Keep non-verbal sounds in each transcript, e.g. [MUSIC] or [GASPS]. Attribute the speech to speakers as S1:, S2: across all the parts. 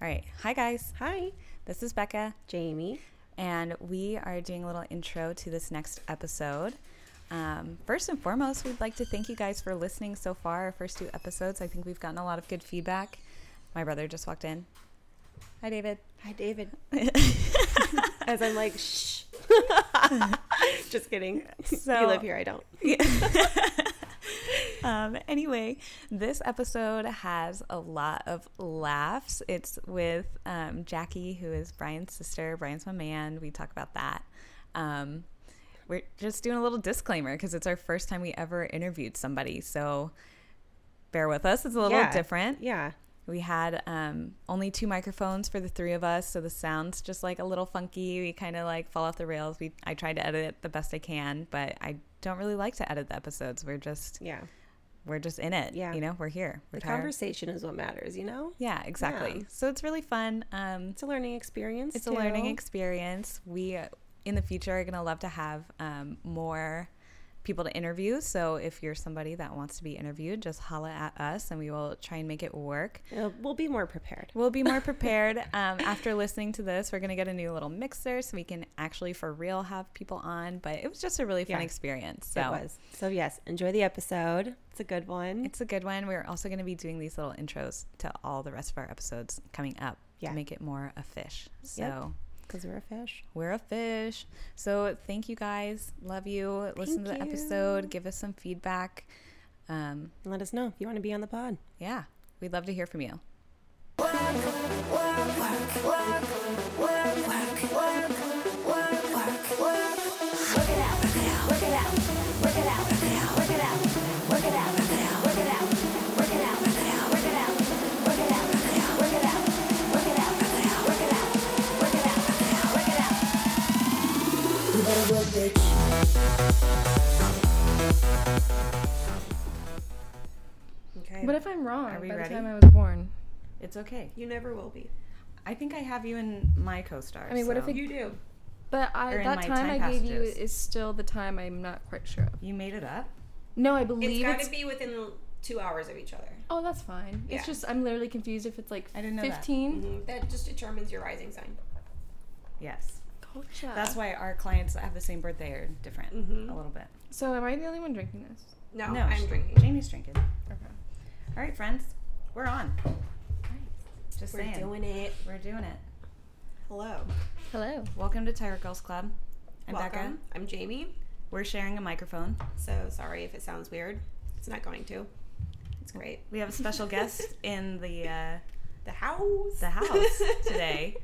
S1: All right. Hi, guys.
S2: Hi,
S1: This is Becca, [LAUGHS]
S2: Jamie.
S1: and we are doing a little intro to this next episode. Um, first and foremost, we'd like to thank you guys for listening so far, our first two episodes. I think we've gotten a lot of good feedback. My brother just walked in. Hi, David.
S2: Hi, David. As I'm like, shh. [LAUGHS] Just kidding.
S1: [LAUGHS] So-
S2: you live here, I don't.
S1: [LAUGHS] Um, anyway, this episode has a lot of laughs. It's with um, Jackie, who is Brian's sister. Brian's my man. We talk about that. Um, we're just doing a little disclaimer because it's our first time we ever interviewed somebody. So bear with us. It's a little
S2: Yeah.
S1: different.
S2: Yeah.
S1: We had um, only two microphones for the three of us, so the sound's just like a little funky. We kind of like fall off the rails. We I tried to edit it the best I can, but I don't really like to edit the episodes. We're just
S2: Yeah.
S1: we're just in it.
S2: Yeah.
S1: You know, we're here. We're
S2: The
S1: tired.
S2: conversation is what matters, you know?
S1: yeah, exactly.
S2: Yeah.
S1: So it's really fun. Um,
S2: It's a learning experience.
S1: it's a learning
S2: too.
S1: experience. We, uh, in the future, are going to love to have um, more people to interview. So if you're somebody that wants to be interviewed, just holla at us and we will try and make it work.
S2: It'll- we'll be more prepared.
S1: We'll be more prepared. um, after listening to this, we're going to get a new little mixer so we can actually for real have people on. But it was just a really fun
S2: Yeah.
S1: experience. So
S2: It was. So, yes, enjoy the episode. It's a good one.
S1: It's a good one. We're also going to be doing these little intros to all the rest of our episodes coming up
S2: Yeah.
S1: to make it more a fish. So
S2: Because we're a fish.
S1: we're a fish. So thank you guys. Love you. Listen to the
S2: Thank
S1: episode. Give us some feedback. Um,
S2: And let us know if you want to be on the pod.
S1: yeah, we'd love to hear from you.
S2: Okay.
S3: What if I'm wrong
S1: Are we
S3: by
S1: ready?
S3: the time I was born?
S1: It's okay.
S2: you never will be.
S1: I think I have you in my co-star.
S3: I mean, what if it-
S2: You do.
S3: But I,
S1: Or in
S3: that
S1: my
S3: time,
S1: time
S3: I gave you
S1: passages.
S3: is still the time I'm not quite sure of.
S1: you made it up?
S3: No, I believe it's.
S2: be within two hours of each other.
S3: oh, that's fine.
S2: Yeah.
S3: It's just I'm literally confused if it's like
S1: I didn't know that.
S3: 15.
S1: Mm-hmm.
S2: That just determines your rising sign.
S1: Yes.
S3: Gotcha.
S1: Mm-hmm. That's why our clients that have the same birthday are different
S2: Mm-hmm.
S1: a little bit.
S3: So am I the only one drinking this?
S1: No, sh- Jamie's drinking.
S3: Okay.
S1: All right, friends, we're on. Just
S2: We're
S1: saying,
S2: doing it.
S1: we're doing it.
S2: Hello.
S3: Hello.
S1: Welcome to Tiger Girls Club. I'm Becca.
S2: Welcome. I'm [LAUGHS] Jamie.
S1: We're sharing a microphone.
S2: So sorry if it sounds weird. It's not going to. It's great.
S1: We have a special
S2: [LAUGHS]
S1: guest in the uh,
S2: The house.
S1: the house
S2: [LAUGHS]
S1: today.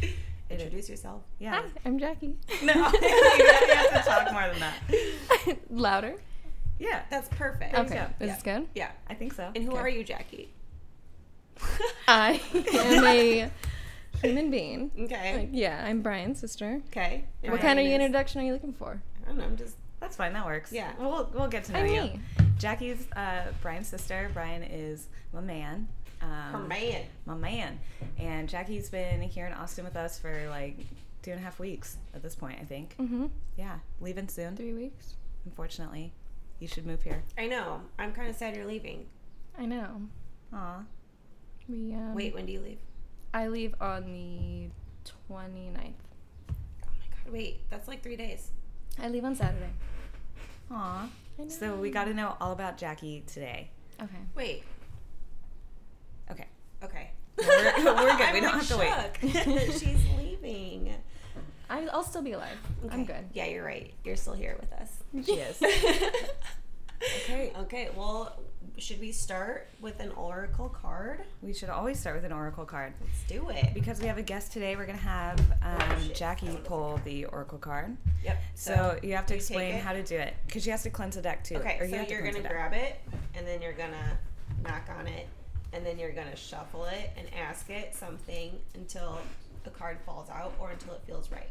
S1: It is-
S2: Introduce yourself.
S1: Yeah.
S3: Hi, I'm Jackie.
S1: [LAUGHS] No, [LAUGHS] you really have to talk more than
S2: [LAUGHS]
S1: that.
S3: [LAUGHS] Louder.
S1: Yeah,
S2: That's perfect.
S1: There you
S3: Okay.
S1: go.
S3: Is
S2: Yeah.
S3: this good?
S2: Yeah.
S1: I think so.
S2: And who
S3: Okay.
S2: are
S1: [LAUGHS]
S2: you, Jackie?
S3: I am a human being. Like,
S2: Okay.
S3: yeah, I'm Brian's sister.
S2: Okay. And
S3: What
S2: my
S3: kind of
S2: name is-
S3: introduction are you looking for?
S2: I don't know. I'm just.
S1: That's fine. That works.
S2: Yeah.
S1: We'll we'll get to know
S3: I'm
S1: you.
S3: me.
S1: Jackie's uh, Brian's sister. Brian is my man. Um,
S2: Her man.
S1: my man. And Jackie's been here in Austin with us for like two and a half weeks at this point, I think.
S3: Mm-hmm.
S1: Yeah, leaving soon,
S3: Three weeks.
S1: unfortunately. You should move here.
S2: I know. I'm kind of sad you're leaving.
S3: I know.
S1: Aw.
S3: We um,
S2: Wait, when do you leave?
S3: I leave on the 29th.
S2: Oh my god. Wait, that's like three days.
S3: I leave on Saturday.
S1: Aw.
S3: I know.
S1: So we got to know all about Jackie today.
S3: Okay.
S2: Wait. [LAUGHS]
S1: Okay.
S2: Okay.
S1: We're- we're good.
S2: [LAUGHS] I'm
S1: We don't
S2: like
S1: have to wait.
S2: shook. [LAUGHS] She's leaving.
S3: I, I'll still be alive. I'm
S2: Okay.
S3: good.
S2: Yeah, you're right. You're still here
S1: [LAUGHS]
S2: with us.
S1: Yes.
S2: okay. [LAUGHS] Okay. Well, should we start with an oracle card?
S1: we should always start with an oracle card.
S2: Let's do it.
S1: Because we have a guest today, we're going to have
S2: Oh,
S1: um,
S2: shit.
S1: Jackie pull the oracle card.
S2: Yep.
S1: So you have to
S2: you take
S1: explain
S2: it?
S1: how to do it because she has to cleanse the deck too.
S2: okay,
S1: or you
S2: so
S1: have to
S2: you're
S1: cleanse the
S2: gonna
S1: deck.
S2: grab it, and then you're gonna knock on it, and then you're gonna shuffle it and ask it something until a card falls out or until it feels right.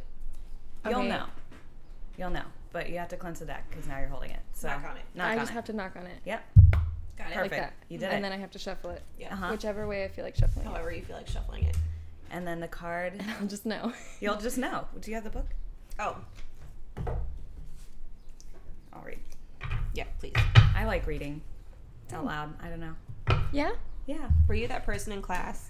S1: You'll
S3: Okay.
S1: know. You'll know. But you have to cleanse the deck because now you're holding it. So
S2: Knock on it.
S1: Knock
S3: I
S1: on
S3: just
S1: it.
S3: have to knock on it.
S1: Yep.
S2: Got it.
S1: Perfect.
S3: Like that.
S1: You did
S3: and
S1: it.
S3: then I have to shuffle it.
S2: Yeah.
S1: Uh-huh.
S3: Whichever way I feel like shuffling it.
S2: However you feel like shuffling it.
S1: And then the card,
S3: And [LAUGHS] I'll just know.
S1: [LAUGHS] you'll just know. Do you have the book?
S2: Oh,
S1: I'll
S2: [LAUGHS]
S1: read.
S2: yeah. Please.
S1: I like
S3: Hmm.
S1: reading out loud. I don't know.
S3: yeah?
S1: Yeah.
S2: Were you that person in class?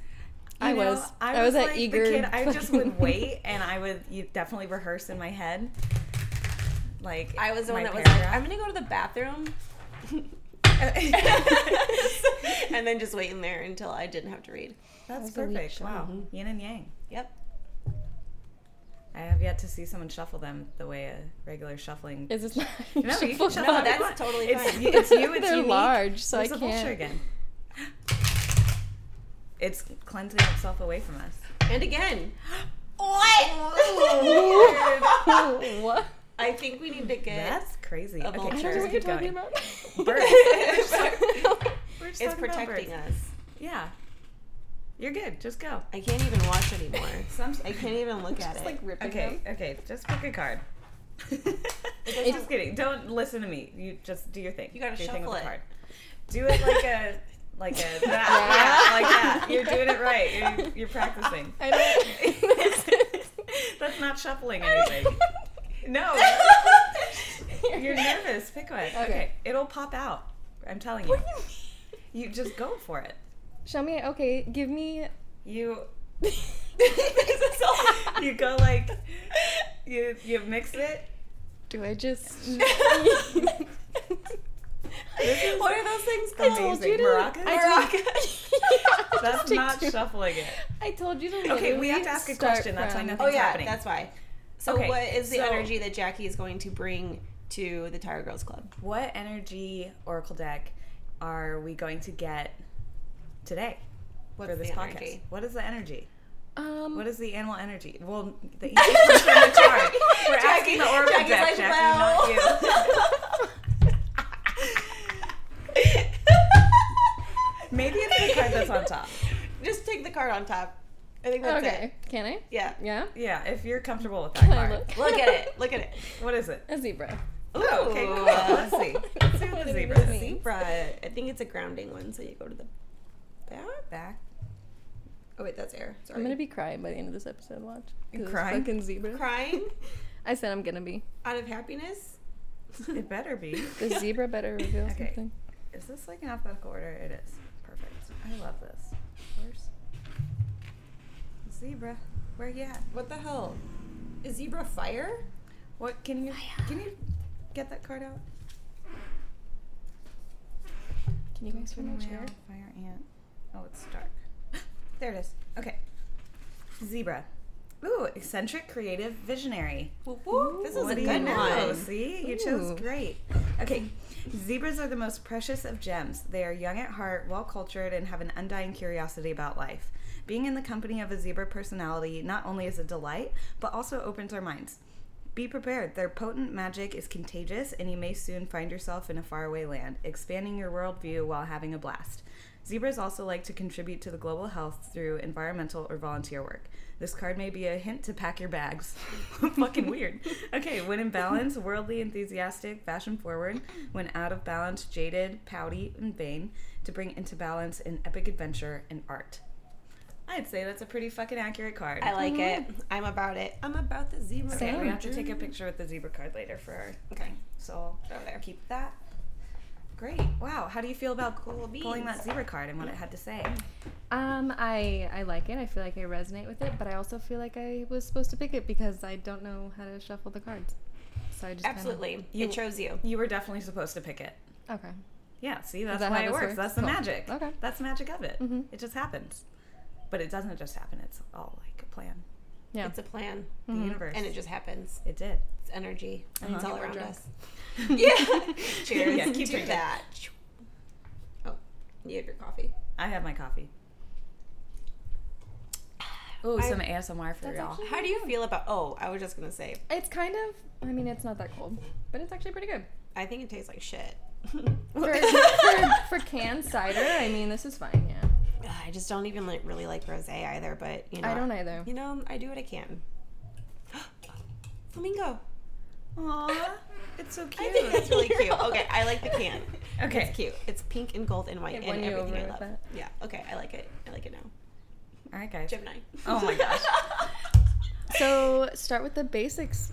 S3: I
S1: know,
S3: was. I was,
S1: like
S3: that
S1: the
S3: eager.
S1: kid, I just
S3: fucking- [LAUGHS]
S1: would wait, and I would you definitely rehearse in my head. Like
S2: I was the one
S1: my
S2: that was like, I'm
S1: paragraph.
S2: gonna go to the bathroom.
S1: [LAUGHS]
S2: [LAUGHS] and then just wait in there until I didn't have to read.
S1: That's
S3: was a weak
S1: perfect.
S3: shot.
S1: Wow,
S2: Mm-hmm.
S1: yin and yang.
S2: Yep.
S1: I have yet to see someone shuffle them the way a regular shuffling.
S3: Is this not?
S1: [LAUGHS]
S3: [LAUGHS]
S1: No, you
S3: shuffle
S1: can shuffle.
S2: No,
S3: card?
S2: that's
S3: [LAUGHS]
S2: totally
S1: it's,
S2: fine.
S1: you- It's you. It's
S3: They're
S1: unique.
S3: large, so
S1: Where's
S3: I
S1: the vulture
S3: can't.
S1: again? It's cleansing itself away from us.
S2: And again.
S1: [LAUGHS] What?
S3: Oh, what?
S2: I think we need to get
S1: That's crazy.
S2: A
S1: Okay,
S2: vulture.
S3: I
S1: sure.
S3: don't know what
S1: keep
S3: you're talking
S1: going.
S3: about. [LAUGHS]
S1: Birds. [LAUGHS] We're just
S2: it's
S1: talking about
S2: protecting
S1: birds.
S2: us.
S1: Yeah. You're good. Just go.
S2: I can't even watch anymore.
S1: Some, [LAUGHS]
S2: I can't even look at
S3: Just
S2: it.
S3: like ripping
S1: Okay,
S3: them.
S1: okay, just pick a [LAUGHS] card. just kidding. Don't listen to me. You just do your thing.
S2: You gotta
S1: do your thing with
S2: shuffle
S1: the
S2: it.
S1: card. Do it like
S2: [LAUGHS]
S1: a like a that,
S3: Yeah.
S1: yeah, like that. You're doing it right. You're, you're
S2: [LAUGHS]
S1: practicing.
S3: I don't.
S1: [LAUGHS] That's not shuffling anything.
S2: [LAUGHS]
S1: No. You're nervous. Pick one. Okay.
S3: Okay.
S1: It'll pop out. I'm telling
S2: [LAUGHS]
S1: you.
S3: [LAUGHS] What do you mean?
S1: You just go for it.
S3: Show me. Okay, give me.
S1: You
S3: this
S2: is so hard.
S1: [LAUGHS] you go like you you mix it.
S2: [LAUGHS]
S3: Do I
S1: [LAUGHS]
S3: just?
S2: what are those things
S1: I
S2: called?
S1: told
S3: told
S1: amazing.
S3: you to.
S1: Maracas?
S3: I told- I
S1: [LAUGHS] That's
S3: [LAUGHS] told you
S1: not
S3: to-
S1: shuffling it.
S3: I told you to.
S1: Okay, we have
S3: literally
S1: to ask a
S3: start
S1: question. That's why
S3: from-
S1: nothing-
S2: Oh
S1: What's
S2: yeah,
S1: happening?
S2: that's why. So
S1: Okay,
S2: what is the
S1: so-
S2: energy that Jackie is going to bring to the Tire Girls Club?
S1: What energy oracle deck are we going to get today
S2: What's
S1: for this
S2: the
S1: podcast?
S2: energy?
S1: What is the energy?
S3: Um, [LAUGHS]
S1: What is the animal energy? Well,
S2: [LAUGHS]
S1: the E easy comes from the chart. We're asking the oracle
S2: Jackie's
S1: deck,
S2: like,
S1: Jackie,
S2: well.
S1: not you.
S3: [LAUGHS]
S2: [LAUGHS]
S1: Maybe it's the card that's on top.
S2: Just take the card on top. I think that's
S3: okay,
S2: it.
S3: can I?
S2: Yeah.
S3: Yeah.
S1: Yeah, if you're comfortable with that
S3: Can I
S1: card.
S3: look?
S2: Look at it. Look at it.
S1: What is it?
S3: [LAUGHS] A zebra.
S1: Ooh, okay, cool.
S2: [LAUGHS] Ooh.
S1: Let's
S3: [LAUGHS]
S1: see. Let's see
S3: What
S1: what the
S3: does
S1: zebra
S3: this
S1: is.
S3: mean?
S2: Zebra. I think it's a grounding one, so you go to the back.
S1: Back.
S2: Oh wait, that's air. Sorry.
S3: I'm gonna be crying by the end of this episode. Watch. 'Cause
S1: You
S3: it's
S1: crying?
S3: Fucking zebra.
S2: crying
S3: I said I'm gonna be.
S2: out of happiness.
S1: It better
S2: [LAUGHS]
S1: be.
S3: The zebra better reveal
S1: Okay.
S3: something.
S1: Is this like an alphabetical order? It is. Perfect. I love this. Where's zebra? Where you at?
S2: What the hell? Is zebra fire?
S1: What can you can you get that card out?
S3: Can you guys turn my chair?
S1: Fire ant. Oh, it's dark. [LAUGHS] there it is. Okay. Zebra. Ooh, eccentric, creative, visionary.
S2: Whoop, whoop. This is
S1: What
S2: a
S1: do you
S2: good
S1: know?
S2: one.
S1: See, you chose
S3: Ooh.
S1: great. Okay, zebras are the most precious of gems. They are young at heart, well cultured, and have an undying curiosity about life. Being in the company of a zebra personality not only is a delight, but also opens our minds. Be prepared. Their potent magic is contagious, and you may soon find yourself in a faraway land, expanding your worldview while having a blast. Zebras also like to contribute to the global health through environmental or volunteer work. This card may be a hint to pack your bags. [LAUGHS] Fucking weird. Okay, when in balance, worldly, enthusiastic, fashion forward. When out of balance, jaded, pouty, and vain. To bring into balance an epic adventure and art. I'd say that's a pretty fucking accurate card.
S2: I like it. Mm-hmm. I'm about it. I'm about the zebra.
S1: Okay, we
S3: Sound.
S1: have to take a picture with the zebra card later for our
S2: Okay.
S1: so
S2: Over there.
S1: keep that. Great. Wow. How do you feel about
S2: Cool
S1: pulling
S2: beans.
S1: that zebra card and what it had to say?
S3: Um, I I like it. I feel like I resonate with it, but I also feel like I was supposed to pick it because I don't know how to shuffle the cards. So I just kinda-
S2: Absolutely.
S1: You-
S2: it chose you.
S1: You were definitely supposed to pick it.
S3: okay.
S1: Yeah. See, that's
S3: that
S1: why
S3: how
S1: it
S3: this
S1: works.
S3: works?
S1: That's the
S3: Cool.
S1: magic.
S3: Okay.
S1: That's the magic of it.
S3: Mhm.
S1: It just happens. But it doesn't just happen. It's all like a plan.
S3: Yeah.
S2: It's a plan,
S1: The
S3: Mhm.
S1: universe.
S2: and it just happens.
S1: It did.
S2: It's energy, and it's
S1: Uh-huh.
S2: all
S3: Get more
S2: around
S3: drunk. [LAUGHS]
S2: us. yeah. Cheers.
S1: Yeah, keep
S2: to
S1: drinking.
S2: that. Oh, you have your coffee.
S1: I have my coffee. Oh,
S2: I-
S1: some ASMR for
S3: That's
S1: y'all.
S3: actually-
S2: How do you feel about? Oh, I was just gonna say.
S3: It's kind of. I mean, it's not that cold, but it's actually
S2: [LAUGHS]
S3: pretty good.
S2: I think it tastes like shit.
S3: [LAUGHS]
S2: [LAUGHS]
S3: For, for, for canned cider, I mean, this is fine. Yeah.
S2: Ugh, I just don't even like, really like rosé either. But you know,
S3: I don't either.
S2: You know, I do what I can. [GASPS] Flamingo.
S1: Aw, it's so cute.
S2: I think that's really
S3: [LAUGHS]
S2: cute. Okay, I like the can.
S1: okay.
S2: It's cute. It's pink and gold and white
S3: It won
S2: and
S3: you
S2: everything
S3: over
S2: I
S3: with
S2: love.
S3: that.
S2: Yeah. Okay, I like it. I like it now.
S1: All right, guys.
S2: Gemini.
S1: Oh my
S2: [LAUGHS]
S1: gosh.
S3: So start with the basics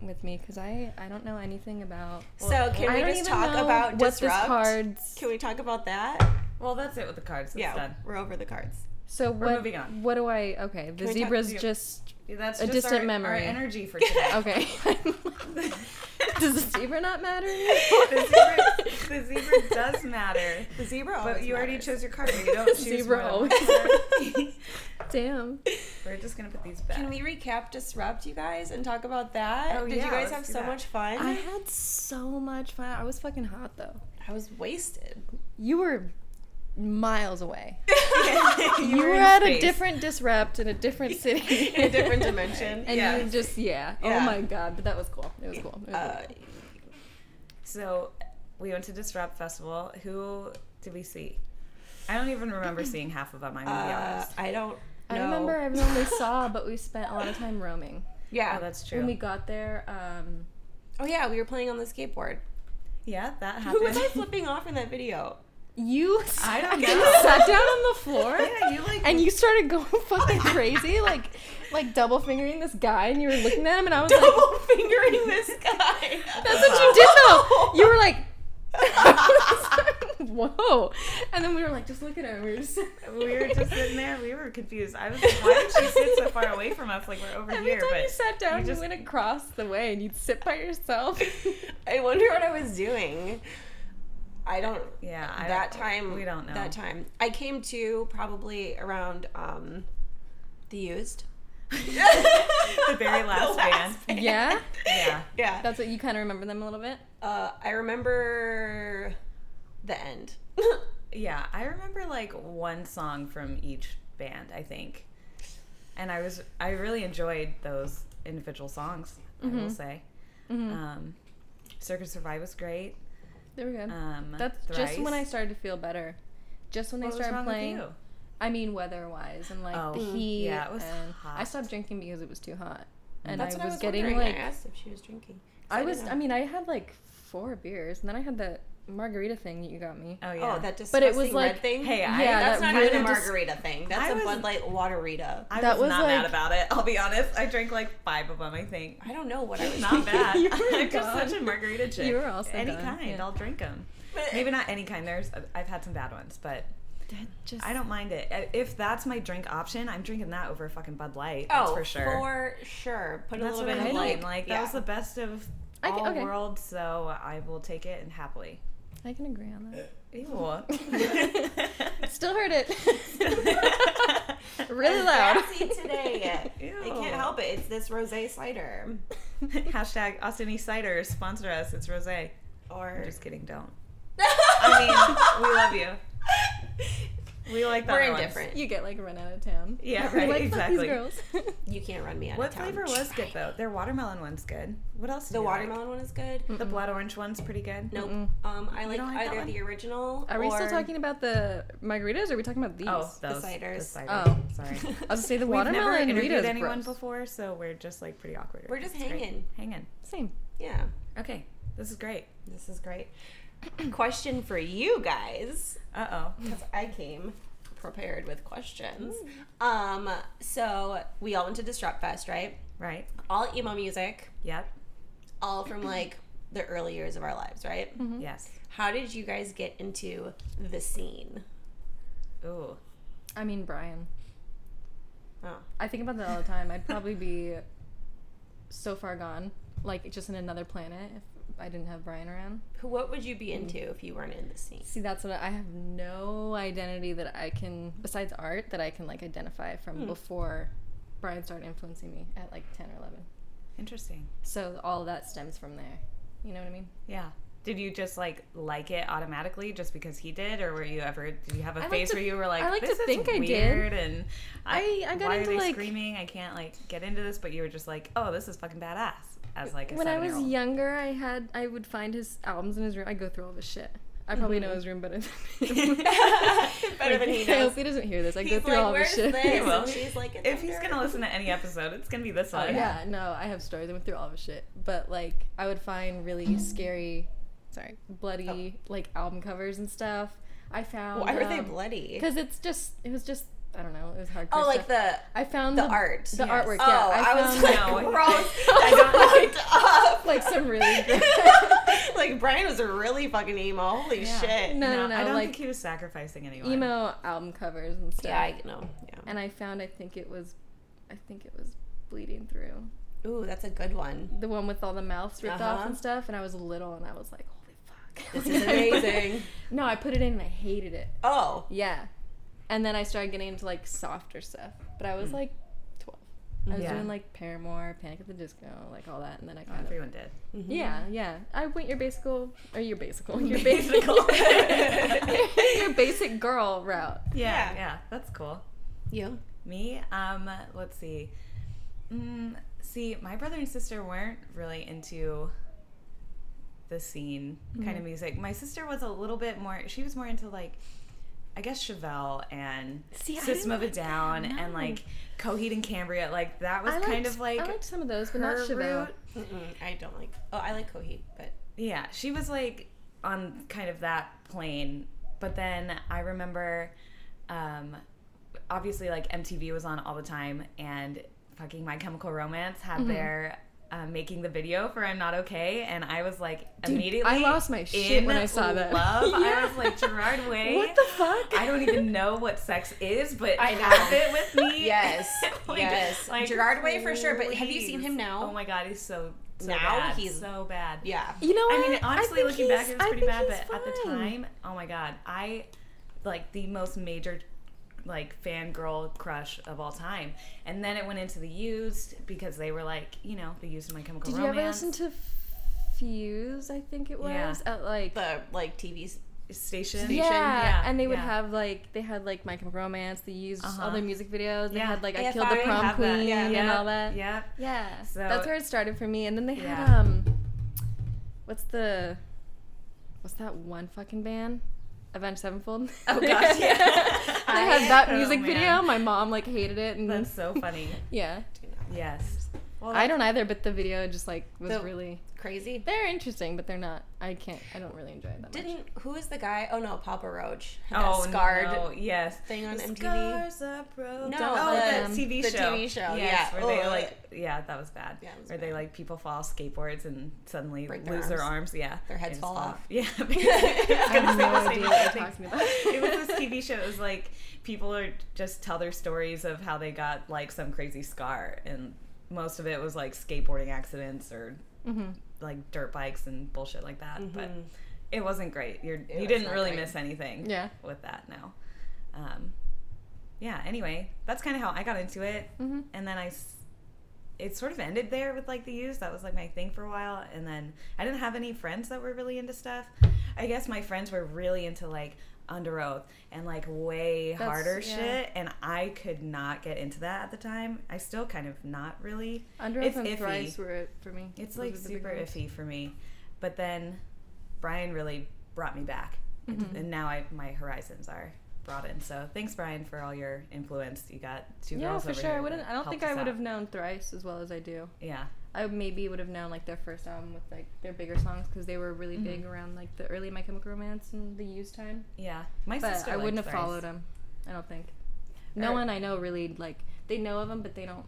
S3: with me, because I I don't know anything about.
S2: So can
S3: I
S2: we
S3: don't
S2: just
S3: even
S2: talk
S3: know
S2: about
S3: what
S2: disrupt?
S3: this cards.
S2: Can we talk about that?
S1: Well, that's it with the cards. It's
S2: yeah,
S1: done.
S2: we're over the cards.
S3: So
S1: We're
S3: what?
S1: moving on.
S3: What do I? Okay,
S2: we
S3: the
S2: talk-
S3: zebra's
S1: yeah.
S3: just
S1: That's
S3: A
S1: just
S3: distant
S1: our, Our
S3: memory.
S1: energy
S2: [LAUGHS]
S1: for today.
S3: okay. [LAUGHS] Does the zebra not
S1: [LAUGHS]
S3: matter?
S1: the, zebra, the zebra does matter.
S2: The zebra
S1: But
S2: always
S1: you already
S2: matters.
S1: chose your card.
S2: [LAUGHS]
S1: You don't choose
S3: Zebra
S1: one.
S3: always- Damn.
S1: [LAUGHS]
S2: [LAUGHS]
S1: We're just gonna put these back.
S2: Can we recap Disrupt, you guys, and talk about that?
S1: Oh,
S2: Did
S1: yeah,
S2: you guys
S1: let's
S2: have
S1: do
S2: so
S1: that.
S2: much fun?
S3: I had so much fun. I was fucking hot though.
S2: I was
S1: [LAUGHS]
S2: wasted.
S3: You were
S2: [LAUGHS]
S3: miles away.
S1: you,
S3: You,
S1: were
S3: were
S1: in
S3: at a
S1: space.
S3: different disrupt in a different city.
S2: [LAUGHS] In a
S3: [LAUGHS]
S2: different dimension.
S3: And
S1: Yeah.
S3: you just yeah.
S2: Yeah.
S3: Oh my god, but that was cool. It was cool. It was
S2: Uh,
S3: really cool.
S1: So we went to Disrupt Festival. Who did we see? I don't even
S3: [CLEARS THROAT]
S1: remember seeing half of them. I'm gonna be
S2: uh,
S1: honest.
S2: I don't know.
S3: I remember everyone we
S2: [LAUGHS]
S3: saw, but we spent a lot of time roaming.
S1: Oh,
S2: Yeah.
S1: that's
S3: When
S1: true.
S3: we got there, um,
S2: oh, yeah, we were playing on the skateboard.
S1: yeah, that
S3: [LAUGHS]
S2: Who
S1: happened.
S2: [LAUGHS] was I flipping off in that video?
S3: you
S1: I
S3: [LAUGHS]
S1: don't
S3: fucking
S1: know.
S3: sat down on the floor
S1: [LAUGHS] yeah, you like.
S3: and you started going [LAUGHS] fucking crazy, like like double fingering this guy, and you were looking at him, and I was like,
S2: Double fingering [LAUGHS] this guy.
S3: "That's what you did, though." You were like. [LAUGHS] Whoa! And then we were like just looking at him. We were just
S1: [LAUGHS] [LAUGHS] we were just sitting there. We were confused. I was like, "Why did she sit so far away from us? Like we're over
S3: Every
S1: here."
S3: time
S1: But
S3: you sat down,
S1: you
S3: you,
S1: just-
S3: went across the way, and you'd sit by yourself.
S1: [LAUGHS]
S2: I wonder what I was doing. I don't.
S1: yeah, I
S2: that
S1: don't-
S2: time.
S1: we don't know.
S2: That time. I came to probably around um, the used. [LAUGHS]
S1: the very last band.
S3: yeah,
S1: Yeah,
S2: Yeah.
S3: that's what you kind of remember them a little bit.
S2: Uh, I remember the end. [LAUGHS]
S1: yeah. I remember like one song from each band, I think, and I was I really enjoyed those individual songs.
S3: Mm-hmm.
S1: I will say, um, Circus Survive was great.
S3: They were good.
S1: Um,
S3: That's just when I
S1: Thrice.
S3: started to feel better. Just when they
S1: What was
S3: started
S1: wrong with
S3: playing.
S1: you?
S3: I mean, weather-wise and like
S1: Oh,
S3: the
S1: Mm.
S3: heat.
S1: yeah, it was
S3: and I
S1: hot.
S3: stopped drinking because it was too hot, and
S2: That's
S3: I,
S2: what
S3: was
S2: I was
S3: getting
S2: wondering.
S3: like
S2: I asked if she was drinking. 'Cause
S3: I,
S2: didn't
S3: was.
S2: know.
S3: I mean, I had like four beers, and then I had that margarita thing that you got me.
S1: Oh yeah,
S2: Oh, that disgusting
S3: But it was
S2: red
S3: like-
S2: thing.
S1: Hey, I-
S3: Yeah,
S2: that's
S3: that
S2: not even a
S3: really dis-
S2: margarita thing. That's
S1: I
S2: a
S1: was-
S2: Bud Light waterita.
S1: I
S3: That
S1: was,
S3: was
S1: not mad
S3: like-
S1: about it. I'll be honest. I drank like five of them. I think.
S3: [LAUGHS]
S2: I don't know what I was.
S1: Not bad.
S3: You were
S1: [LAUGHS]
S2: [LAUGHS]
S1: I'm just
S3: gone.
S1: such a margarita chick.
S3: You were also
S1: any
S3: gone,
S1: kind.
S3: yeah.
S1: I'll drink them.
S2: oh,
S1: Maybe not any kind. There's I've had some bad ones, but
S3: That just
S1: I don't mind it. I- If that's my drink option, I'm drinking that over a fucking Bud Light. That's
S2: Oh,
S1: for sure.
S2: For sure. Put a
S1: that's
S2: little
S1: what I
S2: bit of
S1: mean.
S2: like,
S1: Like, that was the best of
S3: I c-
S1: all
S3: okay.
S1: worlds, so I will take it and happily.
S3: I can agree
S1: [LAUGHS]
S3: on that.
S1: Ew.
S3: Still
S1: [LAUGHS]
S3: heard it. really loud.
S2: Fancy today.
S1: [LAUGHS]
S2: I
S1: Ew.
S2: can't help it. It's this rosé cider.
S3: [LAUGHS]
S1: Hashtag Austin East Cider sponsor us. It's rosé. I'm
S2: Or [LAUGHS]
S1: just kidding. Don't.
S2: I
S1: [LAUGHS] I mean, we love you. We like that.
S2: We're indifferent.
S3: You get like run out of town.
S1: Yeah,
S3: [LAUGHS] You're
S1: right,
S3: like, "Fuck
S1: exactly.
S3: these girls. [LAUGHS]
S2: You can't run me out
S1: What
S2: of town.
S1: flavor was good though? Their watermelon one's good. What else? do
S2: The
S1: you like?
S2: watermelon one is good.
S1: The blood orange one's pretty good.
S2: Nope.
S3: Mm-mm.
S2: Um, I like,
S1: don't like that
S2: either
S1: one?
S2: the original.
S3: Are we
S2: or-
S3: still
S2: [LAUGHS]
S3: talking about the margaritas? Or are we talking about these?
S1: Oh, those,
S2: ciders.
S1: The ciders.
S3: Oh.
S2: [LAUGHS]
S1: sorry.
S3: I was gonna say the
S1: We've never
S3: watermelon
S1: interviewed
S3: margaritas.
S1: anyone
S3: gross.
S1: before, so we're just like pretty awkward.
S2: We're just
S1: It's great.
S2: hanging.
S1: Hanging.
S3: Same.
S2: Yeah.
S1: Okay, this is great.
S2: This is great. [CLEARS THROAT] Question for you guys.
S1: Uh oh.
S2: because I came prepared with questions. Um, so we all went to Disrupt Fest, right?
S1: Right.
S2: All emo music,
S1: Yep.
S2: all from like the early years of our lives, right?
S3: Mm-hmm.
S1: Yes.
S2: How did you guys get into the scene?
S1: Ooh.
S3: I mean Brian.
S2: Oh,
S3: I think about that all the time. I'd probably be so far gone, like just in another planet, if I didn't have Brian around.
S2: who? What would you be into if you weren't in the scene?
S3: See, that's what I, I have no identity that I can, besides art, that I can like identify from before Brian started influencing me at like ten or eleven.
S1: Interesting.
S3: So all of that stems from there. You know what I mean?
S1: Yeah. Did you just like like it automatically just because he did, or were you ever? Did you have a
S3: I like
S1: phase
S3: to-
S1: where you were like,
S3: I like to
S1: "This is
S3: think I did.
S1: weird," and uh,
S3: I- I got
S1: why
S3: into,
S1: are they
S3: like-
S1: screaming? I can't like get into this, but you were just like, "Oh, this is fucking badass." As like a
S3: when I was
S1: seven-year-old.
S3: younger, I had I would find his albums in his room. I go through all of his shit. I probably know his room
S2: [LAUGHS]
S3: better than
S2: [LAUGHS] Mm-hmm. Better
S3: [LAUGHS]
S2: than he
S3: I hope
S2: knows.
S3: he doesn't hear this. I go
S2: He's
S3: through
S2: like,
S3: all of his
S2: where's this?
S3: shit. [LAUGHS]
S2: And
S1: will.
S2: she's like, it's
S1: If he's
S2: under-
S1: gonna listen to any episode, it's gonna be this one.
S3: Oh, yeah. no, I have stories. I went through all of his shit, but like I would find
S2: Mm-hmm.
S3: really scary, sorry, bloody like album covers and stuff. I found
S2: Oh. Why were they
S3: um, [LAUGHS]
S2: bloody?
S3: Because it's just it was just I don't know it was hardcore.
S2: Oh, like
S3: stuff.
S2: the.
S3: I found
S2: the art.
S3: Mm-hmm. the
S2: Yes.
S3: artwork.
S2: Oh,
S3: yeah,
S2: I, was [LAUGHS]
S3: found, [LAUGHS]
S2: like,
S1: No.
S2: gross. I got fucked up. [LAUGHS]
S3: like some really. gross-
S4: [LAUGHS] like Brian was really fucking emo. Holy
S1: Yeah.
S3: [LAUGHS]
S4: shit.
S3: No, no, no.
S1: I don't
S3: like
S1: think he was sacrificing anyone.
S3: emo album covers and stuff.
S4: Yeah, I know. Yeah.
S3: and I found I think it was, I think it was bleeding through
S4: Ooh, that's a good one.
S3: [LAUGHS] the one with all the mouths ripped
S4: Uh-huh.
S3: off and stuff. And I was little, and I was like, holy fuck,
S4: [LAUGHS]
S3: [LAUGHS]
S4: This
S3: Like, I
S4: is
S3: put it-
S4: amazing.
S3: no, I put it in and I hated it.
S4: Oh,
S3: Yeah, and then I started getting into like softer stuff, but I was
S4: Mm.
S3: like twelve.
S4: Oh.
S3: I was
S1: Yeah. Oh,
S3: doing like Paramore, Panic at the Disco, like all that, and then I kind of
S1: Everyone did.
S3: Yeah, yeah. I went your basical or your
S4: [LAUGHS]
S3: basical, your basical, [LAUGHS] your basic girl route.
S1: Yeah,
S4: Yeah.
S1: yeah, that's cool.
S4: you.
S1: Me, um, let's see. Mm, see, my brother and sister weren't really into the scene kind
S3: Mm-hmm.
S1: of music. My sister was a little bit more. She was more into like, I guess Chevelle and
S3: See, I
S1: System
S3: didn't
S1: of a Down and
S3: no.
S1: like Coheed and Cambria. Like that was
S3: I liked,
S1: kind of like
S3: I liked some of those, but not
S1: her
S3: Chevelle.
S1: route.
S4: Mm-hmm. Mm-mm, I don't like. Oh, I like Coheed, but
S1: Yeah, she was like on kind of that plane. But then I remember, um, obviously, like MTV was on all the time, and fucking My Chemical Romance had
S4: Mm-hmm.
S1: their uh, making the video for I'm Not Okay, and I was like
S3: Dude,
S1: immediately.
S3: I lost my shit
S1: in
S3: when I saw that.
S1: Love. I
S3: Yeah.
S1: was
S4: [LAUGHS]
S1: like Gerard Way.
S3: What the fuck?
S1: I don't even know what sex is, but
S4: I
S1: I
S4: know.
S1: have it with me.
S4: [LAUGHS] Yes,
S1: [LAUGHS]
S4: yes. Gerard Way for sure, but have you seen
S1: please.
S4: him now?
S1: Oh my god, he's so, so
S4: Now
S1: bad.
S4: he's-
S1: so bad.
S4: yeah.
S3: You know
S1: I
S3: what?
S1: mean, honestly,
S3: think
S1: looking back, it
S3: he's- I
S1: was pretty
S3: think
S1: bad,
S3: he's
S1: but at the
S3: fine.
S1: time, oh my god, I like the most major like fangirl crush of all time. And then it went into the used because they were like, you know, the used in my chemical
S3: Did you
S1: romance.
S3: ever listen to Fuse? I think it was
S1: Yeah.
S3: at like.
S4: The like TVs.
S1: station?
S3: yeah.
S1: Yeah,
S3: and they would
S1: yeah.
S3: have like they had like My Chemical Romance. They used
S1: Uh-huh.
S3: all their music videos. They
S1: Yeah.
S3: had like I
S4: AFI,
S3: Killed the Prom
S1: Have that.
S3: Queen
S4: Yeah.
S3: and
S1: Yep,
S3: all that.
S1: Yep.
S3: Yeah,
S1: So-
S3: that's where it started for me. And then they had
S1: Yeah.
S3: um, what's the, what's that one fucking band? Avenged Sevenfold.
S1: Oh gosh, yeah.
S3: [LAUGHS]
S1: Oh,
S3: they had that music video. My mom like hated it, and
S1: That's so funny.
S3: [LAUGHS] yeah,
S4: Do not
S3: [LAUGHS]
S4: like
S1: Yes. Well,
S3: I don't either. But the video just like was
S4: The-
S3: really.
S4: crazy.
S3: They're interesting, but they're not. I can't. I don't really enjoy them.
S4: Didn't who is the guy? Oh no, Papa Roach. Had that
S1: Oh,
S4: scarred
S1: no. Yes.
S4: thing on
S1: The
S4: MTV.
S1: Scars are broken.
S4: No,
S1: oh,
S3: the-
S1: the TV
S4: the
S1: show.
S4: TV show,
S1: Yes,
S4: yeah.
S1: Where they
S4: Ugh.
S1: like, yeah, that was bad.
S4: Yeah, it was
S1: where they
S4: bad.
S1: like people fall off skateboards and suddenly
S4: Break their
S1: lose their arms. Yeah,
S4: Their heads
S1: they just
S4: fall off. [LAUGHS]
S1: Yeah, [LAUGHS] I was
S3: have no
S1: gonna say the same
S3: idea what you're
S1: thing.
S3: talking about.
S1: [LAUGHS] It was this TV show. It was like people are just tell their stories of how they got like some crazy scar, and most of it was like skateboarding accidents or
S4: Mm-hmm.
S1: like dirt bikes and bullshit like that. But it wasn't great. You're, you
S4: was
S1: didn't
S4: not
S1: really
S4: great.
S1: miss anything
S3: Yeah.
S1: with that now. Um, yeah, anyway, that's kind of how I got into it.
S3: Mhm.
S1: And then I, s- it sort of ended there with like the use. That was like my thing for a while. And then I didn't have any friends that were really into stuff. I guess my friends were really into like Under Oath and like way
S3: That's-
S1: harder
S3: yeah.
S1: shit. And I could not get into that at the time. I still kind of not really.
S3: Under
S1: it's
S3: Oath and
S1: iffy.
S3: Thrice were it for me.
S1: It's
S3: Those
S1: like
S3: were the big
S1: super
S3: ones.
S1: iffy for me. But then Brian really brought me back.
S3: Mm-hmm.
S1: And now I, my horizons are broadened. So thanks, Brian, for all your influence. You got two
S3: Yeah,
S1: girls
S3: for
S1: over
S3: sure.
S1: here
S3: I wouldn't.
S1: that
S3: I don't
S1: helped
S3: think
S1: us
S3: I would
S1: out.
S3: have known Thrice as well as I do.
S1: Yeah.
S3: I maybe would have known like their first album with like their bigger songs because they were
S1: Mm-hmm.
S3: really big around like the early My Chemical Romance and the used time.
S1: Yeah. My
S3: But
S1: sister.
S3: I wouldn't
S1: liked
S3: have
S1: Thrice.
S3: followed them. I don't think. No
S1: Or-
S3: one I know really like they know of them, but they don't.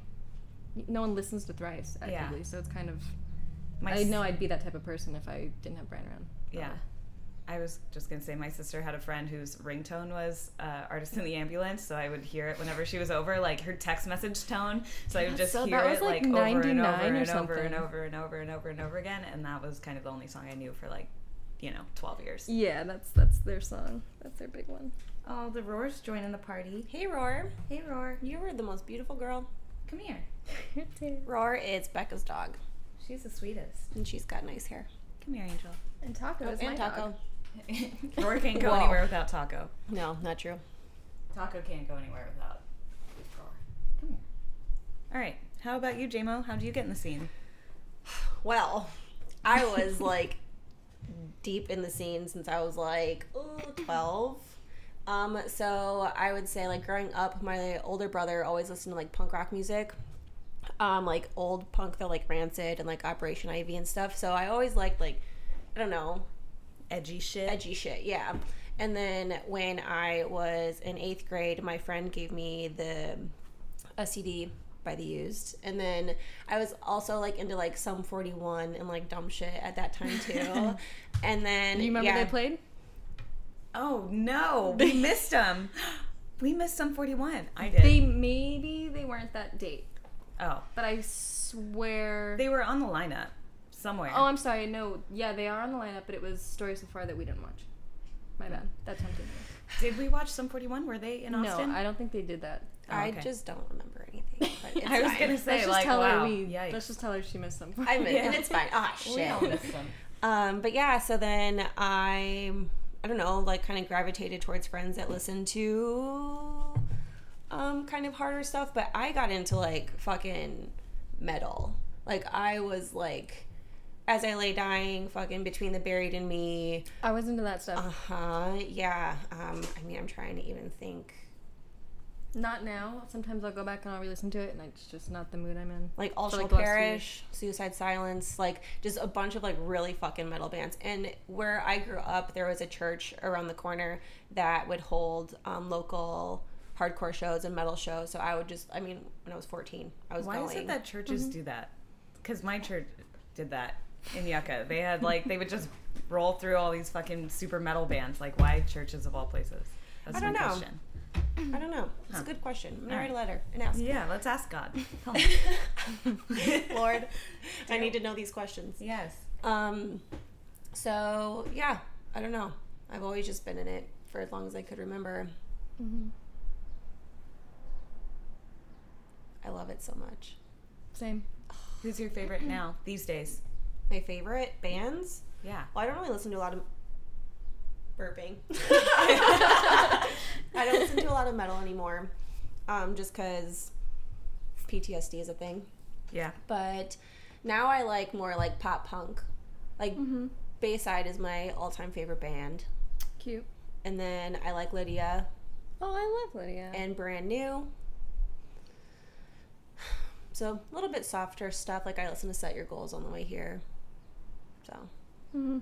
S3: No one listens to Thrice
S1: Yeah.
S3: actively, so it's kind of.
S1: My
S3: I
S1: s-
S3: know I'd be that type of person if I didn't have Brian around.
S1: Yeah. I was just gonna say my sister had a friend whose ringtone was uh, "Artist in the Ambulance," so I would hear it whenever she was over, like her text message tone. So I would
S3: That's
S1: just
S3: so-
S1: hear
S3: that was,
S1: it like,
S3: like,
S1: over and
S3: 99
S1: over
S3: or
S1: and over
S3: something.
S1: and over and over and over and over again, and that was kind of the only song I knew for like, you know, twelve years.
S3: Yeah, that's that's their song. That's their big one.
S1: Oh, the roar's joining the party.
S4: Hey Roar,
S1: Hey, roar,
S4: you were the most beautiful girl.
S1: come
S3: [LAUGHS]
S1: here.
S4: Roar is Becca's dog,
S1: She's the sweetest.
S4: and she's got nice hair.
S1: Come here, Angel.
S3: and
S1: Oh,
S3: Taco is my
S4: and Taco.
S1: [LAUGHS]
S3: dog. [LAUGHS]
S1: Roar can't go
S4: Whoa.
S1: anywhere without Taco.
S4: No, not true.
S1: Taco can't go anywhere without Roar. Come here. All right. How about you, JMO? How do you get in the scene?
S4: Well, I was [LAUGHS] like deep in the scene since I was like ooh, 12. Um, so I would say like growing up, my older brother always listened to like punk rock music. Um, like old punk that like Rancid and like Operation Ivy and stuff. So I always liked like I don't know,
S1: Edgy shit.
S4: edgy shit, yeah. And then when I was in eighth grade, my friend gave me the a CD by the used. And then I was also like into like some 41 and like dumb shit at that
S1: [LAUGHS]
S4: time too. and then
S3: You remember
S4: yeah.
S3: they played?
S1: Oh no, [LAUGHS] we missed them. We missed some 41. I did.
S3: They maybe they weren't that date,
S1: oh,
S3: but I swear.
S1: they were on the lineup somewhere.
S3: oh, I'm sorry. No, yeah, they are on the lineup, but it was stories so far that we didn't watch. My bad. That's what I'm thinking.
S1: Did we watch some 41? Were they in Austin?
S3: No, I don't think they did [LAUGHS] that.
S1: Oh,
S4: I
S1: okay.
S4: just don't remember
S3: [LAUGHS]
S4: anything. But it's
S1: [LAUGHS] I was
S4: fine.
S1: gonna say
S3: let's just
S1: like
S3: tell
S1: wow.
S3: her we.
S1: Yikes.
S3: Let's just tell her she [LAUGHS] missed something.
S4: I mean,
S1: Yeah.
S4: and it's fine. Ah, shit.
S1: we all missed [LAUGHS] them.
S4: Um, but yeah, so then I, I don't know, like kind of gravitated towards friends that listen to, um, kind of harder stuff. But I got into like fucking metal. Like I was like, as I lay dying, fucking between the buried and me.
S3: I was into that stuff.
S4: Uh huh. Yeah. Um. I mean, I'm trying to even think.
S3: Not now. Sometimes I'll go back and I'll re-listen to it, and it's just not the mood I'm in.
S4: like All
S3: So,
S4: Shall
S3: like, last year.
S4: Perish, Suicide Silence, like just a bunch of like really fucking metal bands. And where I grew up, there was a church around the corner that would hold um, local hardcore shows and metal shows. So I would just, I mean, when I was 14, I was
S1: Why
S4: going.
S1: is it that churches do that? Because my church did that in Yucca. They had like they would just roll through all these fucking super metal bands. Like why churches of all places? That's
S4: I don't
S1: my
S4: know.
S1: question.
S4: I don't know. It's
S1: Huh.
S4: a good question. I'm gonna
S1: All
S4: write a
S1: right.
S4: letter and
S1: [LAUGHS]
S4: ask.
S1: Yeah, let's ask God. [LAUGHS] Tell me.
S4: Lord, I need to know these questions.
S1: yes.
S4: Um, so yeah, I don't know. I've always just been in it for as long as I could remember.
S3: Mm-hmm.
S4: I love it so much.
S3: Same.
S1: Who's your favorite now these days?
S4: My favorite bands.
S1: Yeah.
S4: Well, I don't really listen to a lot of burping. [LAUGHS] I don't listen to a lot of metal anymore, um, just because PTSD is a thing.
S1: Yeah.
S4: But now I like more like pop punk. Like
S3: Mm-hmm.
S4: Bayside is my all-time favorite band,
S3: Cute.
S4: and then I like Lydia
S3: Oh, I love Lydia.
S4: and Brand New. So a little bit softer stuff. Like I listen to Set Your Goals on the way here. So
S3: Mhm.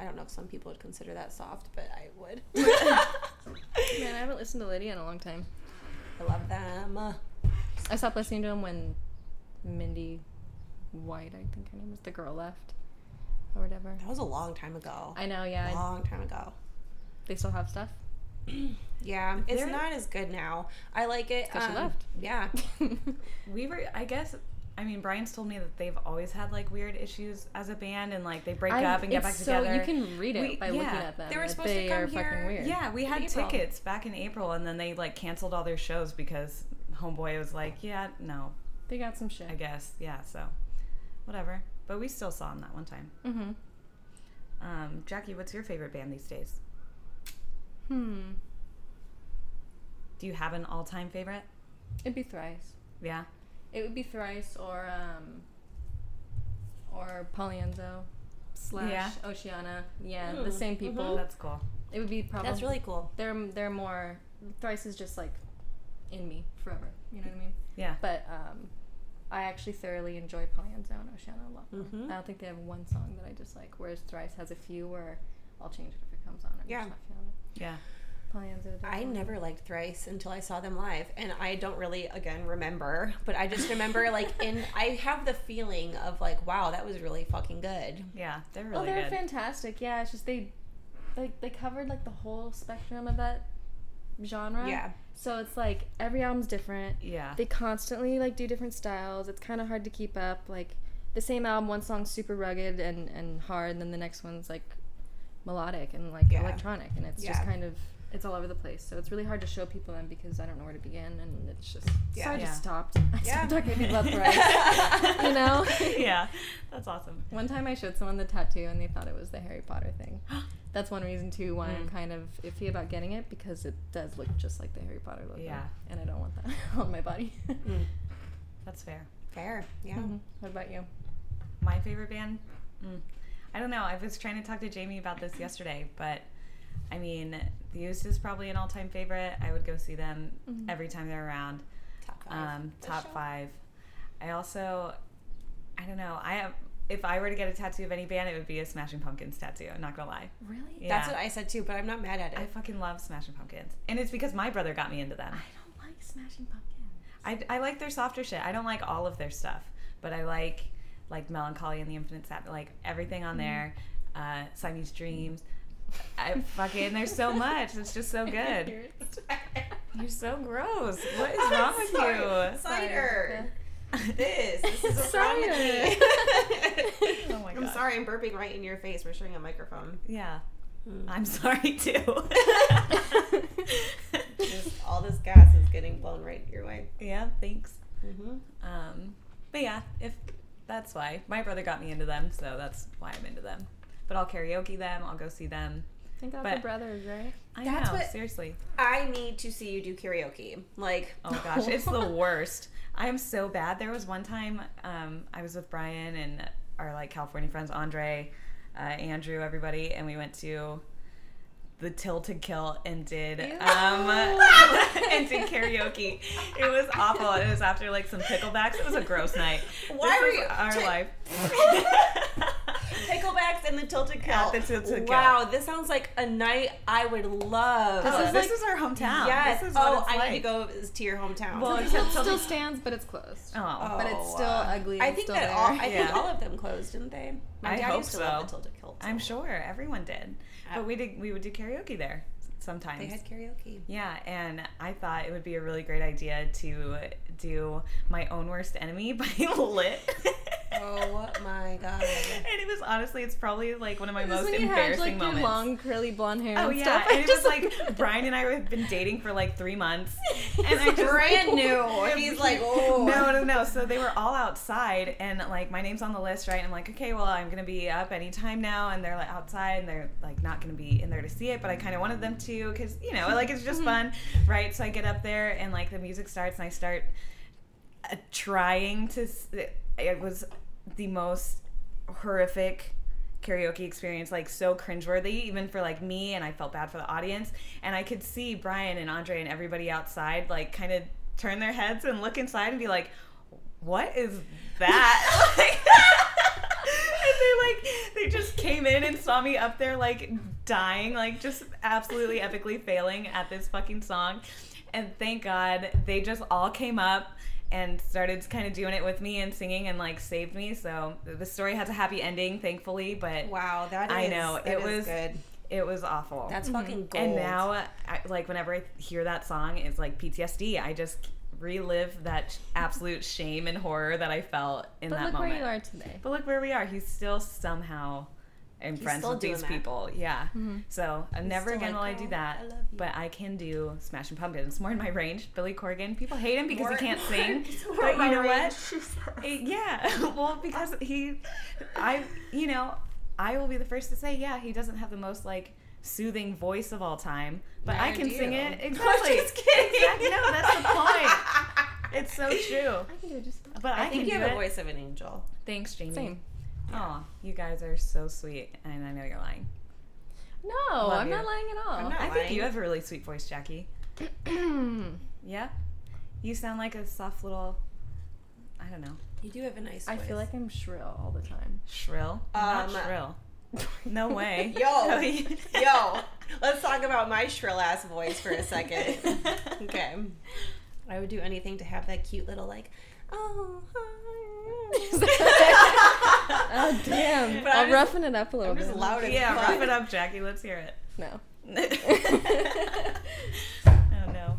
S4: I don't know if some people would consider that soft, but [LAUGHS] I would.
S3: Man, I haven't listened to Lydia in a long time.
S4: I love them. Uh,
S3: I stopped listening to him when Mindy White, I think her name is, the girl left or whatever.
S4: That was a long time ago.
S3: I know,
S4: A
S3: yeah.
S4: long time ago.
S3: They still have stuff. [LAUGHS]
S4: Yeah, it's
S1: They're-
S4: not as good now. I like it. um,
S3: 'cause she left. [LAUGHS]
S4: Yeah.
S1: We were. I guess. I mean, Brian's told me that they've always had like weird issues as a band, and like they break
S3: I-
S1: up and get
S3: it's
S1: back
S3: so,
S1: together.
S3: You can read it
S1: We-
S3: by looking
S1: yeah.
S3: at them.
S4: They were
S3: that
S4: supposed to
S3: they
S4: come
S3: are
S4: here-
S3: Fucking weird.
S1: Yeah, we had
S4: April.
S1: tickets back in April, and then they like canceled all their shows because Homeboy was like, "Yeah, no,
S3: They got some shit.
S1: I guess, yeah." So, whatever. But we still saw him that one time.
S3: Mm-hmm.
S1: Um, Jackie, what's your favorite band these days?
S3: Hmm.
S1: Do you have an all-time favorite?
S3: It'd be thrice.
S1: Yeah.
S3: It would be thrice or um or Polyanzo slash
S1: Yeah.
S3: Oceana. Yeah,
S4: Mm,
S3: the same
S4: mhm.
S3: people.
S1: That's cool.
S3: It would be probably
S4: That's really cool.
S3: they're they're more thrice is just like in me forever. You know what I mean?
S1: Yeah.
S3: But um, I actually thoroughly enjoy Polyanza and Oceana a lot. more.
S4: Mhm.
S3: I don't think they have one song that I just like. Whereas Thrice has a few where I'll change it if it comes on. I'm
S4: Yeah.
S3: just not
S1: Yeah.
S3: feeling it. Polyanza. does
S4: I
S3: it.
S4: never liked Thrice until I saw them live, and I don't really again remember, but I just remember like in I have the feeling of like wow that was really fucking good.
S1: Yeah. They're
S3: Oh,
S1: really
S3: they're
S1: good.
S3: fantastic. Yeah, it's just they, like they covered like the whole spectrum of that genre.
S4: Yeah.
S3: So it's like every album's different.
S1: Yeah. [LAUGHS]
S3: they constantly like do different styles it's kind of hard to keep up like the same album one song's super rugged and and hard and then the next one's like melodic and like
S4: Yeah.
S3: electronic and it's just
S4: Yeah.
S3: kind of it's all over the place so it's really hard to show people them because i don't know where to begin and it's just
S4: Yeah.
S3: so i
S1: Yeah.
S3: just stopped [LAUGHS] i
S4: Yeah.
S3: stopped talking to
S4: [LAUGHS]
S3: people about thrice you know
S1: yeah. That's awesome.
S3: one time i showed someone the tattoo and they thought it was the harry potter thing
S4: [GASPS]
S3: that's one reason too why i'm
S1: Mm.
S3: kind of iffy about getting it because it does look just like the harry potter logo
S1: Yeah.
S3: and i don't want that [LAUGHS] on my body
S4: Mm,
S1: That's fair.
S4: fair. Yeah.
S1: Mm-hmm.
S3: Mhm. what about you
S1: My favorite band? Mm. I don't know. I was trying to talk to Jamie about this yesterday, but I mean, The Used is probably an all time favorite. I would go see them
S3: Mhm.
S1: every time they're around.
S4: Mm-hmm. Top five.
S1: Um,
S4: For
S1: top
S4: sure.
S1: five. I also, I don't know. I have, if I were to get a tattoo of any band, it would be a Smashing Pumpkins tattoo. I'm not gonna lie.
S3: really
S1: Yeah.
S4: That's what I said too, but I'm not mad at it.
S1: I fucking love Smashing Pumpkins, and it's because my brother got me into them.
S3: I don't like Smashing Pumpkins.
S1: I, I like their softer shit. I don't like all of their stuff, but I like like Melancholy and the Infinite Sat, like everything on there. Uh, Siamese Dreams. I fucking there's so much. It's just so good.
S3: [LAUGHS]
S1: You're so gross. What
S4: [LAUGHS]
S1: is wrong with you?
S4: Cider. [LAUGHS] This.
S3: [LAUGHS]
S4: This is what's wrong with me.
S3: Cider.
S1: Oh [LAUGHS] my god.
S4: I'm sorry, I'm burping right in your face. We're sharing a microphone.
S1: Yeah. I'm sorry too.
S4: Just all this gas is getting blown right your way.
S1: yeah, thanks.
S4: Mm-hmm.
S1: Um, but yeah, if that's why my brother got me into them, so that's why I'm into them. But I'll karaoke them. I'll go see them.
S3: Thank God for
S1: But-
S3: brothers, right?
S1: I
S4: That's
S1: know,
S4: what-
S1: seriously.
S4: I need to see you do karaoke. Like,
S1: Oh gosh, it's the worst. I am so bad. There was one time um, I was with Brian and our like California friends, Andre, uh, Andrew, everybody, and we went to the Tilted Kill and did um, [LAUGHS]
S3: Ew.
S1: and did karaoke. It was awful. It was after like some picklebacks. It was a gross night.
S4: Why
S1: this
S4: were
S1: is
S4: you-
S1: our
S4: Ti- [LAUGHS]
S1: life? [LAUGHS]
S4: Picklebacks and the Tilted Cow.
S1: the Tilted
S4: wow, this sounds like a night I would love.
S1: This,
S4: Oh,
S1: is, this is our hometown.
S4: yes.
S1: This is
S4: oh,
S1: what it's
S4: I
S1: like.
S4: need to go to your hometown.
S1: Well,
S3: It
S1: except
S3: still
S1: something-
S3: stands, but it's closed.
S1: Oh.
S3: But it's still
S4: uh,
S3: ugly
S4: I
S3: and
S4: think
S3: still
S4: that
S3: there. [LAUGHS]
S4: all. I
S1: Yeah.
S4: think all of them closed, didn't they? My
S1: I
S4: dad
S1: hope
S4: used to love the
S1: so.
S4: Tilted Kilt.
S1: I'm sure everyone did.
S3: Uh,
S1: But we did. We would do karaoke there sometimes.
S4: they had karaoke.
S1: Yeah, and I thought it would be a really great idea to do my own worst enemy [LAUGHS] by Lit.
S4: Oh my
S1: [LAUGHS]
S4: god.
S1: and it was honestly, it's probably like one of my
S3: This is
S1: most
S3: when you had
S1: embarrassing
S3: like your
S1: moments.
S3: long curly blonde hair.
S1: oh
S3: and
S1: yeah,
S3: stuff.
S4: [LAUGHS]
S1: and it was like Brian and I have been dating for like three months, and I just
S4: Brand
S1: [LAUGHS]
S4: new. He's like, oh.
S1: no, no, no. So they were all outside, and like my name's on the list, right? I'm like, okay, well, I'm gonna be up anytime now, and they're like outside, and they're like not gonna be in there to see it, but I kind of wanted them to, cause you know, like it's
S4: [LAUGHS]
S1: just fun, right? So I get up there, and like the music starts, and I start uh, trying to. s- It was the most horrific karaoke experience like so cringeworthy even for like me and I felt bad for the audience and I could see Brian and Andre and everybody outside like kind of turn their heads and look inside and be like what is that [LAUGHS] like, and they like they just came in and saw me up there like dying like just absolutely epically failing at this fucking song and thank God they just all came up and started kind of doing it with me and singing and like saved me. So the story has a happy ending, thankfully, but
S4: Wow, that is.
S1: I know,
S4: that
S1: it
S4: is
S1: was
S4: [LAUGHS] good.
S1: it was awful.
S4: That's fucking gold.
S1: and now, I, like whenever I hear that song, it's like PTSD. I just relive that absolute shame and horror that I felt in
S3: But
S1: that
S3: look
S1: moment.
S3: where you are today.
S1: But look where we are. He's still somehow in friends
S4: still
S1: with
S4: doing
S1: these
S4: that. Mm-hmm.
S1: people. Yeah. So uh, never
S4: still
S1: again
S4: like,
S1: will I do
S4: "Girl,
S1: that.
S4: I love you."
S1: but I can do Smashing Pumpkins. It's more in my range. Billy Corgan. People hate him because he
S4: More-
S1: can't
S4: [LAUGHS]
S1: sing.
S4: We're
S1: but you know
S4: married.
S1: what? It- yeah. [LAUGHS] well, because he, I, you know, I will be the first to say, yeah, he doesn't have the most like soothing voice of all time, but I
S4: Neither
S1: can
S4: do.
S1: sing it
S4: [LAUGHS] I'm
S1: exactly.
S4: just kidding.
S1: Exactly. No, that's the point.
S4: [LAUGHS]
S1: It's so true.
S3: I can do just fine.
S1: But I,
S4: I think
S1: can
S4: you
S1: do
S4: have
S1: it.
S4: the voice of an angel.
S1: Thanks, Jamie.
S3: Same.
S1: Oh, you guys are so sweet, and I know you're lying.
S3: No,
S1: Love
S3: I'm
S1: you.
S3: not lying at all.
S4: I'm not
S1: I think
S4: lying.
S1: you have a really sweet voice, Jackie.
S3: [CLEARS THROAT]
S1: Yeah, you sound like a soft little. I don't know,
S4: You do have a nice.
S3: I feel
S4: voice.
S3: like I'm shrill all the time.
S1: shrill. I'm
S4: Um,
S1: Not shrill.
S3: [LAUGHS]
S1: No way.
S4: [LAUGHS] Yo.
S1: No,
S4: Yo, let's talk about my shrill ass voice for a [LAUGHS] second. okay. I would do anything to have that cute little like oh
S3: Oh damn!
S4: But
S3: I'll
S4: I'm just-
S3: roughen it up a little
S4: I'm just
S3: bit.
S4: loud as
S1: yeah,
S4: fuck.
S1: wrap it up, Jackie. Let's hear
S3: [LAUGHS] No,
S1: it. oh no.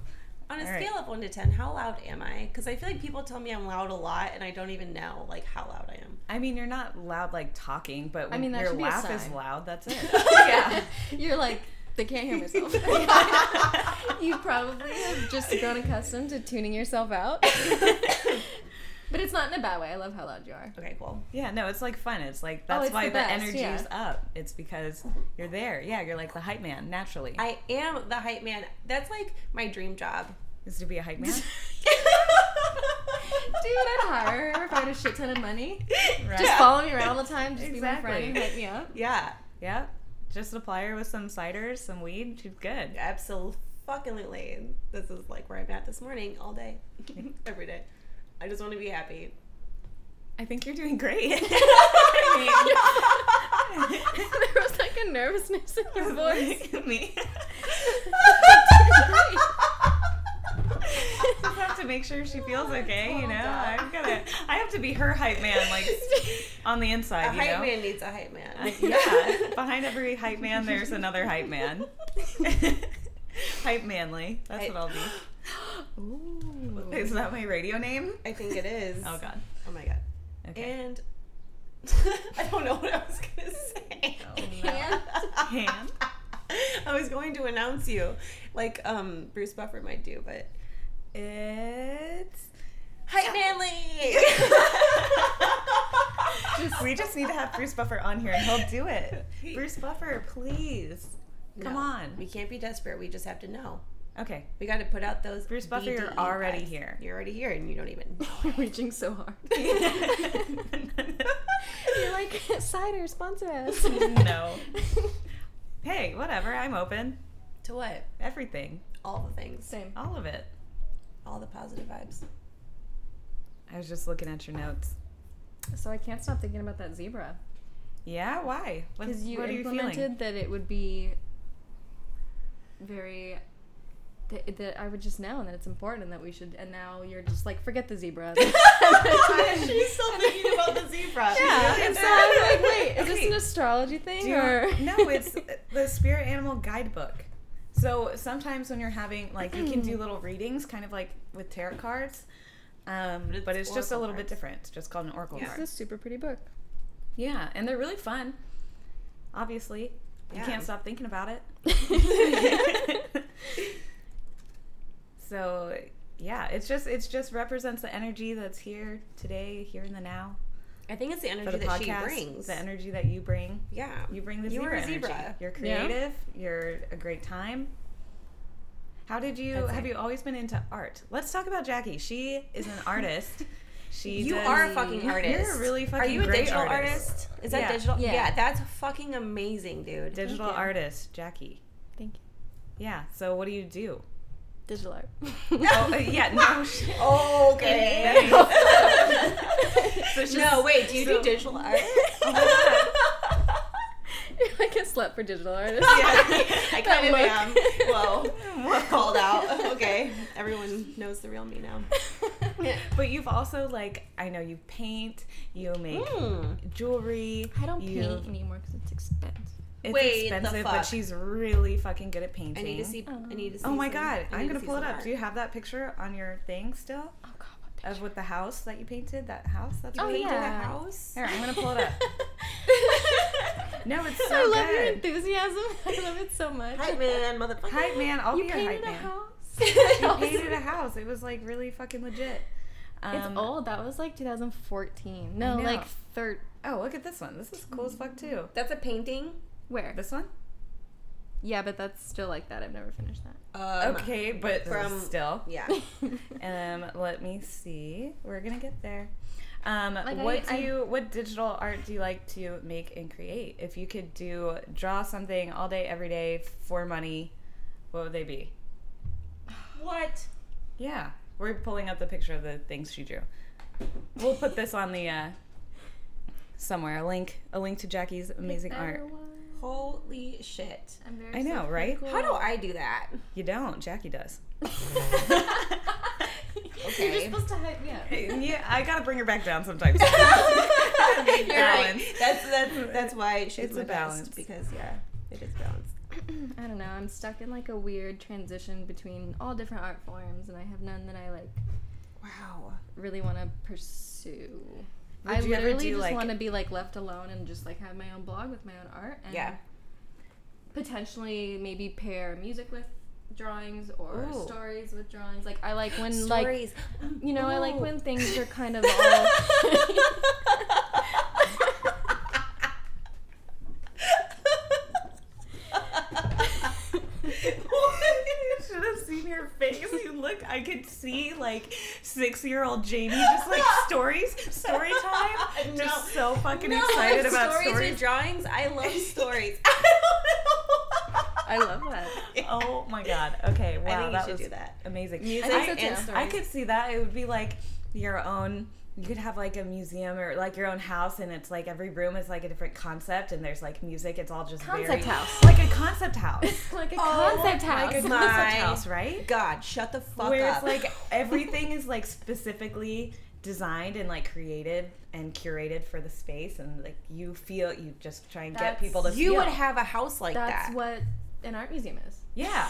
S4: On a
S1: All right.
S4: scale of one to ten, how loud am I? Because I feel like people tell me I'm loud a lot and I don't even know like how loud I am.
S1: I mean, you're not loud like talking, but when
S3: mean, that
S1: your
S3: should be a
S1: laugh is
S3: sign.
S1: loud. That's
S3: [LAUGHS]
S1: it.
S4: yeah.
S3: you're like they can't
S1: [LAUGHS]
S3: hear myself. you probably have just grown accustomed to tuning yourself out,
S1: [LAUGHS]
S3: but it's not in a bad way. I love how loud
S1: [LAUGHS]
S3: you are.
S4: Okay, cool.
S1: Yeah, no, it's like fun. It's like that's
S3: Oh, it's
S1: why
S3: the
S1: the,
S3: best,
S1: energy
S3: yeah.
S1: is up. It's because you're there. Yeah, you're like the hype man naturally.
S4: I am the hype man. That's like my dream job.
S1: is to be a hype man,
S3: Dude, I'd hire her if I had a shit ton of money.
S1: right?
S3: Just follow me around all the time. Just
S1: Exactly.
S3: be my friend and hit me up.
S4: Yeah,
S1: yep. Just apply her with some ciders, some weed. She's good.
S4: absolutely. This is like where I'm at this morning, all day, [LAUGHS] every day. I just want to be happy.
S1: I think you're doing great. [LAUGHS]
S3: [LAUGHS] there was like a nervousness in your
S1: [LAUGHS]
S3: voice.
S1: Me. just have to make sure she feels okay, you know. I've got to. I have to be her hype man, [LAUGHS] like on the
S4: A
S1: inside, you
S4: hype
S1: know.
S4: man needs a hype man.
S1: Yeah, [LAUGHS] behind every hype man, there's another hype man. hype manly. That's
S4: Hype-
S1: what I'll be. Is that my radio name?
S4: I think it is.
S1: Oh God.
S4: Oh my god.
S1: Okay.
S4: And [LAUGHS] I don't know what I was [LAUGHS] gonna say.
S1: Oh,
S3: Hand?
S1: Hand?
S4: [LAUGHS] I was going to announce you, like um Bruce Buffer might do, but
S1: It's.
S4: Hi Manly. [LAUGHS]
S1: we [LAUGHS] just need to have Bruce Buffer on here, and he'll do it. Bruce Buffer, please. Come
S4: No,
S1: on.
S4: We can't be desperate. We just have to know.
S1: Okay. [LAUGHS]
S4: We got to put out those.
S1: Bruce Buffer,
S4: BDE
S1: you're already
S4: vibes.
S1: here.
S4: You're already here, and you don't even.
S1: [LAUGHS]
S3: We're reaching so hard. [LAUGHS] You're like, cider, sponsor us.
S1: [LAUGHS] no. Hey, whatever. I'm open.
S4: to what?
S1: Everything.
S4: All the things.
S3: [LAUGHS] Same.
S1: All of it.
S4: All the positive vibes.
S1: I was just looking at your notes.
S3: So I can't stop thinking about that zebra.
S1: Yeah, why? What,
S3: Because you
S1: what are you
S3: implemented
S1: feeling?
S3: that it would be very. That, that I would just know and that it's important and that we should. And now you're just like, forget the
S1: [LAUGHS]
S3: zebra. yeah,
S4: [LAUGHS] She's still thinking about the zebra.
S3: and so I was like, wait, is this an
S1: Okay.
S3: astrology thing?
S1: Do you-
S3: or
S1: [LAUGHS] no,
S3: [LAUGHS]
S1: it's uh, the spirit animal guidebook. So sometimes when you're having like you can
S3: Mm.
S1: do little readings, kind of like with tarot cards, um, but
S4: But
S1: it's,
S4: it's
S1: just a
S4: oracle
S1: little bit
S4: cards.
S1: different. It's just called an oracle
S4: Yeah.
S3: It's
S1: card.
S3: this super
S1: [LAUGHS]
S3: pretty book.
S1: Yeah, and they're really fun. Obviously, you
S4: Yeah.
S1: can't stop thinking about
S3: [LAUGHS]
S1: it. [LAUGHS] so yeah, it's just it's just represents the energy that's here today, here in the now
S4: I think it's the energy
S1: for the
S4: that
S1: podcast.
S4: she brings.
S1: The energy that you bring.
S4: yeah.
S1: You bring the
S4: You
S1: zebra
S4: were a
S1: energy.
S4: zebra.
S1: You're
S3: Yeah.
S1: creative. You're a great time. How did you?
S4: That's
S1: have
S4: it.
S1: you always been into art? Let's talk about Jackie. She is an
S3: [LAUGHS]
S1: artist. She
S4: You
S1: does-
S4: are a fucking artist.
S1: You're a really fucking
S4: Are you a
S1: great
S4: digital
S1: artist.
S4: artist? Is that
S1: Yeah.
S4: digital?
S3: Yeah.
S4: Yeah. that's fucking amazing, dude.
S1: Digital
S3: Thank you.
S1: artist, Jackie.
S3: Thank you.
S1: Yeah. So what do you do?
S4: [LAUGHS]
S3: Digital art.
S1: Oh, uh, yeah.
S3: [LAUGHS]
S1: No. [LAUGHS] Oh, shit.
S4: okay.
S1: So she's-
S4: no, wait. Do you
S1: so-
S4: do [LAUGHS] digital art?
S3: You're like a slut for digital artists.
S4: I kind of
S3: look.
S4: am. Whoa. Called out. Okay. Everyone knows the real
S1: [LAUGHS]
S4: me now.
S1: But you've also like I know you paint. You make
S4: Hmm.
S1: jewelry.
S3: I don't
S1: you,
S3: paint anymore because it's expensive.
S1: It's
S4: Wait the
S1: expensive, but
S4: fuck.
S1: she's really fucking good at painting.
S4: I need to see. I need to see.
S1: Oh my
S4: some-
S1: god,
S4: I
S1: I'm
S4: need
S1: gonna
S4: see
S1: pull it
S4: some
S1: up.
S4: art.
S1: Do you have that picture on your thing still
S3: Oh god, what picture?
S1: of with the house that you painted? That house that you
S3: Oh,
S4: Can we
S1: painted?
S4: do the
S3: yeah.
S4: house?
S1: Here, I'm gonna pull it
S3: [LAUGHS]
S4: [LAUGHS]
S1: up. No, it's so
S3: I love your
S1: good.
S3: enthusiasm. [LAUGHS] I love it so much.
S4: Hype man, motherfucker.
S1: Hype man, I'll
S3: you
S1: be your
S3: painted
S1: hype man.
S3: a
S1: [LAUGHS]
S3: house. [LAUGHS]
S1: You painted a house. It was like really fucking legit.
S3: It's
S1: Um,
S3: old. That was like 2014. No,
S1: know.
S3: like third.
S1: Oh, look at this one. This is cool as fuck too.
S4: That's a painting.
S3: Where?
S1: This one?
S3: Yeah, but that's still like that. I've never finished [LAUGHS]
S4: Um,
S1: Okay, but
S4: from-
S1: still.
S4: Yeah.
S3: that.
S1: Um, let me see. We're gonna get there. Um,
S3: Like, I-
S1: what
S3: I-
S1: do you? What digital art do you like to make and create? If you could do draw something all day, every day for money, what would they be?
S4: What?
S1: Yeah, we're pulling up the picture of the things she drew. We'll put this on the uh, somewhere a link, a link to Jackie's amazing art.
S4: Holy shit.
S3: I'm very
S1: I know, right?
S3: self-critical.
S4: How do I do that?
S1: You don't. Jackie does.
S3: You're
S4: Okay.
S3: just supposed to hype me up.
S1: yeah, I gotta bring her back down [LAUGHS] sometimes.
S4: You're right. [LAUGHS] That's that's that's why she's
S1: It's
S4: my
S1: a
S4: best,
S1: balance.
S4: because yeah, it is balanced.
S3: [LAUGHS] I don't know. I'm stuck in like a weird transition between all different art forms, and I have none that I like
S4: Wow.
S3: really want to pursue.
S1: Would
S3: I
S1: you ever
S3: literally
S1: do,
S3: just
S1: like-
S3: want to be like left alone and just like have my own blog with my own art and
S4: Yeah.
S3: potentially maybe pair music with drawings or
S4: Ooh.
S3: stories with drawings. Like I like when like
S4: Stories.
S3: you know I like
S4: Ooh.
S3: when things are kind
S2: [LAUGHS]
S1: [LAUGHS]
S3: of all
S1: [LAUGHS] you should have seen your face. You look, I could see like six year old Jamie just
S4: [LAUGHS]
S1: like stories, story time.
S4: No.
S1: Just so fucking
S4: No,
S1: excited about
S4: stories,
S1: stories.
S4: with drawings. I love
S1: [LAUGHS]
S4: stories.
S3: I love that.
S1: Oh my god. Okay, wow,
S4: I think you
S1: that
S4: should
S1: was
S4: do that.
S1: amazing.
S4: Music
S3: I think so,
S4: and
S3: too.
S4: stories.
S1: I could see that. It would be like your own you could have like a museum or like your own house and it's like every room is like a different concept and there's like music it's all just
S3: Concept
S1: very,
S3: house.
S1: like a concept
S4: [LAUGHS]
S1: house
S3: It's like a
S4: Oh
S3: concept house.
S1: like a concept
S4: My
S1: house right
S4: God, shut the fuck
S1: where
S4: up.
S1: it's like
S4: [LAUGHS]
S1: everything is like specifically designed and like created and curated for the space and like you feel you just try and
S3: That's-
S1: get people to
S4: you
S1: feel.
S4: would have a house like
S3: That's
S4: that.
S3: what an art museum is.
S4: [LAUGHS]
S1: yeah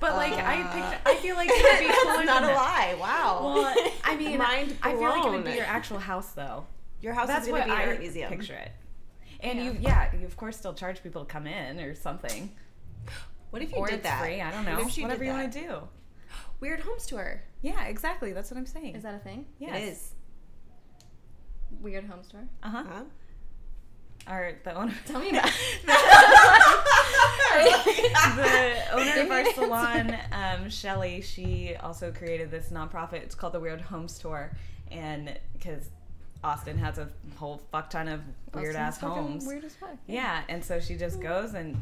S1: but like i
S4: Uh,
S1: picture i feel like it
S4: [LAUGHS]
S1: would be cooler
S4: Not
S1: than
S4: a
S1: that.
S4: lie. Wow.
S1: well i mean
S4: [LAUGHS] Mind
S1: i feel like it would be
S4: blown.
S1: your actual house though
S4: Your house
S1: That's
S4: is
S1: what
S4: going to be an
S1: I
S4: art museum.
S1: picture it. And
S3: Yeah.
S1: you, yeah, you of course still charge people to come in or something,
S4: What if you
S1: or
S4: did
S1: it's
S4: that?
S1: free. I don't know.
S4: What if she did
S1: Whatever you
S4: that?
S1: want to do.
S4: [GASPS] Weird homes tour.
S1: Yeah, exactly. That's what I'm saying.
S3: Is that a thing?
S1: yes.
S4: It is.
S3: Weird home store.
S1: Uh huh.
S4: Huh?
S1: Our the owner, [LAUGHS]
S3: Tell me about.
S1: the owner
S3: Give
S1: of
S3: me
S1: our
S3: [LAUGHS] an answer.
S1: salon, um, Shelly, she also created this nonprofit. It's called the Weird Homes Tour, and because Austin has a whole fuck ton of weird ass
S3: Austin's fucking
S1: homes.
S3: Weird as fuck.
S1: Yeah, and so she just goes and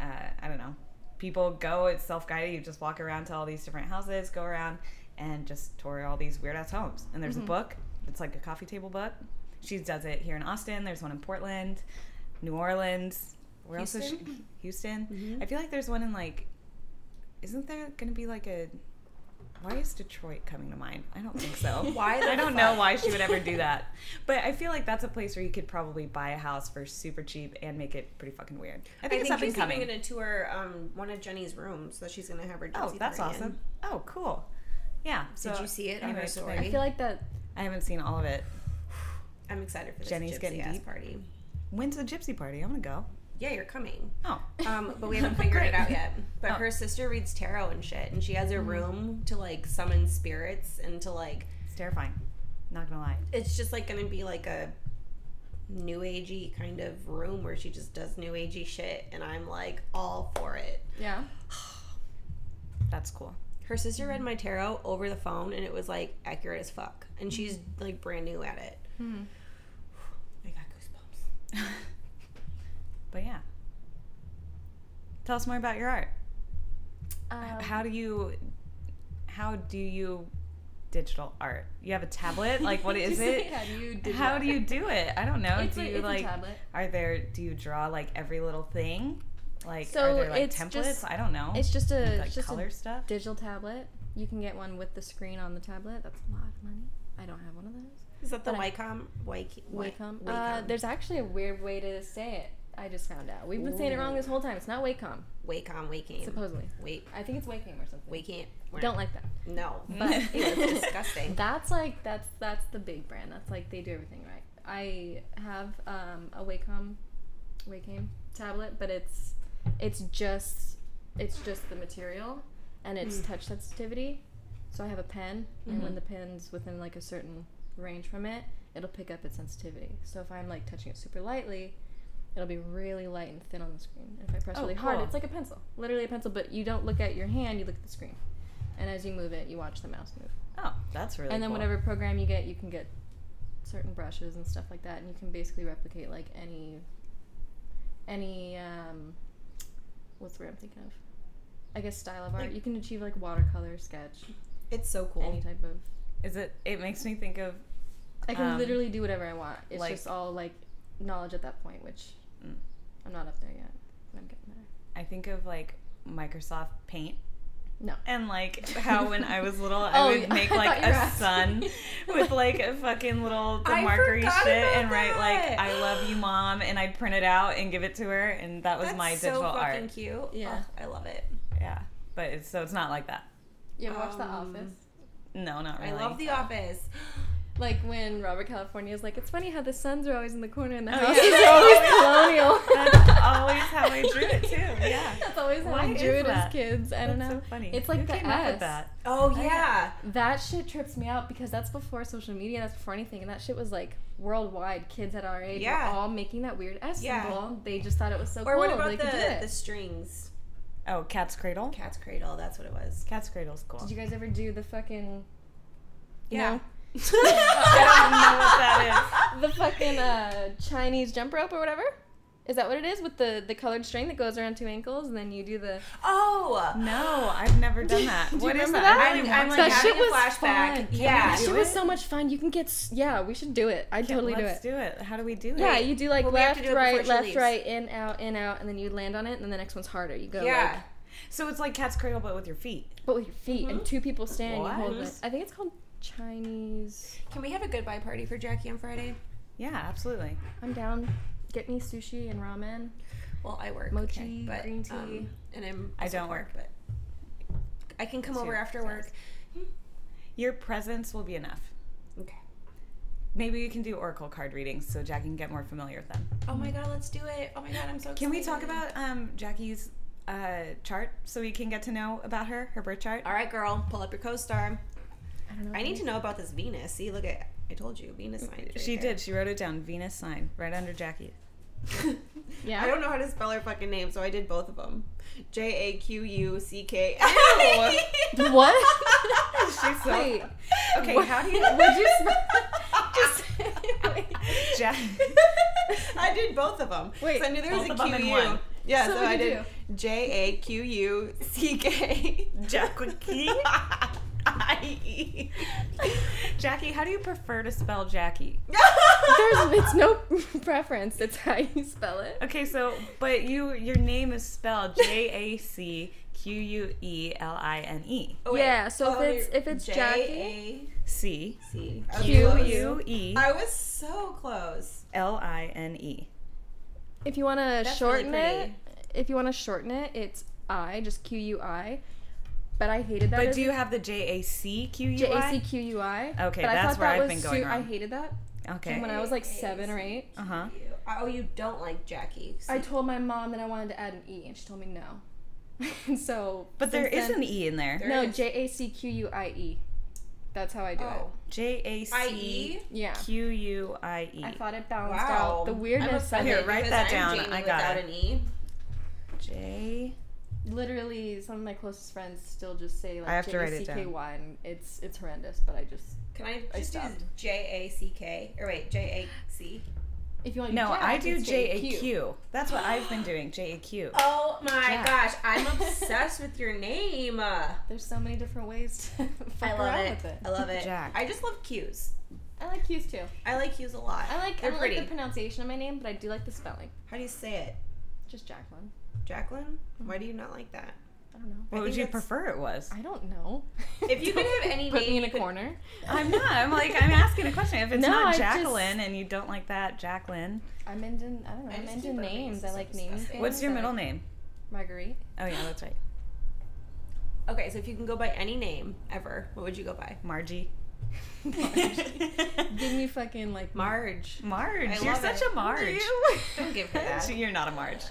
S1: uh, I don't know. People go. It's self guided. You just walk around to all these different houses, go around, and just tour all these weird ass homes. And
S4: Mm-hmm.
S1: there's a book. It's like a coffee table book. She does it here in Austin. There's one in Portland, New Orleans. Where else is she? Houston.
S4: Mm-hmm.
S1: I feel like there's one in like. Isn't there going to be like a? Why is Detroit coming to mind? I don't think so.
S4: [LAUGHS] Why the
S1: I don't know
S4: fuck?
S1: why she would ever do that. But I feel like that's a place where you could probably buy a house for super cheap and make it pretty fucking weird. I think it's up and
S4: she's
S1: coming.
S4: even going to tour um, one of Jenny's rooms that she's going to have her.
S1: oh,
S4: gypsy
S1: that's
S4: party in.
S1: awesome. Oh, cool. Yeah. So
S4: you see it on her
S1: anyway, so there-
S4: story?
S3: I feel like that.
S1: I haven't seen all of it.
S4: I'm excited for this
S1: Jenny's
S4: gypsy
S1: getting
S4: ass
S1: deep.
S4: party.
S1: When's the gypsy party? I'm gonna go.
S4: Yeah, you're
S1: [LAUGHS]
S4: coming.
S1: Oh.
S4: Um, but we haven't figured it
S1: Great.
S4: out yet. But
S1: Oh. Mm.
S4: her sister reads tarot and shit, and she has a room to like summon spirits and to like.
S1: It's terrifying. Not gonna lie.
S4: It's just like going to be like a new agey kind of room where she just does new agey shit, and I'm like all for it.
S3: Yeah.
S1: That's cool. [LAUGHS]
S4: Her sister read my tarot over the phone, and it was like accurate as fuck, and she's like brand new at it.
S3: Hmm.
S4: I got goosebumps.
S1: But yeah. Tell us more about your art.
S3: Um,
S1: how do you how do you digital art? You have a
S3: [LAUGHS]
S1: tablet? Like what is it?
S3: How do you? do
S1: How
S3: that?
S1: do you do it? I don't know.
S3: [LAUGHS] It's
S1: do
S3: a,
S1: you
S3: it's
S1: like
S3: a tablet.
S1: are there do you draw like every little thing? Like
S3: So
S1: are there like
S3: it's
S1: templates?
S3: just-
S1: I don't know.
S3: It's just a
S1: like
S3: it's just
S1: color
S3: a
S1: stuff.
S3: digital tablet. You can get one with the screen on the tablet. That's a lot of money. I don't have one of those.
S4: Is that the
S3: But I-
S4: Wycom? Wycom?
S3: Wacom. Uh, there's actually a weird way to say it. I just found out. We've been saying it wrong this whole time. It's not Wacom,
S4: Wacom, Waking.
S3: supposedly.
S4: Wait,
S3: I think it's Wacom or something.
S4: Waking.
S3: Don't like that.
S4: No.
S3: [LAUGHS] But-
S4: Ew, it's disgusting.
S3: That's like that's that's the big brand. That's like they do everything right. I have um, a Wacom, Wacom tablet, but it's it's just it's just the material and it's touch sensitivity. So I have a pen, and when the pen's within like a certain range from it, it'll pick up its sensitivity. So if I'm like touching it super lightly, it'll be really light and thin on the screen. And if I press
S1: Oh,
S3: really hard,
S1: cool.
S3: it's like a pencil, literally a pencil. But you don't look at your hand; you look at the screen. And as you move it, you watch the mouse move
S1: Oh, that's really
S3: and then
S1: cool.
S3: whatever program you get, you can get certain brushes and stuff like that, and you can basically replicate like any any um, what's the word I'm thinking of? I guess style of art.
S4: Like-
S3: you can achieve like watercolor, sketch,
S4: It's so cool.
S3: any type of.
S1: Is it it makes me think of
S3: I can
S1: Um,
S3: literally do whatever I want. It's
S1: like-
S3: just all like knowledge at that point, which
S1: Mm.
S3: I'm not up there yet, but I'm getting there.
S1: I think of like Microsoft Paint.
S3: No.
S1: And like how when I was little, I
S3: [LAUGHS] Oh,
S1: would
S3: yeah.
S1: make
S3: I
S1: like
S3: thought you were
S1: a
S3: asking
S1: sun
S3: me.
S1: [LAUGHS] with like a fucking little the
S4: I
S1: markery shit
S4: forgot about
S1: and write like
S4: that.
S1: "I love you, mom," and I'd print it out and give it to her, and that was
S4: That's
S1: my
S4: so
S1: digital art.
S4: fucking cute.
S3: Yeah.
S4: Oh, I love it.
S1: Yeah, but it's so it's not like that.
S3: [LAUGHS] You ever watch The
S4: Um,
S3: Office?
S1: No, not really.
S4: I love The Office.
S3: Like when Robert California is like, it's funny how the suns are always in the corner and the
S1: Oh,
S3: house
S1: yeah.
S3: is
S1: [LAUGHS]
S3: always colonial.
S1: That's always how I drew it too.
S3: [LAUGHS]
S1: Yeah.
S3: That's always how
S1: Why
S3: I
S1: is
S3: drew it
S1: that?
S3: as kids. I don't
S1: That's
S3: know.
S1: So funny.
S3: It's like
S1: Who
S3: the
S1: came up
S3: S.
S1: with that.
S4: Oh
S1: yeah.
S4: yeah.
S3: That shit trips me out because that's before social media, that's before anything, and that shit was like worldwide. Kids at our age
S4: Yeah.
S3: were all making that weird S
S4: Yeah.
S3: symbol. They just thought it was so
S4: Or
S3: cool.
S4: what about
S3: they
S4: the
S3: could do it.
S4: the strings?
S1: Oh, cat's cradle.
S4: Cat's cradle. That's what it was.
S1: Cat's cradle's cool.
S3: Did you guys ever do the fucking you
S4: Yeah.
S3: know,
S1: I don't even know what that is.
S3: the fucking uh, Chinese jump rope or whatever? Is that what it is with the the colored string that goes around two ankles and then you do the [LAUGHS]
S4: Oh.
S1: Uh, No, I've never done that.
S3: you
S1: What is
S3: remember
S1: that?
S3: that?
S1: I
S4: I'm,
S1: didn't
S4: I'm
S1: watch
S4: like
S3: That
S4: having
S3: shit was
S4: a flashback.
S3: fun.
S4: Yeah.
S3: that shit
S1: do
S3: was
S1: it?
S3: so much fun. You can get s- yeah, we should do it. I
S1: Yeah,
S3: totally do
S1: let's
S3: it.
S1: do it. How do we do
S3: Yeah,
S1: it?
S3: you do like
S4: Well, we have
S3: left,
S4: to do it before
S3: right,
S4: she
S3: left,
S4: leaves.
S3: right, in, out, in, out, and then you land on it, and then the next one's harder. You go
S4: yeah.
S3: like,
S1: So it's like cat's cradle, but with your feet.
S3: but with your feet,
S4: Mm-hmm.
S3: and two people stand. You hold
S1: What?
S3: it. I think it's called Chinese.
S4: Can we have a goodbye party for Jackie on Friday?
S1: Yeah, absolutely.
S3: I'm down. Get me sushi and ramen.
S4: Well, I work.
S3: Mochi,
S4: okay, but,
S3: green tea.
S4: um, and I'm.
S1: I
S4: also
S1: don't work.
S4: but I can come
S1: That's
S4: over
S1: your
S4: after work.
S1: Your presence will be enough.
S4: Okay.
S1: Maybe we can do oracle card readings so Jackie can get more familiar with them.
S4: Oh my god, let's do it! Oh my god, I'm so. Excited.
S1: Can we talk about um, Jackie's uh, chart so we can get to know about her, her birth chart?
S4: All right, girl, pull up your co-star.
S3: I don't know.
S4: I need to know about this Venus. See, look at. I told you, Venus sign. is right
S1: She
S4: there.
S1: did. She wrote it down. Venus sign right under
S3: [LAUGHS]
S1: Jackie.
S4: [LAUGHS]
S3: Yeah.
S4: I don't know how to spell her fucking name, so I did both of them. J A Q U C [LAUGHS] K.
S3: [LAUGHS] What?
S4: [LAUGHS]
S1: She's so
S3: Wait.
S1: okay.
S3: what-
S1: How do
S3: [LAUGHS]
S1: you?
S3: What'd you spell? Just- wait. [LAUGHS]
S1: Jack-
S4: I did both of them.
S3: Wait,
S4: so I knew there was
S1: both
S4: a
S1: of 'em in
S4: QU.
S1: one.
S4: Yeah,
S3: So
S4: so,
S3: what
S4: I
S3: did you
S4: did J A Q U C [LAUGHS] K.
S1: [LAUGHS] Jackie.
S4: I E.
S1: [LAUGHS] Jackie, how do you prefer to spell Jackie?
S3: There's it's no [LAUGHS] preference. It's how you spell it.
S1: Okay, so but you your name is spelled J A C Q U E L I N E
S4: Oh, wait.
S3: Yeah, so if
S4: Oh,
S3: it's- if it's
S4: J
S1: C
S4: A C
S3: Q
S1: Q
S3: Close.
S1: U E
S4: I was so close.
S1: L I N E.
S3: If you want to
S4: really
S3: shorten it,
S4: pretty.
S3: if you want to shorten it, it's I, just Q U I. But I hated that.
S1: But
S3: as
S1: do you have the J A C Q U
S3: J A C
S1: I?
S3: Q U I.
S1: Okay,
S3: but I
S1: that's
S3: thought
S1: where
S3: that
S1: I've
S3: was
S1: been going
S3: too- I
S1: wrong.
S3: hated that
S1: Okay.
S3: when I was like seven or eight.
S1: Uh huh.
S4: Oh, you don't like Jackie.
S3: I told my mom that I wanted to add an E, and she told me no. [LAUGHS] and so,
S1: But there
S3: since
S1: is
S3: then-
S1: an E in there.
S4: There
S3: no
S4: is.
S3: J A C Q U I E. That's how I do
S4: Oh.
S1: J A
S4: I
S1: C
S4: E.
S3: it. Yeah,
S1: Q U I E.
S3: I thought it balanced
S4: Wow.
S3: out the weirdness of
S1: Here,
S3: it.
S1: write
S4: because
S1: that
S4: I'm
S1: down.
S4: Jamie
S1: I got
S4: without
S1: it.
S4: an E.
S1: J.
S3: Literally, some of my closest friends still just say like
S1: I have to write it down.
S3: JACKY, and it's it's horrendous. But I just
S4: Can I
S3: I
S4: just do
S3: stopped.
S4: J A C K or wait J A C?
S3: if you want to
S1: No,
S3: jack,
S1: I
S3: it's
S1: do J A
S3: JAQ.
S1: Q. That's what I've been doing. J A Q.
S4: Oh my
S1: Jack.
S4: gosh, I'm obsessed with your name. I
S3: There's so many different ways to [LAUGHS] fuck
S4: love
S3: around
S4: it.
S3: with it.
S4: I love it.
S1: Jack.
S4: I just love Q's.
S3: I like Q's too.
S4: I like Q's a lot.
S3: I like I
S4: They're
S3: don't
S4: pretty.
S3: like the pronunciation of my name, but I do like the spelling.
S4: How do you say it,
S3: Just Jacqueline.
S4: Jacqueline? Why do you not like that?
S3: I don't know.
S1: What would
S4: think
S1: you
S4: that's-
S1: prefer it was?
S3: I don't know.
S4: If you could
S3: Don't [LAUGHS]
S4: have any
S3: put
S4: name,
S3: me in
S4: you
S3: a
S4: could-
S3: corner.
S1: I'm not. I'm like I'm asking a question. If it's
S3: No, I
S1: not
S3: just-
S1: Jacqueline and you don't like that Jacqueline,
S3: I'm into I don't know.
S4: I
S3: I'm
S4: just
S3: into
S4: keep our
S3: names.
S4: names
S3: I
S4: so
S3: like naming
S4: disgusting.
S3: things.
S1: what's your
S3: I
S1: middle
S3: like
S1: name?
S3: Marguerite.
S1: Oh yeah, that's right.
S4: Okay, so if you can go by any name ever, what would you go by?
S1: Margie.
S3: Give me fucking like
S4: Marge.
S1: Marge.
S4: I
S1: You're
S4: love
S1: such
S4: it.
S1: a Marge.
S4: [LAUGHS] Don't give
S1: [LAUGHS]
S4: her that.
S1: You're not a Marge.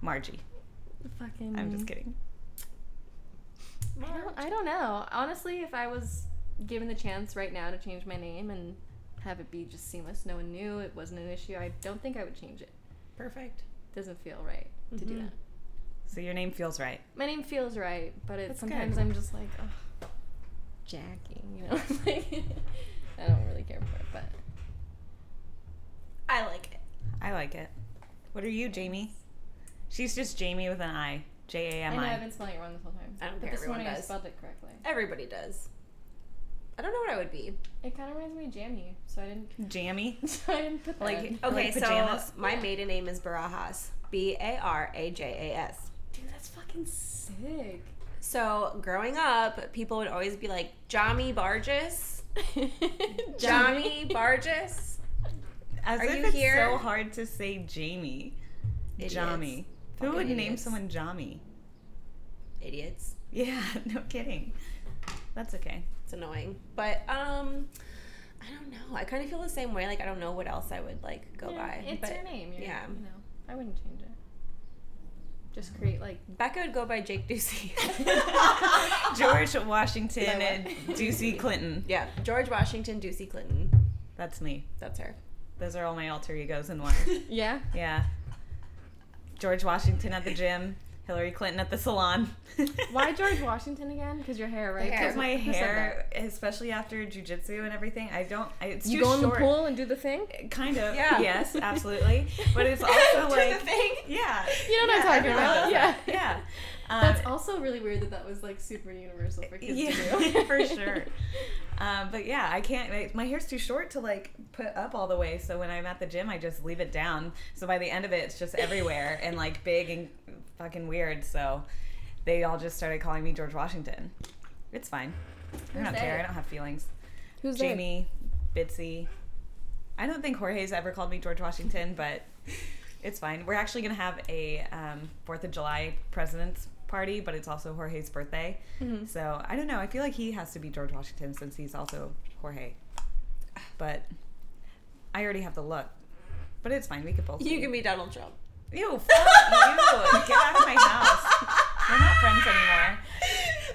S1: Margie.
S3: [LAUGHS] fucking.
S1: I'm
S4: Mm-hmm.
S1: just kidding.
S3: I don't, I don't know. Honestly, if I was given the chance right now to change my name and have it be just seamless, no one knew, it wasn't an issue, I don't think I would change it.
S4: Perfect.
S3: Doesn't feel right to do
S4: Mhm.
S3: that.
S1: So your name feels right.
S3: My name feels right, but it,
S1: That's
S3: sometimes
S1: good.
S3: I'm just like, oh, Jackie, you know? [LAUGHS] like, I don't really care for it, but
S4: I like it.
S1: I like it. What are you, Jamie? She's just Jamie with an I. J A
S3: I
S1: M
S3: know I've
S1: I.
S3: been spelling it wrong this whole time.
S4: I don't
S3: but
S4: think
S3: this
S4: everyone
S3: morning I
S4: does.
S3: spelled it correctly.
S4: Everybody does. I don't know what I would be.
S3: It kind of reminds me of Jammy, so I didn't, [LAUGHS]
S1: Jamie.
S3: so I didn't put that
S1: Like-
S3: in.
S4: Okay,
S1: Like
S3: Oh.
S4: so
S1: pajamas?
S4: my
S3: Yeah.
S4: maiden name is Barajas. B A R A J A S.
S3: Dude, that's fucking
S4: [LAUGHS]
S3: sick. [LAUGHS]
S4: So growing up, people would always be like, Johnny Barges. Johnny Barges.
S1: As
S4: Are
S1: if
S4: you
S1: it's
S4: here?
S1: so hard to say Jamie.
S4: Idiots.
S1: Jamie. Who
S4: Fucking
S1: would name
S4: idiots.
S1: someone Jamie? [LAUGHS]
S4: Idiots.
S1: Yeah, no kidding. That's
S4: [LAUGHS]
S1: okay.
S4: It's annoying. But um I don't know. I kind of feel the same way. Like I don't know what else I would like go
S3: Yeah,
S4: by.
S3: It's
S4: but
S3: your name. You're,
S4: yeah.
S3: You know, I wouldn't change it. Just create like
S4: Becca would go by Jake [LAUGHS] Ducey.
S1: George Washington
S4: Is that
S1: and
S4: [LAUGHS]
S1: Ducey Clinton.
S4: yeah, George Washington Ducey Clinton.
S1: That's me.
S4: That's her.
S1: Those are all my alter egos in one.
S3: [LAUGHS] yeah.
S1: Yeah. George Washington at the gym, Hillary Clinton at the salon. [LAUGHS]
S3: Why George Washington again? Because your hair, right?
S4: The hair.
S1: Because my
S3: Who said
S1: hair, especially after jujitsu and everything, I don't. I, it's
S3: that? You
S1: too
S3: go in the
S1: short.
S3: pool and do the thing.
S1: Kind of.
S4: Yeah.
S1: Yes,
S3: [LAUGHS]
S1: absolutely. But it's also
S4: Do
S1: like.
S4: the thing.
S1: Yeah.
S3: You know what I'm talking
S1: everyone
S3: about?
S1: does
S3: [LAUGHS] Yeah.
S1: that. Yeah. Um,
S3: That's also really weird that that was like super universal for kids [LAUGHS] to
S1: yeah,
S3: do.
S1: for sure. Um, but yeah, I can't. My, my hair's too short to like put up all the way. So when I'm at the gym, I just leave it down. So by the end of it, it's just
S3: [LAUGHS]
S1: everywhere and like big and fucking weird. So they all just started calling me George Washington. It's fine. I don't
S3: Who's
S1: care.
S3: they?
S1: I don't have feelings.
S3: Who's that?
S1: Jamie, Bitsy. I don't think Jorge's ever called me George Washington, but it's fine. We're actually going to have a um, 4th of July president's party, but it's also Jorge's birthday.
S4: Mm-hmm.
S1: So I don't know. I feel like he has to be George Washington since he's also Jorge. But I already have the look. But it's fine. We could both.
S4: You
S1: be.
S4: can be Donald Trump. [LAUGHS]
S1: Ew, fuck you. Get out of my house. We're not friends anymore.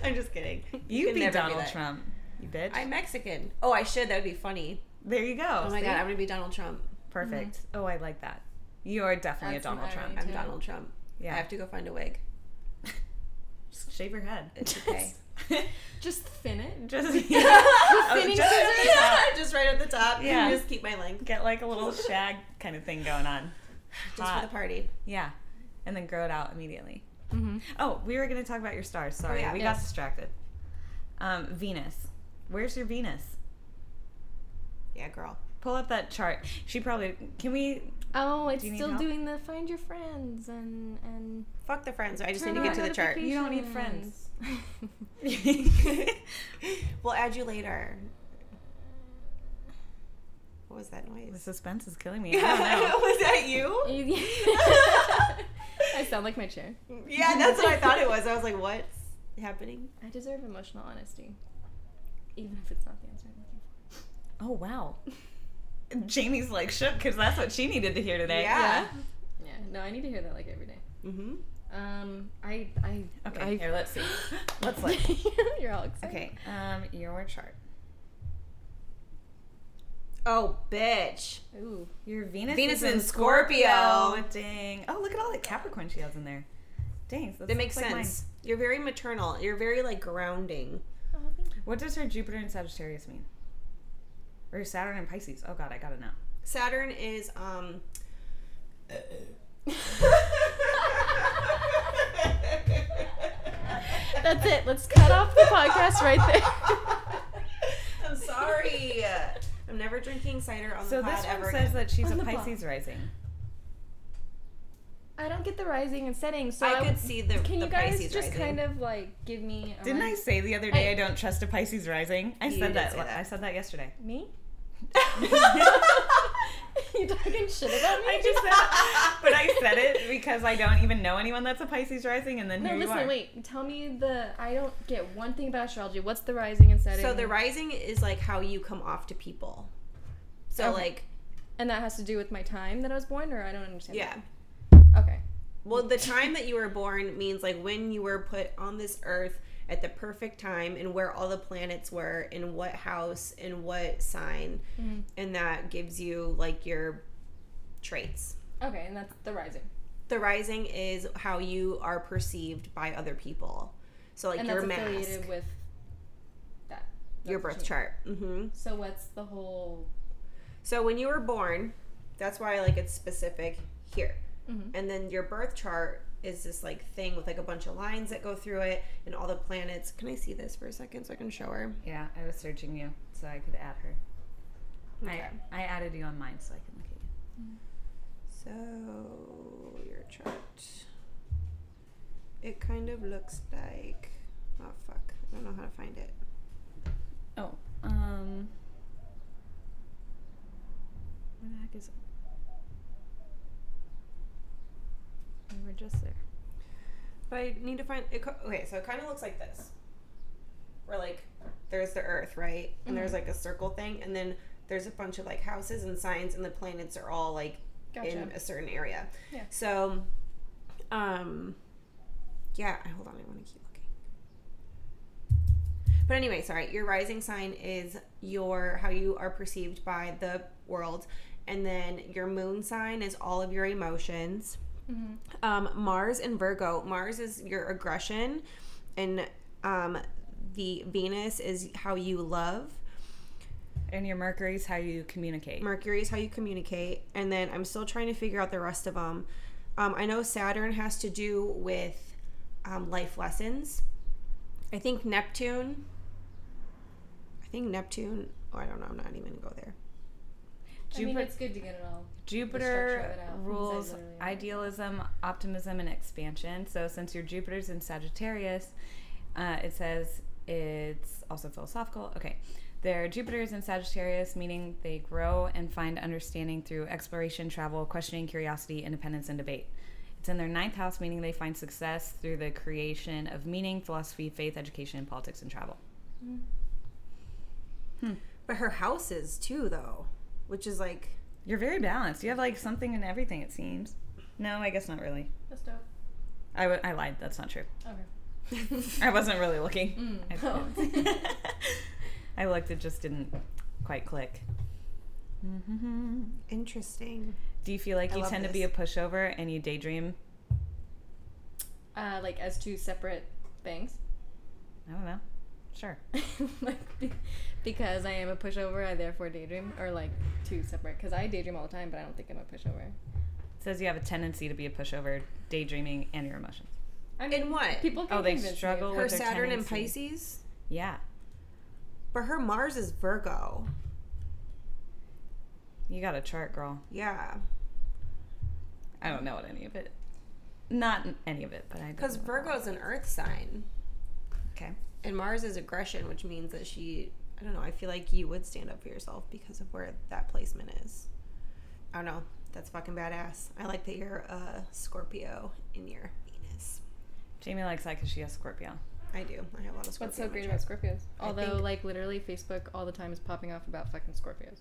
S4: I'm just kidding.
S1: You
S4: can
S1: be
S4: never
S1: Donald
S4: that.
S1: Trump, you bitch.
S4: I'm Mexican. Oh, I should. That would be funny.
S1: there you go.
S4: Oh my
S1: See?
S4: god, I'm gonna be Donald Trump.
S1: Perfect.
S4: Mm-hmm.
S1: Oh, I like that. You are definitely
S3: That's
S1: a Donald
S3: my
S1: Trump.
S3: Me
S4: I'm
S3: too.
S4: Donald Trump.
S1: Yeah.
S4: I have to go find a [LAUGHS] wig.
S1: Just shave your head.
S4: [LAUGHS]
S1: [LAUGHS]
S4: It's okay.
S3: Just thin it.
S1: just Oh,
S3: With thinning
S1: just-
S3: scissors?
S4: just right at the top.
S1: Yeah.
S4: Just keep my [LAUGHS] length.
S1: get like a little shag kind of thing going on.
S4: Just
S1: Hot.
S4: for the party.
S1: Yeah. And then grow it out immediately.
S3: Mm-hmm.
S1: Oh, we were going to talk about your stars. Sorry.
S4: Oh, yeah.
S1: We got
S3: Yes.
S1: distracted. Um, Venus. Where's your Venus?
S4: Yeah, girl.
S1: Pull up that chart. She probably. Can we. [LAUGHS]
S3: Oh, it's
S1: Do you need
S3: still
S1: help?
S3: doing the find your friends and and.
S4: Fuck the friends. I just
S3: turn
S4: need to get
S3: on
S4: to the chart.
S1: You don't need
S3: notifications.
S4: we'll add you later. What was that noise?
S1: the suspense is killing me. I
S4: [LAUGHS]
S1: don't know.
S4: was that you?
S3: [LAUGHS] I sound like my chair.
S4: Yeah, that's what I thought it was. I was like, what's happening?
S3: I deserve emotional honesty, even if it's not the answer I'm looking for.
S1: Oh, wow. Jamie's like shook because that's what she needed to hear today.
S4: Yeah.
S3: Yeah, no, I need to hear that like every day.
S4: Mm-hmm.
S3: Um, I, I,
S1: Okay,
S3: I-
S1: here, [GASPS] let's see.
S3: [LAUGHS]
S1: Let's look.
S3: You're all excited.
S4: Okay.
S1: Um, your chart.
S4: Oh, bitch.
S3: Ooh,
S1: Your Venus.
S4: Venus
S1: is in
S4: in Scorpio.
S1: Dang. Oh, look at all that Capricorn she has in there. Dang. that's-
S4: That makes
S1: that's like mine.
S4: sense. You're very maternal. You're very like grounding.
S3: oh, thank you.
S1: What does her Jupiter and Sagittarius mean? Or Saturn and Pisces? Oh God, I gotta [LAUGHS] know.
S4: Saturn is um.
S3: That's it. Let's cut off the podcast right there.
S4: I'm sorry. [LAUGHS] I'm never drinking cider on
S1: [LAUGHS]
S4: the
S1: So
S4: pod
S1: this one
S4: ever.
S1: says that she's
S3: On
S1: a
S3: the bottom.
S1: Pisces rising.
S3: I don't get the rising and setting, so
S4: I
S3: I
S4: could see the
S3: Can
S4: the
S3: you guys
S4: Pisces
S3: just
S4: rising.
S3: kind of like give me? A
S1: Didn't I say the other day I,
S3: I-
S1: don't trust a Pisces rising? I
S4: You
S1: said
S4: did
S1: that,
S4: say that.
S1: I said that
S3: [LAUGHS]
S1: yesterday. [LAUGHS]
S3: Me?
S1: I
S3: you talking shit about me?
S1: just said, that, [LAUGHS] but I said it because I don't even know anyone that's a Pisces rising, and then
S3: No,
S1: here you
S3: listen,
S1: are.
S3: wait. Tell me the. I don't get one thing about astrology. What's the rising and setting?
S4: So the rising is like how you come off to people. So
S3: Okay.
S4: like
S3: and that has to do with my time that I was born, or I don't understand.
S4: yeah.
S3: that. Okay.
S4: Well, the time that you were born means like when you were put on this earth at the perfect time and where all the planets were in what house in what sign
S1: Mm-hmm.
S4: and that gives you like your traits.
S3: Okay, and that's the rising.
S4: The rising is how you are perceived by other people. So like
S3: and
S4: your
S3: that's
S4: mask,
S3: affiliated with that.
S4: your
S3: That's
S4: birth
S3: what you-
S4: chart. Mhm.
S3: So what's the whole?
S4: So when you were born, that's why like it's specific here.
S3: Mhm.
S4: And then your birth chart is this like thing with like a bunch of lines that go through it and all the planets. Can I see this for a second so I can show her?
S1: Yeah, I was searching you so I could add her.
S4: Okay.
S1: I, I added you on mine so I can look at you.
S4: So your chart. It kind of looks like oh fuck. I don't know how to find it.
S1: Oh, um. Where the heck is it? We were just there.
S4: But I need to find it. co- Okay, so it kind of looks like this. Where like there's the Earth, right? And there's
S3: Mm-hmm.
S4: like a circle thing, and then there's a bunch of like houses and signs, and the planets are all like
S3: Gotcha.
S4: in a certain area.
S3: Yeah.
S4: So, um, yeah. I- Hold on, I want to keep looking. But anyway, sorry. Your rising sign is your how you are perceived by the world, and then your moon sign is all of your emotions. Um, Mars and Virgo. Mars is your aggression, and um, the Venus is how you love.
S1: And your Mercury's how you communicate.
S4: Mercury is how you communicate, and then I'm still trying to figure out the rest of them. Um, I know Saturn has to do with um, life lessons. I think Neptune. I think Neptune. Oh, I don't know. I'm not even gonna go there.
S3: I mean,
S1: Jupiter-
S3: it's good to get it all.
S1: Jupiter
S3: structure of it out.
S1: rules
S3: Exactly, yeah.
S1: idealism, optimism, and expansion. So since your Jupiter's in Sagittarius, uh, it says it's also philosophical. Okay. Their Jupiter's in Sagittarius, meaning they grow and find understanding through exploration, travel, questioning, curiosity, independence, and debate. It's in their ninth house, meaning they find success through the creation of meaning, philosophy, faith, education, politics, and travel.
S4: But her houses too, though, which is like
S1: You're very balanced. You have like something in everything, it seems. No, I guess not really.
S3: That's dope.
S1: I, w- I lied. That's not true.
S4: [LAUGHS]
S3: Okay.
S1: I wasn't really looking.
S3: Mm.
S1: I,
S3: Oh. [LAUGHS]
S1: I looked, it just didn't quite click.
S4: interesting.
S1: Do you feel like
S4: Mm-hmm. I
S1: you
S4: love
S1: tend to be a
S4: this.
S1: pushover and you daydream?
S3: uh, like as two separate things. [LAUGHS]
S1: I don't know. Sure.
S3: like be- because I am a pushover, I therefore daydream or like two separate. Because I daydream all the time, but I don't think I'm a pushover.
S1: It says you have a tendency to be a pushover, daydreaming, and your emotions.
S3: I
S4: In what?
S3: People can
S1: Oh, they
S3: convince me of
S1: struggle
S3: that.
S1: with
S4: Her
S1: their
S4: Saturn and
S1: tendency.
S4: Pisces,
S1: Yeah.
S4: but her Mars is Virgo.
S1: You got a chart, girl.
S4: Yeah,
S1: I don't know what any of it. Not any of it, but I. do
S4: because
S1: know what-
S4: Virgo is an Earth sign.
S1: Okay.
S4: And Mars is aggression, which means that she, I don't know, I feel like you would stand up for yourself because of where that placement is. I don't know. That's fucking badass. I like that you're a Scorpio in your Venus.
S1: Jamie likes that because she has Scorpio.
S4: [LAUGHS] I do. I have a lot of Scorpio.
S3: What's so
S4: in my
S3: great
S4: chart.
S3: about Scorpios?
S4: I
S3: Although,
S4: think-
S3: like literally, Facebook all the time is popping off about fucking Scorpios.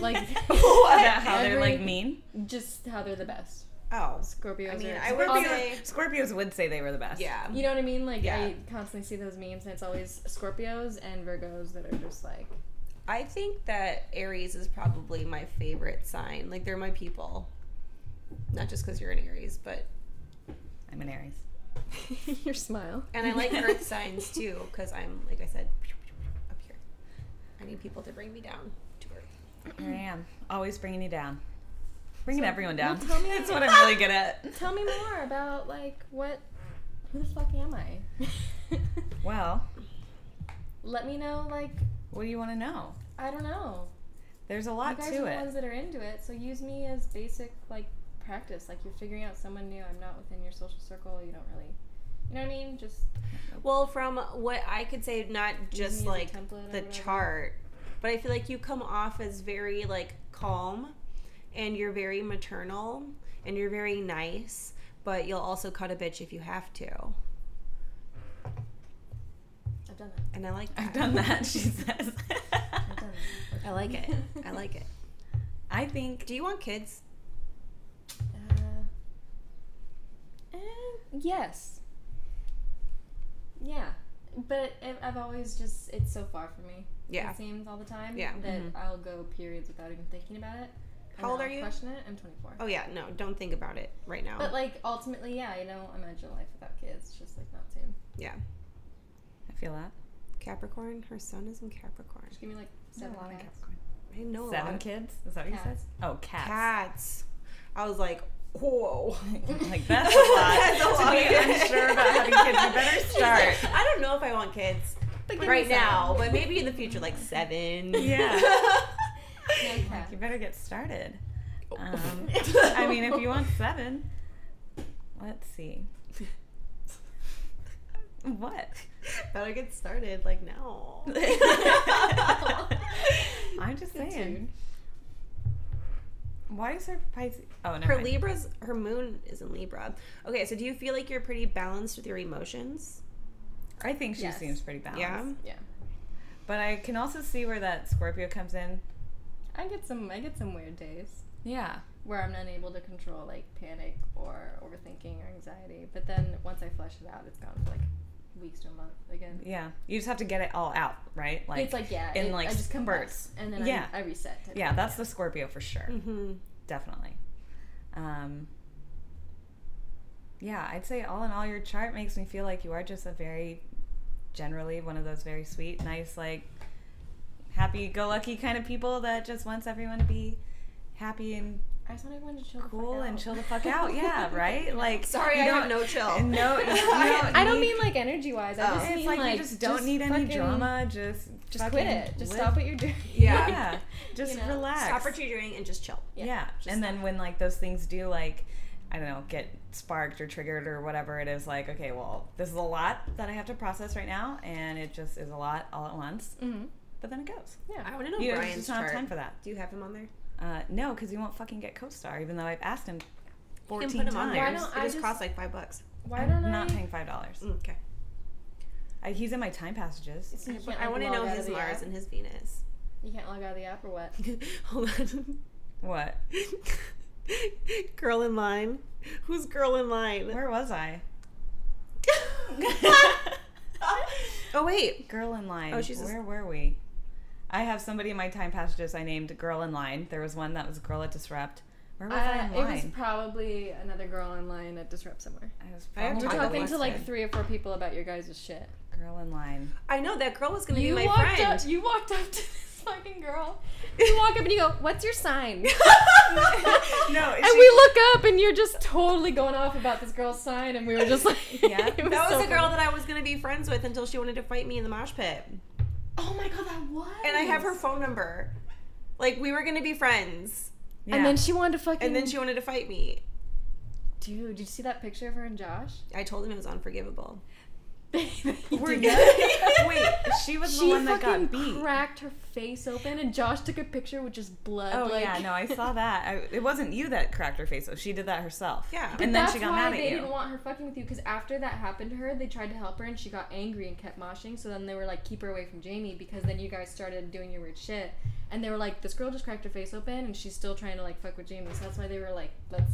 S3: Like
S1: [LAUGHS] About how they're like
S3: every-
S1: mean.
S3: Just how they're the best.
S4: Oh,
S3: Scorpios.
S4: I mean,
S3: are,
S4: I would
S3: Although-
S4: say-
S1: Scorpios would say they were the best.
S4: [LAUGHS] yeah.
S3: You know what I mean? Like
S4: Yeah.
S3: I constantly see those memes, and it's always Scorpios and Virgos that are just like [LAUGHS]
S4: I think that Aries is probably my favorite sign. Like, they're my people. Not just because you're an Aries, but.
S1: I'm an Aries.
S3: your smile.
S4: And
S1: [LAUGHS]
S4: I
S3: [LAUGHS]
S4: like Earth signs too, because I'm, like I said, up here. I need people to bring me down to Earth.
S1: Here I am, always bringing you down, bringing everyone down.
S3: well, tell me-
S1: [LAUGHS] That's what I'm really good
S3: [LAUGHS]
S1: at.
S3: Tell me more about like what? Who the fuck am I? [LAUGHS]
S1: Well,
S3: Let me know. Like
S1: what do you want to know?
S3: I don't know.
S1: There's a lot
S3: you guys
S1: to
S3: are the
S1: it.
S3: [LAUGHS] ones that are into it, so use me as basic like practice. Like you're figuring out someone new. I'm not within your social circle. You don't really, you know what I mean? Just
S4: Well, from what I could say, not just
S3: use a
S4: like
S3: template or
S4: the
S3: whatever.
S4: chart, but I feel like you come off as very like calm and you're very maternal and you're very nice, but you'll also cut a bitch if you have to.
S3: I've done that.
S4: And I like
S1: [LAUGHS]
S4: that.
S1: I've done that, she says. [LAUGHS]
S3: I've done
S4: I like it. I [LAUGHS] like it.
S1: I think
S4: Do you want kids?
S3: that. Uh, eh, yes. Yeah, but i I've always just it's so far from me.
S4: Yeah.
S3: It seems all the time.
S4: Yeah. Mm-hmm.
S3: That
S1: Mhm.
S3: I'll go periods without even thinking about it. and
S4: How old
S3: then
S4: are
S3: I'll
S4: you?
S3: Question it. I'm 24.
S4: Oh yeah, no, don't think about it right now.
S3: But like ultimately, yeah, I don't imagine a life without kids. It's just like not soon.
S4: yeah.
S1: I feel that.
S4: Capricorn, her son is in Capricorn.
S3: Just give me like
S1: Seven
S3: seven cats.
S4: I know a lot
S1: Seven
S4: of
S1: kids? Is that what you said?
S3: Cats.
S1: Oh, cats.
S4: cats. I was like, whoa.
S1: like
S3: [LAUGHS]
S1: that's a lot.
S4: [LAUGHS] That's a lot.
S1: To be unsure about having kids, you
S3: [LAUGHS]
S1: better
S4: She's
S1: start.
S4: like, I don't know if I want kids
S3: But give
S4: right
S3: me seven.
S4: now, but maybe in the future, like seven.
S1: Yeah.
S4: [LAUGHS]
S3: No cat.
S1: You better get started.
S3: Oh.
S4: [LAUGHS]
S1: Um, I mean, if you want seven, let's see. What?
S4: Better get started, like
S1: [LAUGHS]
S4: now.
S1: I'm just
S3: Good
S1: saying. Why is her Pisces? Oh no.
S4: Her Libra's her moon is in Libra. Okay, so do you feel like you're pretty balanced with your emotions?
S1: I think she
S3: Yes.
S1: seems pretty balanced.
S4: Yeah.
S3: Yeah,
S1: But I can also see where that Scorpio comes in.
S3: I get some. I get some weird days
S1: Yeah.
S3: where I'm unable to control like panic or overthinking or anxiety. But then once I flush it out, it's gone for like weeks to a month again.
S1: Yeah. You just have to get it all out, right? Like.
S3: it's like yeah,
S1: in,
S3: it-
S1: like,
S3: I just come back
S1: spurts.
S3: and then
S1: Yeah.
S3: I, I reset. type
S1: yeah,
S3: thing.
S4: Hmm.
S1: Mm-hmm. that's the Scorpio for sure.
S4: Mm-hmm.
S1: Definitely. Um, yeah, I'd say all in all, your chart makes me feel like you are just a very, generally one of those very sweet, nice, like, happy-go-lucky kind of people that just wants everyone to be happy and
S3: I just want everyone to chill. the fuck
S1: cool and
S3: out.
S1: chill the fuck
S3: [LAUGHS]
S1: out. [LAUGHS] Yeah, right. Like,
S4: Sorry,
S1: you
S4: I have
S1: don't-
S4: no chill. [LAUGHS]
S1: No, you
S3: I, I don't
S1: need-
S3: mean like energy wise. I
S4: Oh.
S3: just
S1: It's
S3: mean
S1: like,
S3: like,
S1: you just don't need any
S3: fucking-
S1: drama. Just
S3: Just
S1: fucking
S3: quit it. Just
S1: live-
S3: stop what you're doing.
S1: [LAUGHS] Yeah,
S4: Yeah.
S1: [LAUGHS] just
S3: You know,
S1: relax.
S4: Stop what you're doing and just chill.
S1: yeah,
S3: Yeah.
S4: Just
S1: and then when like those things do like. I don't know, get sparked or triggered or whatever it is. Like, okay, well, this is a lot that I have to process right now, and it just is a lot all at once.
S3: Mhm.
S1: But then it goes.
S4: I want to know
S1: you
S4: Brian's
S1: just don't
S4: chart.
S1: have time for that.
S4: Do you have him on there?
S1: Uh, no, because you won't fucking get co-star, even though I've asked him
S4: You
S1: fourteen
S4: can put him on
S1: times.
S4: there.
S3: Why
S4: It just-
S3: don't
S4: it
S3: I
S4: just
S3: just-
S4: costs like five bucks.
S3: Why don't
S1: I'm not
S3: I?
S1: paying five dollars.
S4: Mm, Okay.
S1: I, he's in my time passages.
S3: So you can't,
S4: But I
S3: like,
S4: want to
S3: log
S4: know
S3: out of
S4: his
S3: the
S4: Mars
S3: app?
S4: and his Venus. [LAUGHS]
S3: You can't log out of the app or what?
S4: Hold on. [LAUGHS]
S1: What?
S4: girl in line. Who's girl in line?
S3: [LAUGHS]
S1: Where was I?
S4: oh wait.
S1: Girl in line.
S4: Oh, she's a-
S1: Where were we? I have somebody in my time passages I named Girl in Line. There was one that was Girl at Disrupt. Where was I
S3: Uh,
S1: in
S3: it was
S1: line?
S3: probably another girl online at Disrupt somewhere.
S1: I was
S4: I have
S1: probably
S3: We're
S4: Talk about
S3: talking
S4: last
S3: to like
S4: time.
S3: three or four people about your guys' shit.
S1: Girl in Line.
S4: I know that girl was gonna
S3: You
S4: be my
S3: walked
S4: friend.
S3: up. You walked up to this fucking girl. You walk up and you go, "What's
S1: [LAUGHS]
S3: your sign?"
S1: No,
S3: And we look up and you're just totally going off about this girl's sign, and we were just like,
S1: [LAUGHS] Yeah.
S3: [LAUGHS] it
S4: that was
S3: so
S4: the girl
S3: funny.
S4: that I was gonna be friends with until she wanted to fight me in the mosh pit.
S3: Oh my god, that was.
S4: And I have her phone number. Like we were gonna be friends,
S3: And then she wanted to fucking.
S4: and then she wanted to fight me.
S3: Dude, did you see that picture of her and
S1: [LAUGHS]
S3: Josh? [LAUGHS]
S4: I told him it was unforgivable.
S1: We're
S3: We're [LAUGHS]
S1: good. Wait, she was the
S3: She
S1: one that
S3: fucking
S1: got beat.
S3: cracked her face open, and Josh took a picture with just blood.
S1: Oh
S3: like-
S1: yeah, no, I
S3: [LAUGHS]
S1: saw that. I, it wasn't you that cracked her face. though. She did that herself.
S4: Yeah.
S1: and then
S3: That's
S1: she got
S3: why
S1: mad at
S3: they
S1: you.
S3: didn't want her fucking with you because after that happened to her, they tried to help her and she got angry and kept moshing. So then they were like, keep her away from Jamie because then you guys started doing your weird shit. And they were like, this girl just cracked her face open and she's still trying to like fuck with Jamie. So that's why they were like, let's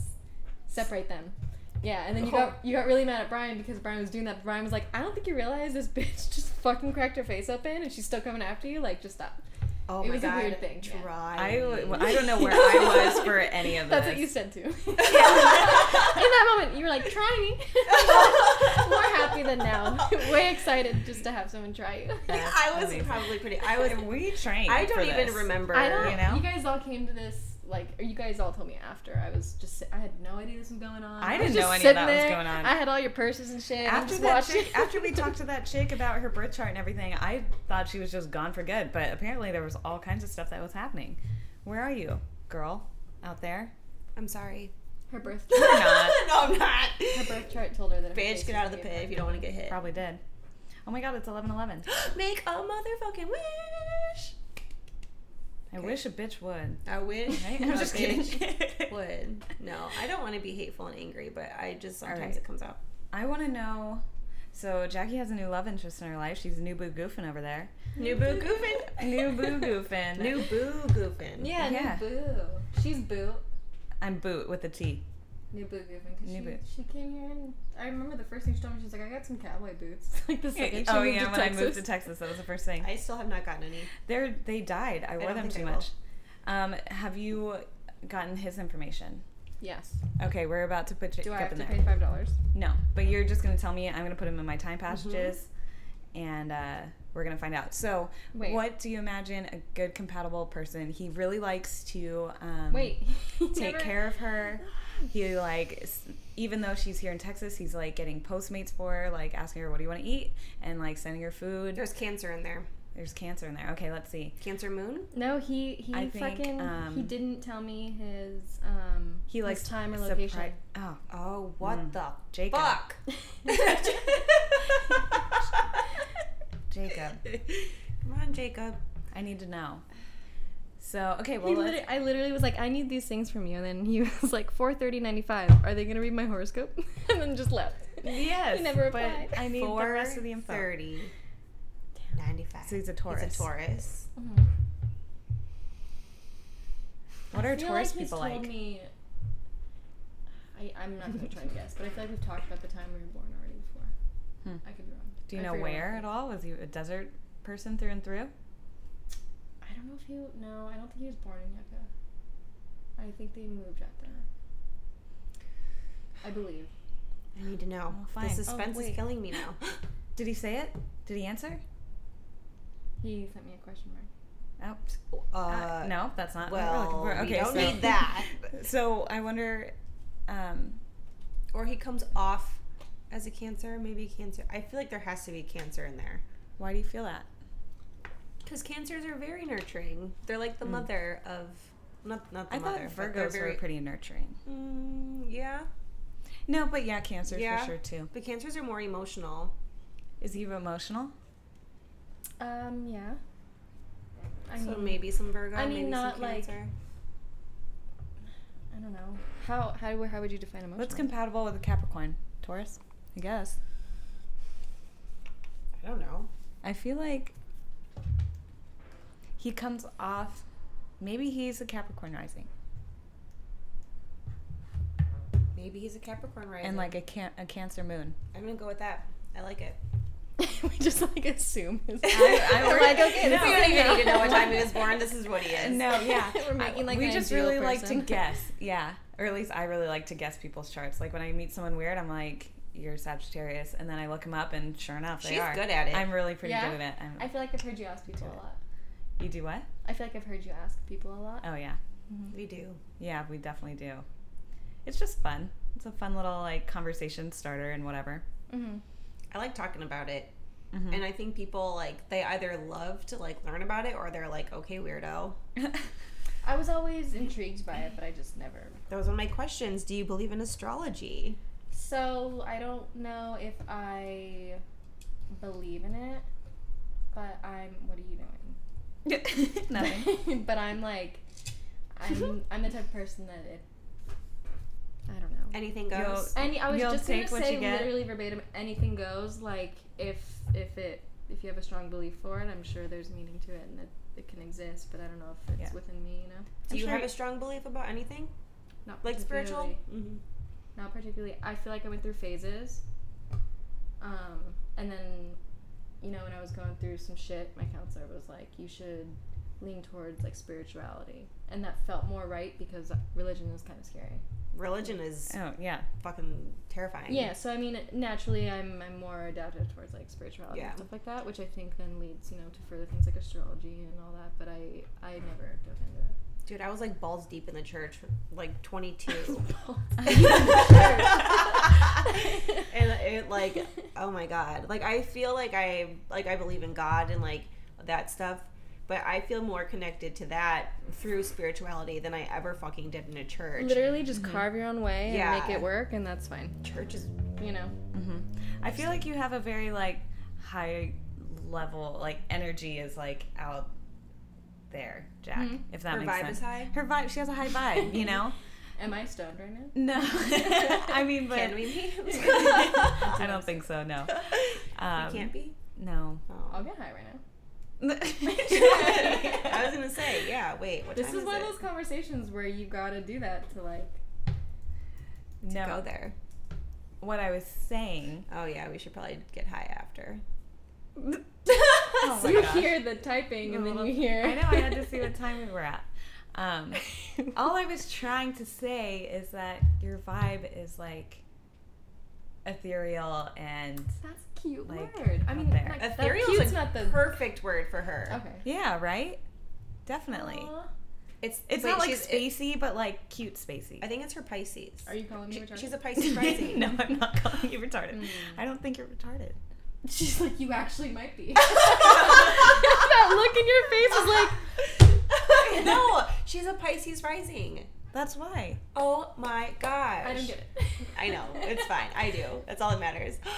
S3: separate them. Yeah, and then you got you got really mad at Brian because Brian was doing that. Brian was like, I don't think you realize this [LAUGHS] bitch just fucking cracked her face open and she's still coming after you. Like, just stop.
S4: Oh
S3: It was a weird thing, yeah.
S1: I,
S4: Try.
S1: w- I don't know
S3: [LAUGHS]
S1: where I was for any of this.
S3: That's what you
S1: [LAUGHS]
S3: said too. [LAUGHS] In that moment, you were like, "Try me." [LAUGHS] More happy than now. [LAUGHS] Way excited just to have someone try you.
S1: That's
S4: [LAUGHS] I was
S1: amazing.
S4: probably pretty.
S3: [LAUGHS]
S4: I was.
S1: We trained.
S4: I don't
S1: for
S4: even
S1: this.
S4: remember.
S3: I don't.
S1: you
S3: You,
S1: know?
S3: guys all came to this like, or you guys all told me after. I was just, I had no idea this was going on.
S1: I
S3: was
S1: didn't
S3: just
S1: know any of
S3: sitting
S1: that was
S3: there.
S1: going on.
S3: I had all your purses and shit.
S1: After
S3: After
S1: that
S3: watching.
S1: chick, after we
S3: [LAUGHS]
S1: talked to that chick about her birth chart and everything, I thought she was just gone for good. But apparently, there was all kinds of stuff that was happening. Where are you, girl, out there?
S4: I'm sorry.
S3: her birth, [LAUGHS]
S1: You're not.
S4: [LAUGHS] no, I'm not.
S3: her birth chart told her that. Her
S4: Bitch,
S3: face
S4: get
S3: was
S4: out of the
S3: gonna be
S4: pit if you don't want to get hit.
S1: Probably did. Oh my God, it's eleven eleven.
S4: Make a motherfucking wish.
S1: I wish a bitch would.
S4: I wish.
S1: Right? I'm
S4: a
S1: just
S4: bitch
S1: kidding. [LAUGHS]
S4: [LAUGHS] Would no, I don't want to be hateful and angry, but I just sometimes
S1: right.
S4: it comes out.
S1: I want to know. So Jackie has a new love interest in her life. She's new boo goofing over there.
S4: New boo goofing. [LAUGHS]
S1: New boo goofing.
S4: New boo goofing.
S3: a- Yeah,
S1: Yeah.
S3: new boo. She's boo.
S1: I'm boot with a T.
S3: New boot goofing because
S1: New
S3: she,
S1: boot.
S3: she came here and I remember the first thing she told me she was like I got some cowboy boots [LAUGHS] like the second she
S1: oh
S3: moved
S1: yeah,
S3: to
S1: when
S3: Texas.
S1: I moved to Texas, that was the first thing.
S4: I still have not gotten any.
S1: They're they died. I wore
S4: don't
S1: them
S4: think
S1: too
S4: they
S1: much. Um, have you gotten his information?
S3: yes.
S1: Okay, we're about to put Jacob
S3: Do I have
S1: in
S3: to
S1: there.
S3: pay five dollars?
S1: No, but you're just gonna tell me. I'm gonna put him in my
S3: Mm-hmm.
S1: time passages, and uh, we're gonna find out. So,
S3: Wait.
S1: what do you imagine a good compatible person? He really likes to um,
S3: Wait. [LAUGHS]
S1: take
S3: Never-
S1: care of her. He like, s- even though she's here in Texas, he's like getting Postmates for her, like asking her what do you want to eat, and like sending her food.
S4: There's cancer in there.
S1: There's cancer in there. Okay, let's see.
S4: Cancer moon.
S3: [GASPS] No, he he
S1: I think,
S3: fucking he
S1: um,
S3: didn't tell me his um
S1: He
S3: his
S1: likes
S3: time or
S1: surpri-
S3: [LAUGHS] location.
S1: Oh,
S4: Oh, what
S1: Mm.
S4: the
S1: Jacob.
S4: fuck?
S3: [LAUGHS]
S1: Jacob.
S4: Come on, Jacob.
S1: I need to know. So okay, well
S3: He
S1: let's,
S3: literally, I literally was like, I need these things from you, and then he [LAUGHS] was like, four thirty ninety five. Are they gonna read my horoscope? [LAUGHS] and then just left. [LAUGHS]
S1: yes,
S3: He never
S1: but
S3: replied.
S1: I need the rest of the info.
S4: 30, 95.
S1: So he's a Taurus.
S4: He's a Taurus.
S3: Mhm.
S1: What
S3: I
S1: are
S3: feel
S1: Taurus
S3: like he's
S1: people
S3: told
S1: like?
S3: Me, I, I'm not gonna try and guess, but I feel like we've talked about the time we were born already before.
S1: Hmm.
S3: I could be wrong.
S1: Do you
S3: I
S1: know
S3: forget what
S1: where
S3: it
S1: at all? Was he a desert person through and through?
S3: I don't know if he. No, I don't think he was born in Yucca. I think they moved out there. I believe.
S4: I need to know.
S1: Oh,
S4: the
S1: fine.
S4: suspense
S3: Oh,
S4: is
S3: wait.
S4: killing me now.
S1: Did he say it? Did he answer?
S3: He sent me a question mark.
S1: Oh, [LAUGHS]
S4: Uh,
S1: uh, no, that's not
S4: Well,
S1: what we're looking
S4: we
S1: for. Okay,
S4: don't
S1: so,
S4: need that.
S1: [LAUGHS] So I wonder. Um,
S4: Or he comes off as a cancer, maybe a cancer. I feel like there has to be cancer in there.
S1: why do you feel that?
S4: Because cancers are very nurturing. They're like the
S1: Mm.
S4: mother of not not the
S1: I
S4: mother.
S1: thought
S4: but they're
S1: Virgos
S4: very,
S1: were pretty nurturing.
S4: Mm, yeah,
S1: No, but yeah, Cancer
S4: Yeah.
S1: for sure too.
S4: but cancers are more emotional.
S1: Is he emotional?
S3: Um, yeah. I
S4: so
S3: mean,
S4: maybe some Virgo.
S3: I mean,
S4: maybe
S3: not
S4: some
S3: like-
S4: cancer.
S3: I don't know. How how how would you define emotional?
S1: What's compatible with a Capricorn? Taurus, I guess.
S4: I don't know.
S1: I feel like he comes off. Maybe he's a Capricorn rising,
S4: Maybe he's a Capricorn rising.
S1: and like a can- a Cancer moon.
S4: I'm gonna go with that. I like it.
S3: [LAUGHS] we just like assume.
S4: [LAUGHS]
S3: His [LAUGHS]
S1: I- I-
S4: We're like,
S1: [LAUGHS]
S4: okay,
S1: No.
S4: we don't even need to know what time he was born. This is what he
S1: [LAUGHS]
S4: is.
S1: No, yeah.
S3: We're making, like,
S1: we
S3: an
S1: just
S3: ideal
S1: really like to
S3: person.
S1: [LAUGHS] guess. Yeah. Or at least I really like to guess people's charts. Like when I meet someone weird, I'm like, you're Sagittarius. And then I look them up, and sure enough, they
S4: She's
S1: are.
S4: good at it.
S1: I'm really pretty
S3: Yeah?
S1: good at it. I'm,
S3: I feel like I've heard you ask people a lot.
S1: you do what?
S3: I feel like I've heard you ask people a lot. Mm-hmm.
S1: Oh, yeah.
S4: We do.
S1: Yeah, we definitely do. It's just fun. It's a fun little like conversation starter and whatever.
S3: Mm-hmm.
S4: I like talking about it.
S1: Mhm. [LAUGHS]
S4: And I [LAUGHS] think people like they either love to like learn about it or they're like, okay, weirdo.
S3: I was always intrigued by it, but I just never.
S4: That was one of my questions. Do you believe in astrology?
S3: So I don't know if I believe in it, but I'm. What are you doing?
S1: [LAUGHS] Nothing.
S3: [LAUGHS] but I'm like,
S1: [LAUGHS]
S3: I'm I'm the type of person that it. I don't know.
S4: Anything goes.
S3: Any, I was
S1: You'll
S3: just gonna
S1: take what
S3: say
S1: you get.
S3: literally verbatim. Anything goes. Like if if it if you have a strong belief for it, I'm sure there's meaning to it and it, it can exist. But I don't know if it's
S1: Yeah.
S3: within me. You know,
S4: Do
S1: I'm
S4: you
S1: sure
S4: have
S1: you-
S4: a strong belief about anything?
S3: not
S4: Like spiritual? Mm-hmm.
S3: particularly- Not particularly. I feel like I went through phases. Um, and then, you know, when I was going through some shit, my counselor was like, "You should lean towards like spirituality," and that felt more right because religion is kind of scary.
S4: Religion is
S1: oh, yeah.
S4: fucking terrifying.
S3: Yeah, so I mean, naturally, I'm I'm more adapted towards like spirituality
S4: Yeah.
S3: and stuff like that, which I think then leads you know to further things like astrology and all that. But I I never dove into it.
S4: Dude, I was like balls deep in the church, like 22. [LAUGHS] and it like, oh my god. Like I feel like I like I believe in God and like that stuff, but I feel more connected to that through spirituality than I ever fucking did in a church.
S3: Literally, just carve your own way
S4: Yeah.
S3: and make it work, and that's fine.
S4: Church is
S3: You know.
S1: Mm-hmm. I feel like you have a very like high level like energy is like out there, Jack. If that
S4: Mm-hmm.
S1: makes
S4: her vibe
S1: sense.
S4: is high.
S1: Her vibe. She has a high vibe. You
S4: [LAUGHS]
S1: know. [LAUGHS]
S3: Am I stoned right now?
S1: no. [LAUGHS] I mean, but
S4: Can we be?
S1: [LAUGHS]
S3: [LAUGHS]
S1: I don't think so.
S4: [LAUGHS]
S1: No. Um,
S4: Can't be. [LAUGHS]
S1: No.
S4: Oh.
S3: I'll get high right now.
S1: [LAUGHS]
S4: [LAUGHS] I was
S3: [LAUGHS]
S4: gonna say, yeah. Wait, what
S3: This
S4: time
S3: is one
S4: it?
S3: of those conversations where you gotta do that to
S4: [LAUGHS]
S3: like. [LAUGHS]
S1: no.
S4: Go there.
S1: What I was
S4: [LAUGHS]
S1: saying.
S4: Oh yeah, we should probably get high after.
S1: Oh my
S3: you
S1: gosh.
S3: hear the typing and then you hear.
S1: I know. I had to
S3: [LAUGHS]
S1: see what time we were at.
S4: [LAUGHS]
S1: Um, all I was trying to say is that your vibe is like ethereal and
S3: That's a cute
S1: Like,
S3: word. I
S1: out
S3: mean,
S1: there.
S3: like, that
S4: Ethereal
S3: cute's
S4: is
S3: not the
S4: perfect word for her.
S3: okay.
S1: yeah, right? Definitely.
S3: Aw.
S4: It's
S1: It's
S4: wait,
S1: not like
S4: she's-
S1: spacey, but like cute spacey.
S4: I think it's her Pisces.
S3: Are you calling me
S4: She-
S3: retarded? [LAUGHS]
S4: she's a [LAUGHS] Pisces rising.
S1: no, I'm not calling you retarded.
S3: Mm.
S1: I don't think you're retarded.
S3: She's like, you actually might
S4: [LAUGHS]
S3: be. [LAUGHS] that look in your face is like.
S4: [LAUGHS] no, she's a Pisces rising.
S1: [LAUGHS] That's why.
S4: Oh my gosh.
S3: I don't get it.
S4: I know. It's fine. I do. That's all that matters. [GASPS]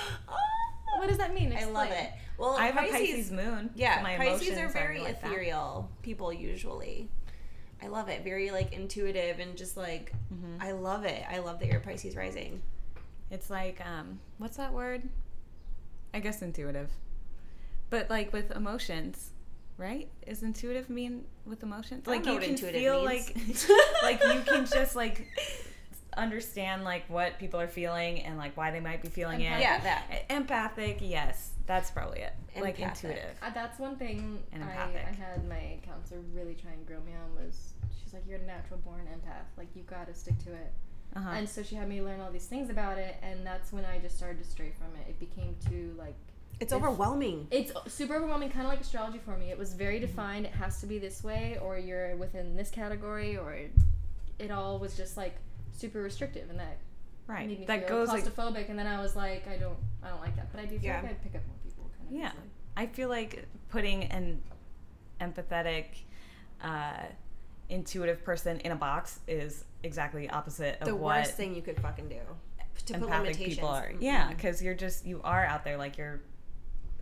S3: What does that mean?
S4: I love
S3: Explain.
S4: it. Well,
S1: I have a Pisces moon.
S4: Yeah,
S1: so my
S4: Pisces are
S1: emotions
S4: very
S1: like that.
S4: ethereal people usually. I love it. Very like intuitive and just like I love it. I love that you're a Pisces [LAUGHS] rising.
S1: It's like, um, what's that word? I guess intuitive. But like with emotions, right? Is intuitive mean with emotions?
S4: I don't
S1: Like
S4: know
S1: you
S4: what
S1: can
S4: intuitive
S1: feel
S4: means.
S1: like like you
S4: [LAUGHS]
S1: can just like understand like what people are feeling and like why they might be feeling
S3: Empath-
S1: it.
S4: Yeah, that.
S1: E- Empathic, yes. That's probably it. Like
S4: Empathic.
S1: intuitive.
S3: Uh, that's one thing
S1: And
S3: I,
S1: empathic.
S3: I had my counselor really try and grill me on was she's like you're a natural born empath like you got to stick to it
S1: Uh-huh.
S3: And so she had me learn all these things about it, and that's when I just started to stray from it. It became too like
S4: It's overwhelming.
S3: it's super overwhelming, kind of like astrology for me. It was
S1: Mm-hmm.
S3: very defined. It has to be this way, or you're within this category, or it, it all was just like super restrictive, and that made me
S1: right. That
S3: feel
S1: goes like
S3: claustrophobic. and then I was like, I don't, I don't like that. But I do feel
S4: Yeah.
S3: like I pick up on people kind of.
S1: Yeah.
S3: easily.
S1: I feel like putting an empathetic, uh, intuitive person in a box is exactly opposite of
S4: the
S1: what
S4: worst thing you could fucking do. To put
S1: empathic
S4: limitations.
S1: people are.
S4: Mhm.
S1: Yeah, because you're just you are out there like you're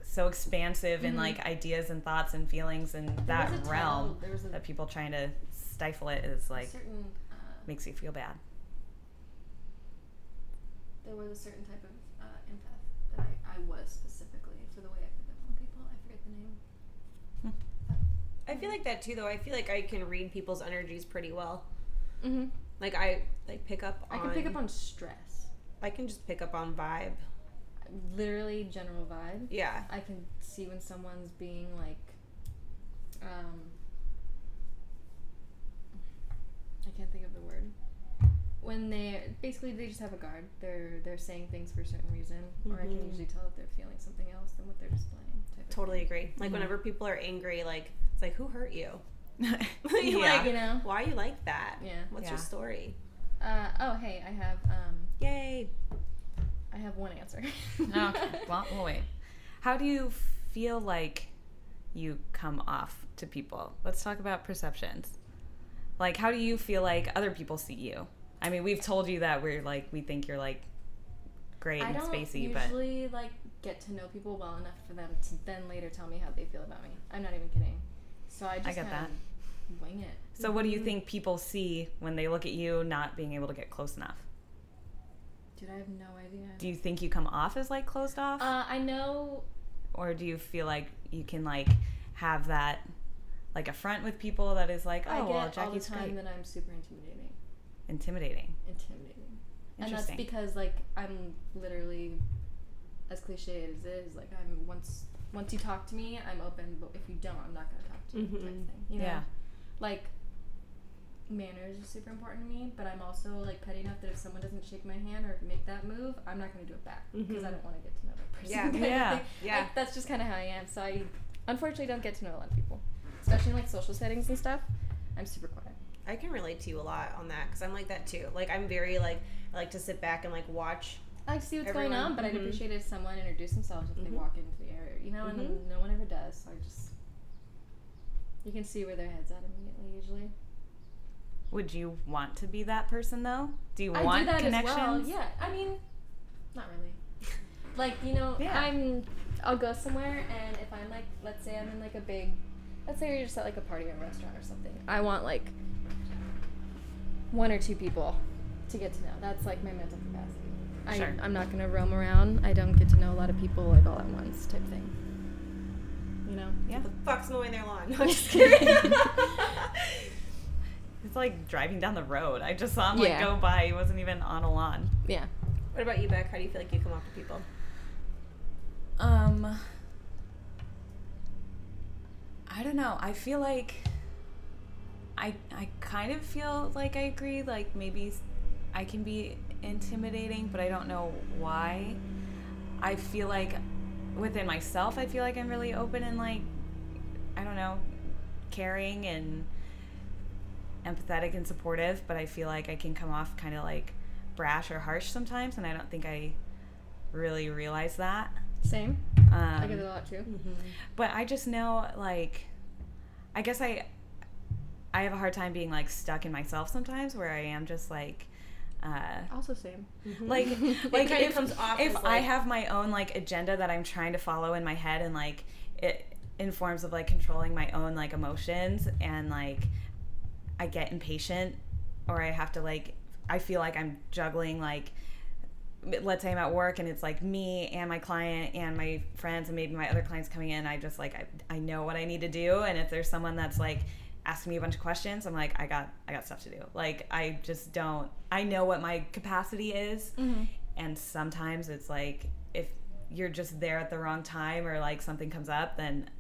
S1: so expansive
S4: Mm-hmm.
S1: in like ideas and thoughts and feelings and that
S3: there was a
S1: realm
S3: Title, there was a
S1: that people trying to stifle it is like
S3: certain. Uh,
S1: makes you feel bad. [LAUGHS]
S3: there was a certain type of uh, empath that I, I was specifically for the way I pick up on people. I forget the name. Hmm.
S4: I feel like that too, though. I feel like I can read people's energies pretty well.
S3: Mm-hmm.
S4: Like I like pick up.
S3: I
S4: On,
S3: can pick up on stress,
S4: I can just pick up on vibe.
S3: literally general vibe.
S4: Yeah.
S3: I can see when someone's being like, um, I can't think of the word. When they basically they just have a guard. They're they're saying things for a certain reason, or I can
S4: Mhm.
S1: Mm-hmm.
S3: usually tell if they're feeling something else than what they're displaying. Type of [LAUGHS]
S4: Totally agree. Like
S1: Mhm.
S4: whenever people are angry, like it's like who hurt you? [LAUGHS] You're
S1: Yeah.
S3: thing. You
S4: like,
S3: know.
S4: why are you like that?
S3: Yeah.
S4: What's
S1: Yeah.
S4: your story?
S3: Uh, oh, hey, I have um,
S4: Yay.
S3: I have one answer. [LAUGHS]
S1: okay. Well, we'll wait. How do you feel like you come off to people? Let's talk about perceptions. Like, how do you feel like other people see you? I mean, we've told you that we're like, we think you're like great
S3: I
S1: and
S3: don't
S1: spacey, but
S3: usually like get to know people well enough for them to then later tell me how they feel about me. I'm not even kidding. So I just
S1: I get
S3: kinda
S1: that.
S3: wing it.
S1: So, what do you think people see when they look at you not being able to get close enough?
S3: Dude, I have no idea.
S1: Do you think you come off as like closed off?
S3: uh, I know.
S1: or do you feel like you can like have that like affront with people that is like, oh,
S3: I get
S1: well,
S3: all the
S1: Jackie's
S3: time
S1: great?
S3: that I'm super intimidating.
S1: Intimidating.
S3: Intimidating. And that's
S1: Interesting.
S3: because like I'm literally, as cliche as it is, like I'm once once you talk to me, I'm open. But if you don't, I'm not gonna talk to you. Type
S4: Mhm.
S3: thing. You
S1: Mm-hmm.
S3: know?
S1: Yeah.
S3: like manners are super important to me, but I'm also like petty enough that if someone doesn't shake my hand or make that move, I'm not going to do it back because I
S4: Mhm.
S3: don't want to get to know that person. [LAUGHS]
S4: Yeah.
S3: kind of
S1: Mm-hmm. Yeah.
S3: thing.
S4: Yeah.
S3: Like, that's just kind of how I am. So I unfortunately don't get to know a lot of people, especially in like social settings and stuff. I'm super quiet.
S4: I can relate to you a lot on that because I'm like that too. Like I'm very like I like to sit back and like watch.
S3: I like to see what's going
S4: Everyone-
S3: on, but I'd
S4: mhm.
S3: appreciate if someone introduced themselves if they
S4: Mhm.
S3: walk into the area, you know, and
S4: Mhm.
S3: no one ever does. So I just you can see where their heads at immediately usually.
S1: Would you want to be that person though? Do you
S3: I
S1: want
S3: do that
S1: connections?
S3: as well. Yeah, I mean, not really. Like you know,
S1: [LAUGHS] Yeah.
S3: I'm. I'll go somewhere, and if I'm like, let's say I'm in like a big, let's say you're just at like a party or a restaurant or something. I want like one or two people to get to know. That's like my mental capacity. I,
S1: Sure.
S3: I'm not gonna roam around. I don't get to know a lot of people like all at once type thing.
S1: [LAUGHS]
S3: You know. [LAUGHS]
S1: Yeah.
S4: The fuck's mowing their lawn? [LAUGHS] No,
S1: [LAUGHS]
S4: I'm just kidding. [LAUGHS]
S1: It's like driving down the road. I just saw him like
S3: Yeah.
S1: go by. He wasn't even on a lawn.
S3: [LAUGHS] Yeah.
S4: what about you, Beck? How do you feel like you come off to people?
S1: Um I don't know. I feel like I I kind of feel like I agree like maybe s- I can be intimidating, but I don't know why. I feel like within myself, I feel like I'm really open and like I don't know, caring and empathetic and supportive, but I feel like I can come off kind of like brash or harsh sometimes and I don't think I really realize that.
S3: Same.
S1: Um,
S3: I get it a lot too.
S1: but I just know like I guess I I have a hard time being like stuck in myself sometimes where I am just like uh
S3: Also same.
S4: [LAUGHS]
S1: like like
S4: Mm-hmm. kinda
S1: if,
S4: comes off
S1: if
S4: as,
S1: I
S4: like-
S1: have my own like agenda that I'm trying to follow in my head and like it informs of like controlling my own like emotions and like I get impatient or I have to like I feel like I'm juggling like let's say I'm at work and it's like me and my client and my friends and maybe my other clients coming in I just like I, I know what I need to do and if there's someone that's like asking me a bunch of questions I'm like I got I got stuff to do like I just don't I know what my capacity is
S3: Mm-hmm.
S1: and sometimes it's like if you're just there at the wrong time or like something comes up then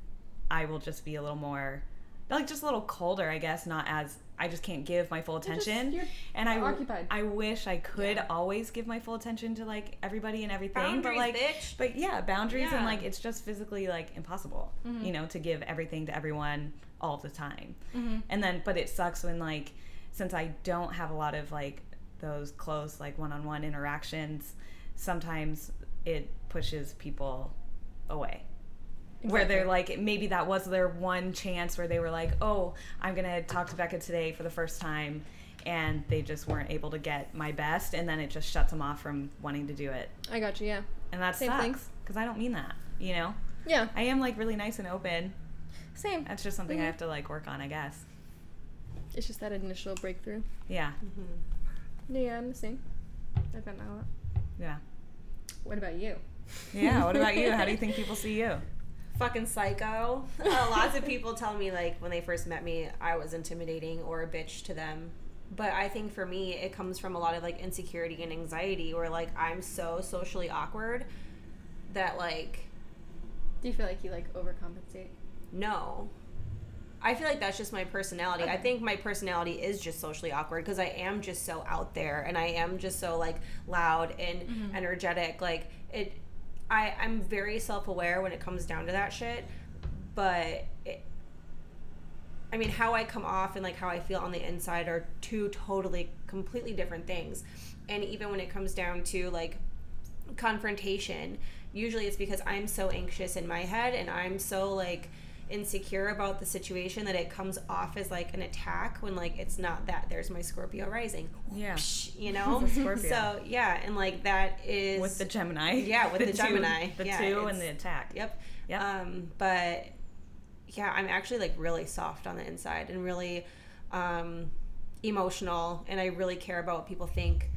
S1: I will just be a little more like just a little colder, I guess. Not as I just can't give my full
S3: You're just-
S1: attention,
S3: you're
S1: and I
S3: occupied.
S1: I wish I could
S3: Yeah.
S1: always give my full attention to like everybody and everything, but
S4: Boundaries,
S1: like,
S4: bitch.
S1: but yeah, boundaries and
S4: Yeah. Mm-hmm.
S1: like it's just physically like impossible, you know, to give everything to everyone all the time.
S4: Mm-hmm.
S1: And then, but it sucks when like since I don't have a lot of like those close like one-on-one interactions, sometimes it pushes people away where they're like maybe that was their one chance where they were like oh i'm gonna talk to becca today for the first time and they just weren't able to get my best and then it just shuts them off from wanting to do it
S3: I got you. Yeah.
S1: and that
S3: Same thing.
S1: sucks because i don't mean that you know
S3: Yeah.
S1: i am like really nice and open
S3: Same.
S1: that's just something
S3: Mhm.
S1: i have to like work on i guess
S3: It's just that initial breakthrough.
S1: yeah
S3: Yeah, I'm the same. I've gotten that a lot.
S1: yeah
S3: What about you?
S1: yeah what about you how
S3: [LAUGHS]
S1: do you think people see you
S4: Fucking psycho. Uh, lots of people tell me like when they first met me, I was intimidating or a bitch to them. But I think for me, it comes from a lot of like insecurity and anxiety, where like I'm so socially awkward that like
S3: Do you feel like you like overcompensate?
S4: No. I feel like that's just my personality. I think my personality is just socially awkward because I am just so out there and I am just so like loud and energetic. Like it I I'm very self-aware when it comes down to that shit, but it, I mean, how I come off and like how I feel on the inside are two totally completely different things. And even when it comes down to like confrontation usually it's because i'm so anxious in my head and i'm so like insecure about the situation that it comes off as like an attack when like it's not that there's my scorpio rising [LAUGHS]
S1: yeah
S4: Psh, you know
S1: It's a Scorpio.
S4: so yeah and like that is
S1: with the gemini
S4: Yeah, with
S1: two-
S4: the Gemini.
S1: [LAUGHS] the
S4: Yeah,
S1: two
S4: it's-
S1: and the attack
S4: yep
S1: Yep.
S4: um but yeah i'm actually like really soft on the inside and really um emotional and i really care about what people think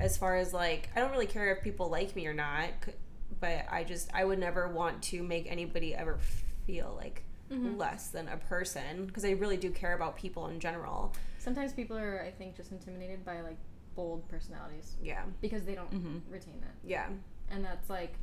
S4: as far as like i don't really care if people like me or not c- but i just i would never want to make anybody ever feel like
S1: Mm-hmm.
S4: less than a person because i really do care about people in general
S3: Sometimes people are, I think, just intimidated by like bold personalities
S4: yeah
S3: because they don't
S1: Mhm.
S3: retain that.
S4: yeah
S3: and that's like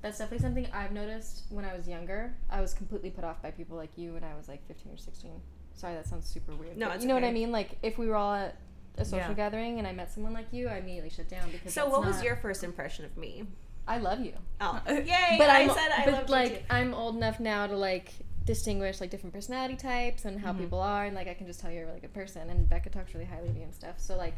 S3: that's definitely something I've noticed when I was younger. I was completely put off by people like you when I was like 15 or 16. Sorry, that sounds super weird.
S4: No,
S3: but
S4: it's
S3: you know what I
S4: okay.
S3: mean. Like if we were all at a social
S1: Yeah.
S3: gathering and I met someone like you, I immediately shut down because.
S4: so
S3: that's
S4: what was
S3: not-
S4: your first impression of me
S3: I love you,
S4: oh
S1: Uh,
S4: yay
S3: but
S4: i
S3: I'm,
S4: said i
S3: but
S4: loved
S3: like
S4: you too.
S3: I'm old enough now to like distinguish like different personality types and
S4: Mm-hmm.
S3: how people are, and like I can just tell you're a really good person. And Becca talks really highly of you and stuff. So like,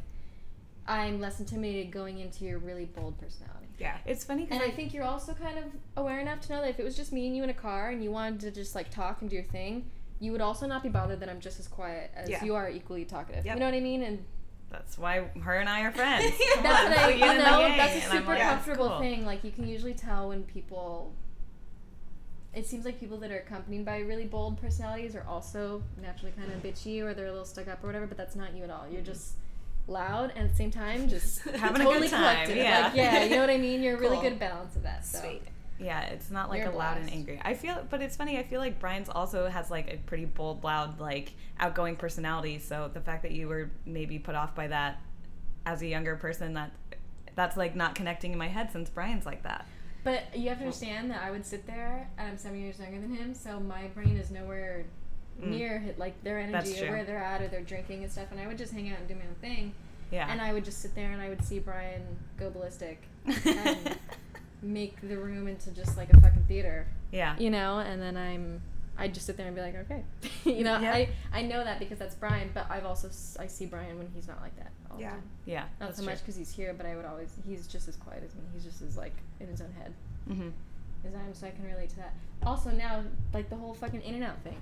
S3: I'm less intimidated going into your really bold personality.
S4: yeah
S1: it's funny 'cause
S3: And I think you're also kind of aware enough to know that if it was just me and you in a car and you wanted to just like talk and do your thing, you would also not be bothered that I'm just as quiet as
S4: Yeah.
S3: you are equally talkative.
S4: Yep.
S3: You know what I mean? And
S1: that's why her and i are
S3: [LAUGHS]
S1: friends
S4: Yeah.
S3: that's what I,
S1: Well,
S3: you
S1: you know,
S3: know,
S1: yay,
S3: that's a
S1: and I'm
S3: super
S1: like, that's
S3: comfortable
S1: cool.
S3: thing. Like you can usually tell when people. It seems like people that are accompanied by really bold personalities are also naturally kind of bitchy or they're a little stuck up or whatever. But that's not you at all. You're just loud and at the same time
S4: [LAUGHS]
S3: just
S1: Having a
S3: totally
S1: good time,
S3: collected.
S1: yeah.
S3: Like, yeah, you know what I mean. You're a really
S4: Cool.
S3: good balance of that. So.
S4: sweet
S1: Yeah, it's not like
S3: You're
S1: a loud and
S3: blessed.
S1: angry. I feel, but it's funny. I feel like Brian's also has like a pretty bold, loud, like outgoing personality. So the fact that you were maybe put off by that as a younger person, that that's like not connecting in my head since Brian's like that.
S3: But you have to understand that I would sit there, and I'm seven years younger than him, so my brain is nowhere near hi- like their energy
S1: Mm. That's
S3: or
S1: true.
S3: where they're at or their drinking and stuff. And I would just hang out and do my own thing,
S1: Yeah. [LAUGHS]
S3: and I would just sit there and I would see Brian go ballistic, and make the room into just like a fucking theater,
S1: yeah.
S3: you know. And then I'm I would just sit there and be like, okay, [LAUGHS] you know,
S1: Yeah.
S3: I I know that because that's Brian, but I've also s- I see Brian when he's not like that all
S4: Yeah.
S3: the time.
S1: Yeah.
S3: Not so much because he's here, but I would always he's just as quiet as me. He's just as like in his own head
S1: Mm-hmm.
S3: as I am, so I can relate to that. Also, now, like the whole fucking in and out thing.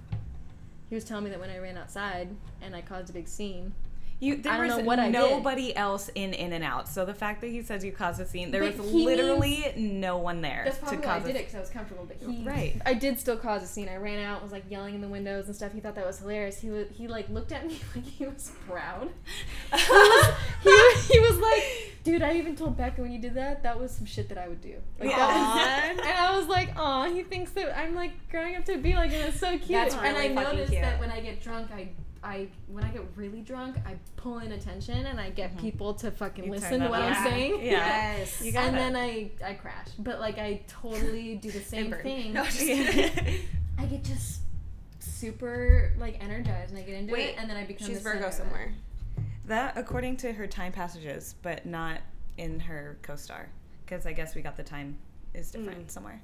S3: He was telling me that when I ran outside and I caused a big scene.
S1: You, there
S3: I don't
S1: was
S3: know what I did.
S1: nobody else in In and Out. So the fact that he says you caused a scene, there
S3: But
S1: was
S3: he
S1: literally no one there
S3: That's
S1: to
S3: probably why I
S1: cause
S3: did
S1: a
S3: it
S1: [LAUGHS]
S3: because I was comfortable. But he,
S1: Right.
S3: I did still cause a scene. I ran out, was like yelling in the windows and stuff. He thought that was hilarious. He wa- he like looked at me [LAUGHS] like he was proud. he, was,
S4: [LAUGHS]
S3: [LAUGHS] he, he was like, dude, I even told Becca when you did that, that was some shit that I would do. Like, that was- [LAUGHS]
S4: [LAUGHS] Aw.
S3: and I was like, aw, he thinks that I'm like growing up to be like him. It's so cute.
S4: That's
S3: and I
S4: really fucking
S3: noticed
S4: cute.
S3: that when I get drunk, I. I when I get really drunk, I pull in attention and I
S4: Mm-hmm.
S3: get people to fucking
S1: You turn
S3: listen to
S1: that
S3: what
S1: on.
S3: I'm saying.
S1: Yeah.
S4: Yes.
S1: You got
S3: and
S1: it.
S3: then I I crash,
S4: [LAUGHS]
S3: but like I totally do the same
S1: [LAUGHS]
S4: Amber.
S3: thing.
S4: No, just kidding.
S3: I get just super like energized and I get into
S4: Wait,
S3: it, and then I become
S4: She's
S3: the center
S4: Virgo
S3: of it.
S4: somewhere.
S1: That, according to her time passages, but not in her co-star, because I guess we got the time is
S3: Mm.
S1: different somewhere.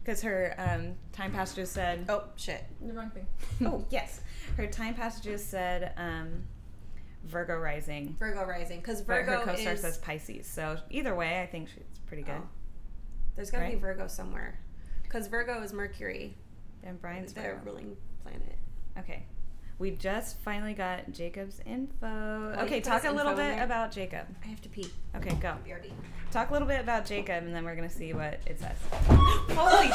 S1: Because her um, time passages said,
S4: Oh shit.
S3: The wrong thing.
S1: oh yes, her time passages said um, Virgo rising,
S4: Virgo rising, because
S1: but
S4: Virgo
S1: her co-star
S4: is.
S1: says Pisces. So either way, I think she's pretty good.
S4: Oh. There's gotta
S1: right?
S4: be Virgo somewhere, because Virgo is Mercury,
S1: And Brian's
S4: their
S1: Virgo.
S4: ruling planet.
S1: Okay. We just finally got Jacob's info.
S4: you
S1: okay,
S4: put
S1: talk
S4: his
S1: a little
S4: info in
S1: bit
S4: there?
S1: about Jacob.
S4: I have to pee.
S1: Okay, go.
S4: BRB.
S1: Talk a little bit about Jacob, and then we're gonna see what it [GASPS] says.
S4: Holy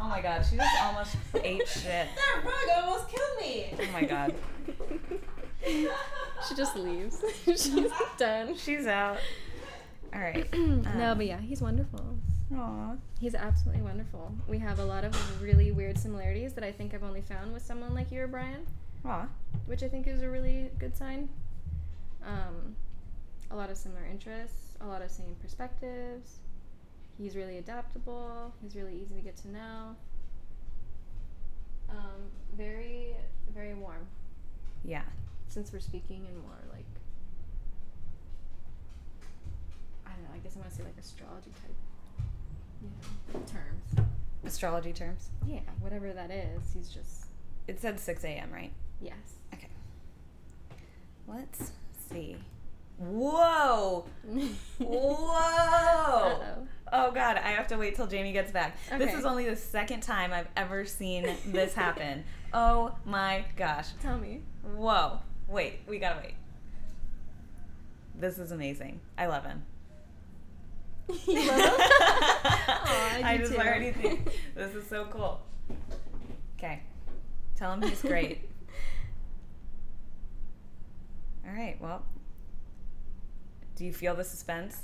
S1: Oh my God, she just almost ate shit.
S4: That rug Ah, almost
S1: [LAUGHS]
S4: killed me.
S1: Oh my God,
S3: she just leaves. [LAUGHS]
S4: [LAUGHS]
S1: [LAUGHS]
S3: She's done.
S1: she's out. All right.
S3: [CLEARS THROAT] no, but yeah, he's wonderful.
S1: Aww.
S3: He's absolutely wonderful. We have a lot of really weird similarities that I think I've only found with someone like you or Brian,
S1: Aw.
S3: which I think is a really good sign. Um, a lot of similar interests, a lot of same perspectives. He's really adaptable. He's really easy to get to know. Um, very, very warm.
S1: Yeah.
S3: Since we're speaking in more like, I don't know. I guess I want to say like astrology type, you know, terms.
S1: Astrology terms.
S3: Yeah, whatever that is, he's just
S1: It said 6 a.m. Right?
S3: yes.
S1: Okay. Let's see. Whoa. Whoa.
S3: [LAUGHS] Uh-oh.
S1: Oh god, I have to wait till Jamie gets back. This
S3: Okay.
S1: is only the second time I've ever seen
S3: [LAUGHS]
S1: this happen. oh my gosh.
S3: Tell [LAUGHS] me.
S1: Whoa. Wait, we gotta wait. This is amazing. I love him.
S3: You
S1: [LAUGHS]
S3: love him? Aw,
S1: I
S3: do
S1: just
S3: too. [LAUGHS]
S1: already think this is so cool. Okay. Tell him he's great.
S3: [LAUGHS]
S1: All right, well. Do you feel the
S3: [LAUGHS]
S1: suspense? [LAUGHS]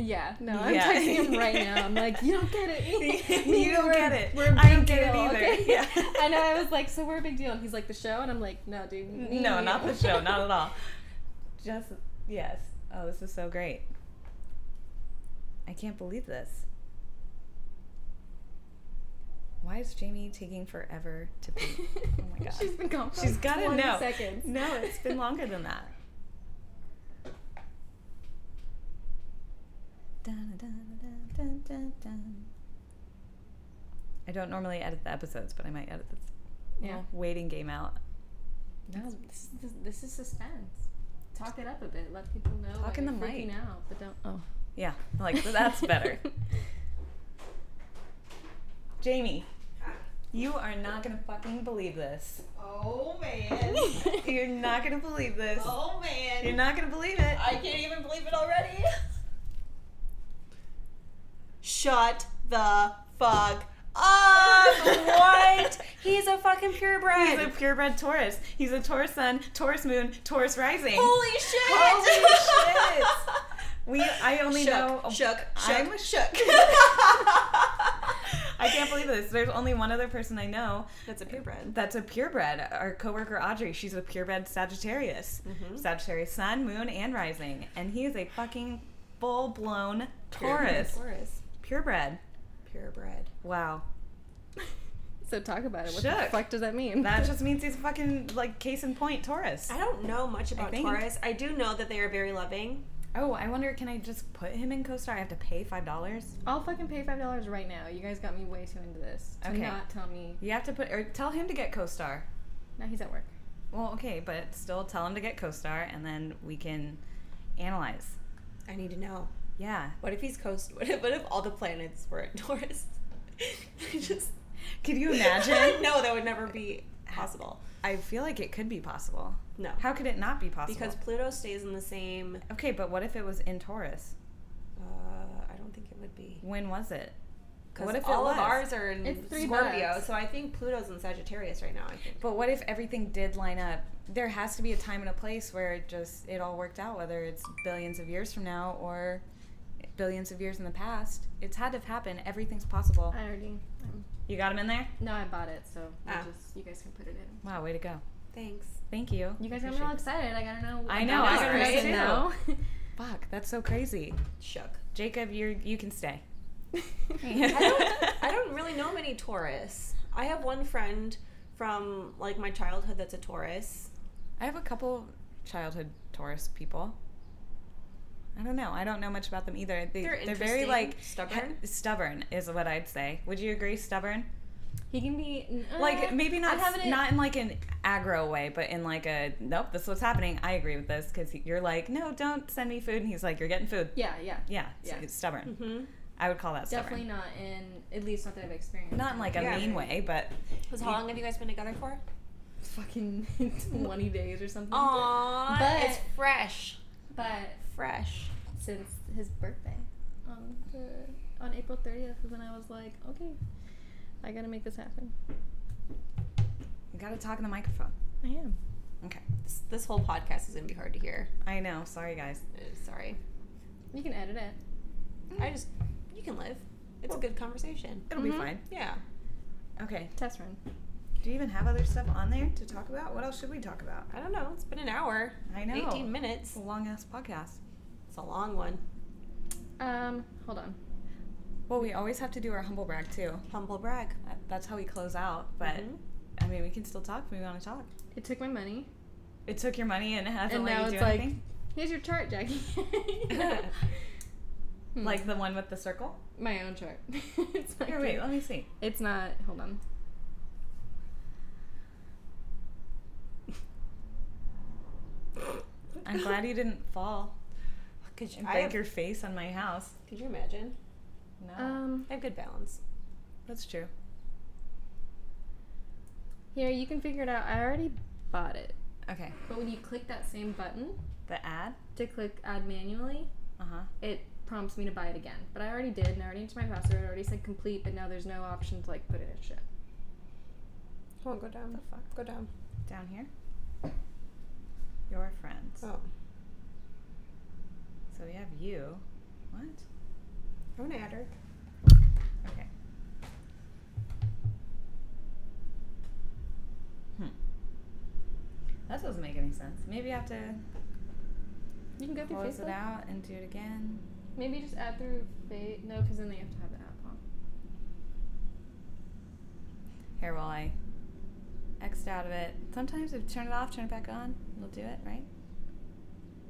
S3: Yeah, no, I'm
S1: Yeah.
S3: texting him [LAUGHS] right now. I'm like, [LAUGHS] you don't get it.
S1: You
S3: Me and
S1: don't
S3: we're-
S1: get it.
S3: We're a big
S1: I don't get it
S3: deal,
S1: either.
S3: okay?
S1: Yeah.
S3: [LAUGHS] I know. I was like, so we're a big deal. And he's like, the show, and I'm like, no, dude. me
S1: No,
S3: and
S1: not
S3: you."
S1: the show, not at all. [LAUGHS] Just yes. Oh, this is so great. I can't believe this. Why is Jamie taking forever to pee? Oh my god.
S3: She's been gone for
S1: She's
S3: like
S1: gotta
S3: 20
S1: know. [LAUGHS]
S3: seconds.
S1: No, it's
S3: [LAUGHS]
S1: been longer than that. Dun, dun, dun, dun, dun, dun. I don't normally edit the episodes, but I might edit this
S3: Yeah.
S1: waiting game out.
S3: No, this, this, this is suspense. Talk it up a bit. Let people know.
S1: Talk
S3: why
S1: in
S3: you're
S1: the
S3: freaking
S1: mic.
S3: out, but don't. Oh,
S1: Yeah, like that's [LAUGHS] better. Jamie, you are not gonna fucking believe this.
S4: Oh man.
S1: [LAUGHS] You're not gonna believe this.
S4: Oh man.
S1: You're not gonna believe it. [LAUGHS]
S4: I can't even believe it already. Shut the fuck up!
S1: [LAUGHS]
S4: what? He's a fucking purebred.
S1: He's a purebred Taurus. He's a Taurus sun, Taurus moon, Taurus rising.
S4: Holy shit!
S1: [LAUGHS] Holy We, I only
S4: shook,
S1: know.
S4: shook,
S1: I'm-
S4: shook, [LAUGHS] shook.
S1: I can't believe this. There's only one other person I know
S4: That's a purebred.
S1: that's a purebred. Our coworker Audrey. She's a purebred Sagittarius.
S4: Mm-hmm.
S1: Sagittarius sun, moon, and rising, and he is a fucking full blown Taurus.
S4: Taurus.
S1: Purebred.
S4: Purebred.
S1: Wow.
S3: [LAUGHS] so talk about it. What the
S1: Shook.
S3: fuck does that mean?
S1: That just means he's a fucking like case in point Taurus.
S4: I don't know much about
S1: think.
S4: Taurus. I do know that they are very loving.
S1: Oh, I wonder. Can I just put him in co-star? I have to pay five dollars.
S3: I'll fucking pay five dollars right now. You guys got me way too into this. To
S1: Okay.
S3: not tell me.
S1: You have to put or tell him to get co-star.
S3: Now he's at work.
S1: Well, okay, but still tell him to get co-star, and then we can analyze.
S4: I need to know.
S1: Yeah.
S4: What if he's coast? [LAUGHS] What if, what if all the planets were in Taurus? [LAUGHS] I just [LAUGHS]
S1: Could you imagine?
S4: no, that would never be possible.
S1: I feel like it could be possible.
S4: No,
S1: How could it not be possible?
S4: because Pluto stays in the same.
S1: okay, but what if it was in Taurus?
S4: Uh, I don't think it would be.
S1: When was it?
S4: Because
S1: What if it
S4: all of
S1: was?
S4: ours are in
S3: It's three
S4: Scorpio,
S3: bugs.
S4: so I think Pluto's in Sagittarius right now. I think.
S1: But what if everything did line up? There has to be a time and a place where it just it all worked out, whether it's billions of years from now or billions of years in the past. It's had to happen. Everything's possible.
S3: I already. Um,
S1: You got him in there?
S3: no, I bought it, so we'll
S4: Ah.
S3: just you guys can put it in.
S1: Wow, way to go.
S4: Thanks.
S1: Thank you.
S3: You guys got me
S1: Appreciate
S3: all excited. I gotta know.
S1: I know, I
S3: about
S4: gotta
S3: it,
S1: know it.
S3: right?
S1: Fuck, that's so crazy.
S4: Shook. [LAUGHS]
S1: [LAUGHS] Jacob, you are you can stay.
S3: I
S4: I don't. I don't really know many Taurus. I have one friend from like my childhood that's a Taurus.
S1: I have a couple childhood Taurus people. I don't know. I don't know much about them either. They,
S4: They're
S1: they're, very
S4: interesting,
S1: like
S4: stubborn.
S1: he- stubborn is what I'd say. Would you agree? Stubborn,
S3: [LAUGHS] He can be
S4: Mm,
S1: like
S3: uh,
S1: maybe not
S3: I'd have it in-
S1: not in like an aggro way, but in like a nope. This is what's happening. I agree with this because you're like no, don't send me food, and he's like you're getting food.
S3: Yeah, yeah.
S1: Yeah, so
S3: Yeah.
S1: it's stubborn.
S4: Mm-hmm.
S1: I would call that stubborn.
S3: Definitely not in at least not that I've experienced.
S1: Not in like a
S4: Yeah.
S1: mean way, but
S4: Because how long have you guys been together for?
S3: fucking [LAUGHS] twenty days or something.
S4: Aww,
S3: But-
S4: it's fresh,
S3: But
S4: fresh.
S3: since his birthday on the, on April thirtieth is when I was like, okay, I gotta make this happen.
S1: you gotta talk in the microphone.
S3: I am.
S1: Okay.
S4: This, this whole podcast is gonna be hard to hear.
S1: I know. Sorry, guys.
S4: Uh, Sorry,
S3: You can edit it.
S4: I just you can live. It's a good conversation.
S1: It'll be
S3: Mhm.
S1: fine.
S4: Yeah.
S1: Okay.
S3: Test run.
S1: Do you even have other stuff on there to talk about? What else should we talk about?
S4: I don't know. It's been an hour,
S1: I know.
S4: 18 minutes.
S1: It's a long ass podcast.
S4: It's a long one.
S3: Um, hold on.
S1: Well, we always have to do our humble brag too.
S4: Humble brag.
S1: That- That's how we close out. But
S4: Mhm.
S1: I mean, we can still talk if we want to talk.
S3: It took my money.
S1: It took your money and it hasn't
S3: And
S1: let
S3: now
S1: you do
S3: it's like-
S1: anything.
S3: Here's your chart,
S1: [LAUGHS]
S3: Jackie. [LAUGHS] Hmm.
S1: Like the one with the circle.
S3: my own chart. [LAUGHS] it's not
S1: Here, wait. Let me see.
S3: It's not. Hold on.
S1: I'm glad you didn't fall
S4: Could you,
S1: and
S4: I
S1: break
S4: have,
S1: your face on my house.
S4: could you imagine?
S1: No,
S3: Um,
S4: I have good balance.
S1: that's true.
S3: here you can figure it out. I already bought it,
S1: Okay.
S3: but when you click that same button
S1: The ad.
S3: to click add manually,
S1: Uh huh.
S3: it prompts me to buy it again. But I already did, and I already entered my password. I already said complete, but now there's no option to like put in a shit.
S4: Come on, go down.
S1: The fuck?
S4: Go down.
S1: Down here. Your friends.
S4: Oh,
S1: So we have you. What?
S4: I'm gonna add her.
S1: Okay. Hmm. That doesn't make any sense. Maybe I have to
S3: You can go through
S1: close it
S3: Facebook.
S1: out and do it again.
S3: Maybe just add through Facebook. No, because then they have to have the app on.
S1: Here while I X'd out of it. Sometimes if you turn it off, turn it back on, it'll do it, right?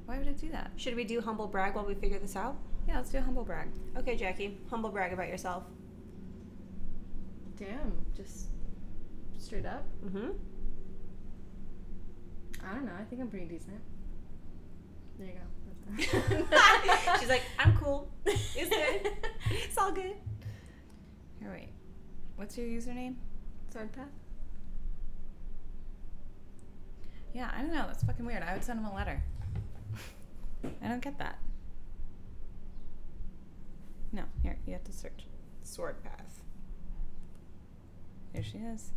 S1: Why would it do that?
S4: Should we do humble brag while we figure this out?
S1: Yeah, let's do a humble brag.
S4: Okay, Jackie, humble brag about yourself.
S3: Damn, just straight up.
S4: Mm-hmm.
S3: I don't know. I think I'm pretty decent. There [LAUGHS] you go. That's that. [LAUGHS]
S4: She's like, I'm cool. Is it? It's all good.
S1: Here, wait. What's your username?
S3: Sword path.
S1: Yeah, I don't know. That's fucking weird. I would send him a letter. I don't get that. No, here, you have to search.
S4: Sword path.
S1: There she is.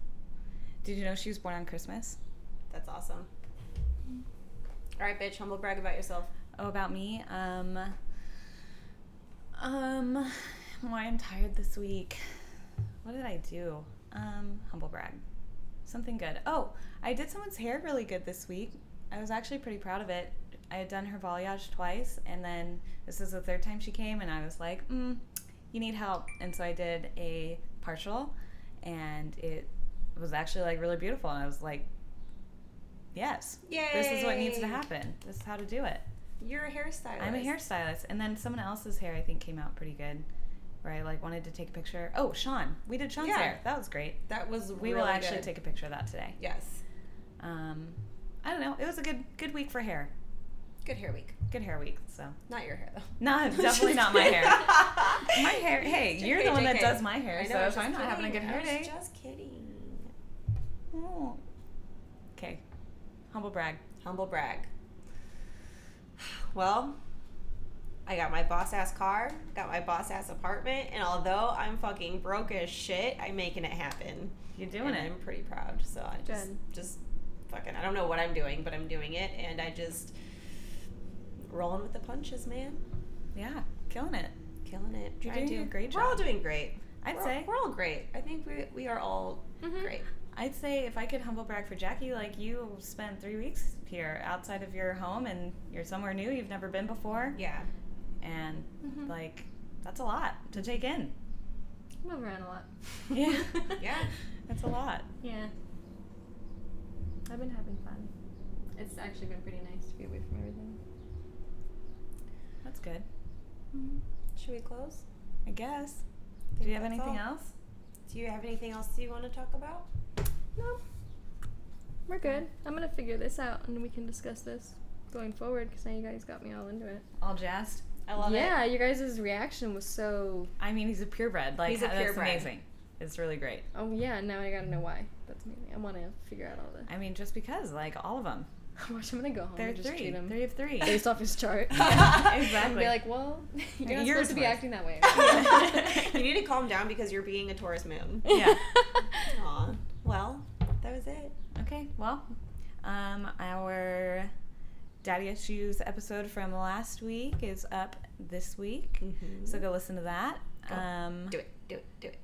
S1: Did you know she was born on Christmas?
S4: That's awesome. All right, bitch, humble brag about yourself.
S1: Oh, about me? Um. Um. Why I'm tired this week. What did I do? Um, humble brag. Something good. Oh, I did someone's hair really good this week. I was actually pretty proud of it. I had done her balayage twice, and then this is the third time she came, and I was like, mm, you need help. And so I did a partial, and it was actually like really beautiful. And I was like, yes,
S4: Yay!
S1: this is what needs to happen. This is how to do it.
S4: You're a hairstylist.
S1: I'm a hairstylist, and then someone else's hair I think came out pretty good, where I like wanted to take a picture. Oh, Sean, we did Sean's
S4: Yeah.
S1: hair. That was great.
S4: That was
S1: We will actually take a picture of that today.
S4: Yes.
S1: Um, I don't know. It was a good good week for hair.
S4: Good hair week.
S1: Good hair week. So
S4: Not your hair though.
S1: no,
S4: [LAUGHS]
S1: definitely not my hair. My hair. Hey,
S4: JK,
S1: you're the one that
S4: JK.
S1: does my hair.
S4: I know,
S1: so
S4: I was
S1: if I'm
S4: just
S1: not having a good
S4: kidding.
S1: hair
S4: I
S1: day, hmm.
S4: was just kidding.
S1: okay. Humble brag.
S4: Humble brag. Well, I got my boss ass car, got my boss ass apartment, and although I'm fucking broke as shit, I'm making it happen.
S1: You're doing
S4: and
S1: it.
S4: I'm pretty proud. So I just
S3: Good.
S4: just fucking I don't know what I'm doing, but I'm doing it and I just rolling with the punches, man.
S1: Yeah, killing it.
S4: Killing it.
S1: You're
S4: Trying
S1: doing
S4: to.
S1: a great
S4: We're all
S1: job.
S4: doing great.
S1: I'd
S4: We're-
S1: say.
S4: we're all great. I think we we are all
S3: Mhm.
S4: great.
S1: I'd say if I could humble brag for Jackie, like you spent three weeks here outside of your home and you're somewhere new you've never been before.
S4: Yeah. Mm-hmm.
S1: And
S3: Mhm.
S1: like, that's a lot to take in.
S3: I move around a lot. [LAUGHS]
S1: Yeah.
S4: Yeah.
S1: [LAUGHS] That's a lot.
S3: Yeah. I've been having fun. It's actually been pretty nice to be away from everything.
S1: That's good.
S3: Mm-hmm.
S4: Should we close?
S1: I guess.
S4: I think
S1: Do you have
S4: that's
S1: anything
S4: all.
S1: else?
S4: Do you have anything else you want to talk about?
S3: No. We're good. I'm gonna figure this out and we can discuss this going forward because now you guys got me all into it.
S1: All jazzed.
S4: I love it.
S3: yeah, your guys' reaction was so.
S1: I mean, he's a purebred. Like
S4: He's a
S1: that's
S4: purebred.
S1: amazing. It's really great.
S3: Oh yeah, now I gotta know why. That's amazing. I want to figure out all the.
S1: I mean, just because, like all of them,
S3: [LAUGHS] Watch, I'm gonna go home
S1: they're
S3: and just
S1: three.
S3: treat him
S1: They have three. [LAUGHS]
S4: [LAUGHS]
S3: based off his [LAUGHS] chart.
S1: Yeah,
S3: And
S1: exactly.
S3: [LAUGHS] be like, well, you're not
S1: Yours
S3: supposed to be
S1: was.
S3: acting [LAUGHS] that way.
S4: [LAUGHS]
S1: [LAUGHS]
S4: you need to calm down because you're being a Taurus moon.
S1: Yeah.
S4: Aw. Well, that was it.
S1: Okay, well, um, our daddy issues episode from last week is up this week, so go listen to that.
S4: Mm-hmm. Go.
S1: Um,
S4: Do it, do it, do it.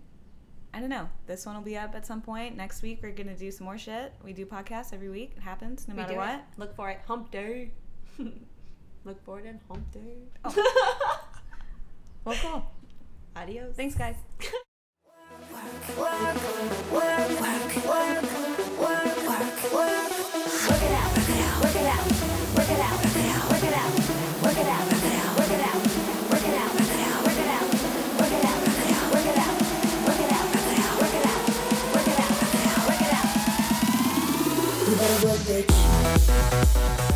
S1: I don't know. This one will be up at some point next week. We're gonna do some more shit. We do podcasts every week. It happens no
S4: We
S1: matter
S4: do
S1: what.
S4: It. Look for it. Hump day. [LAUGHS] Look for it in hump day.
S1: Oh.
S4: [LAUGHS]
S1: Well, cool.
S4: Adios.
S1: Thanks, guys.
S5: You better work, bitch.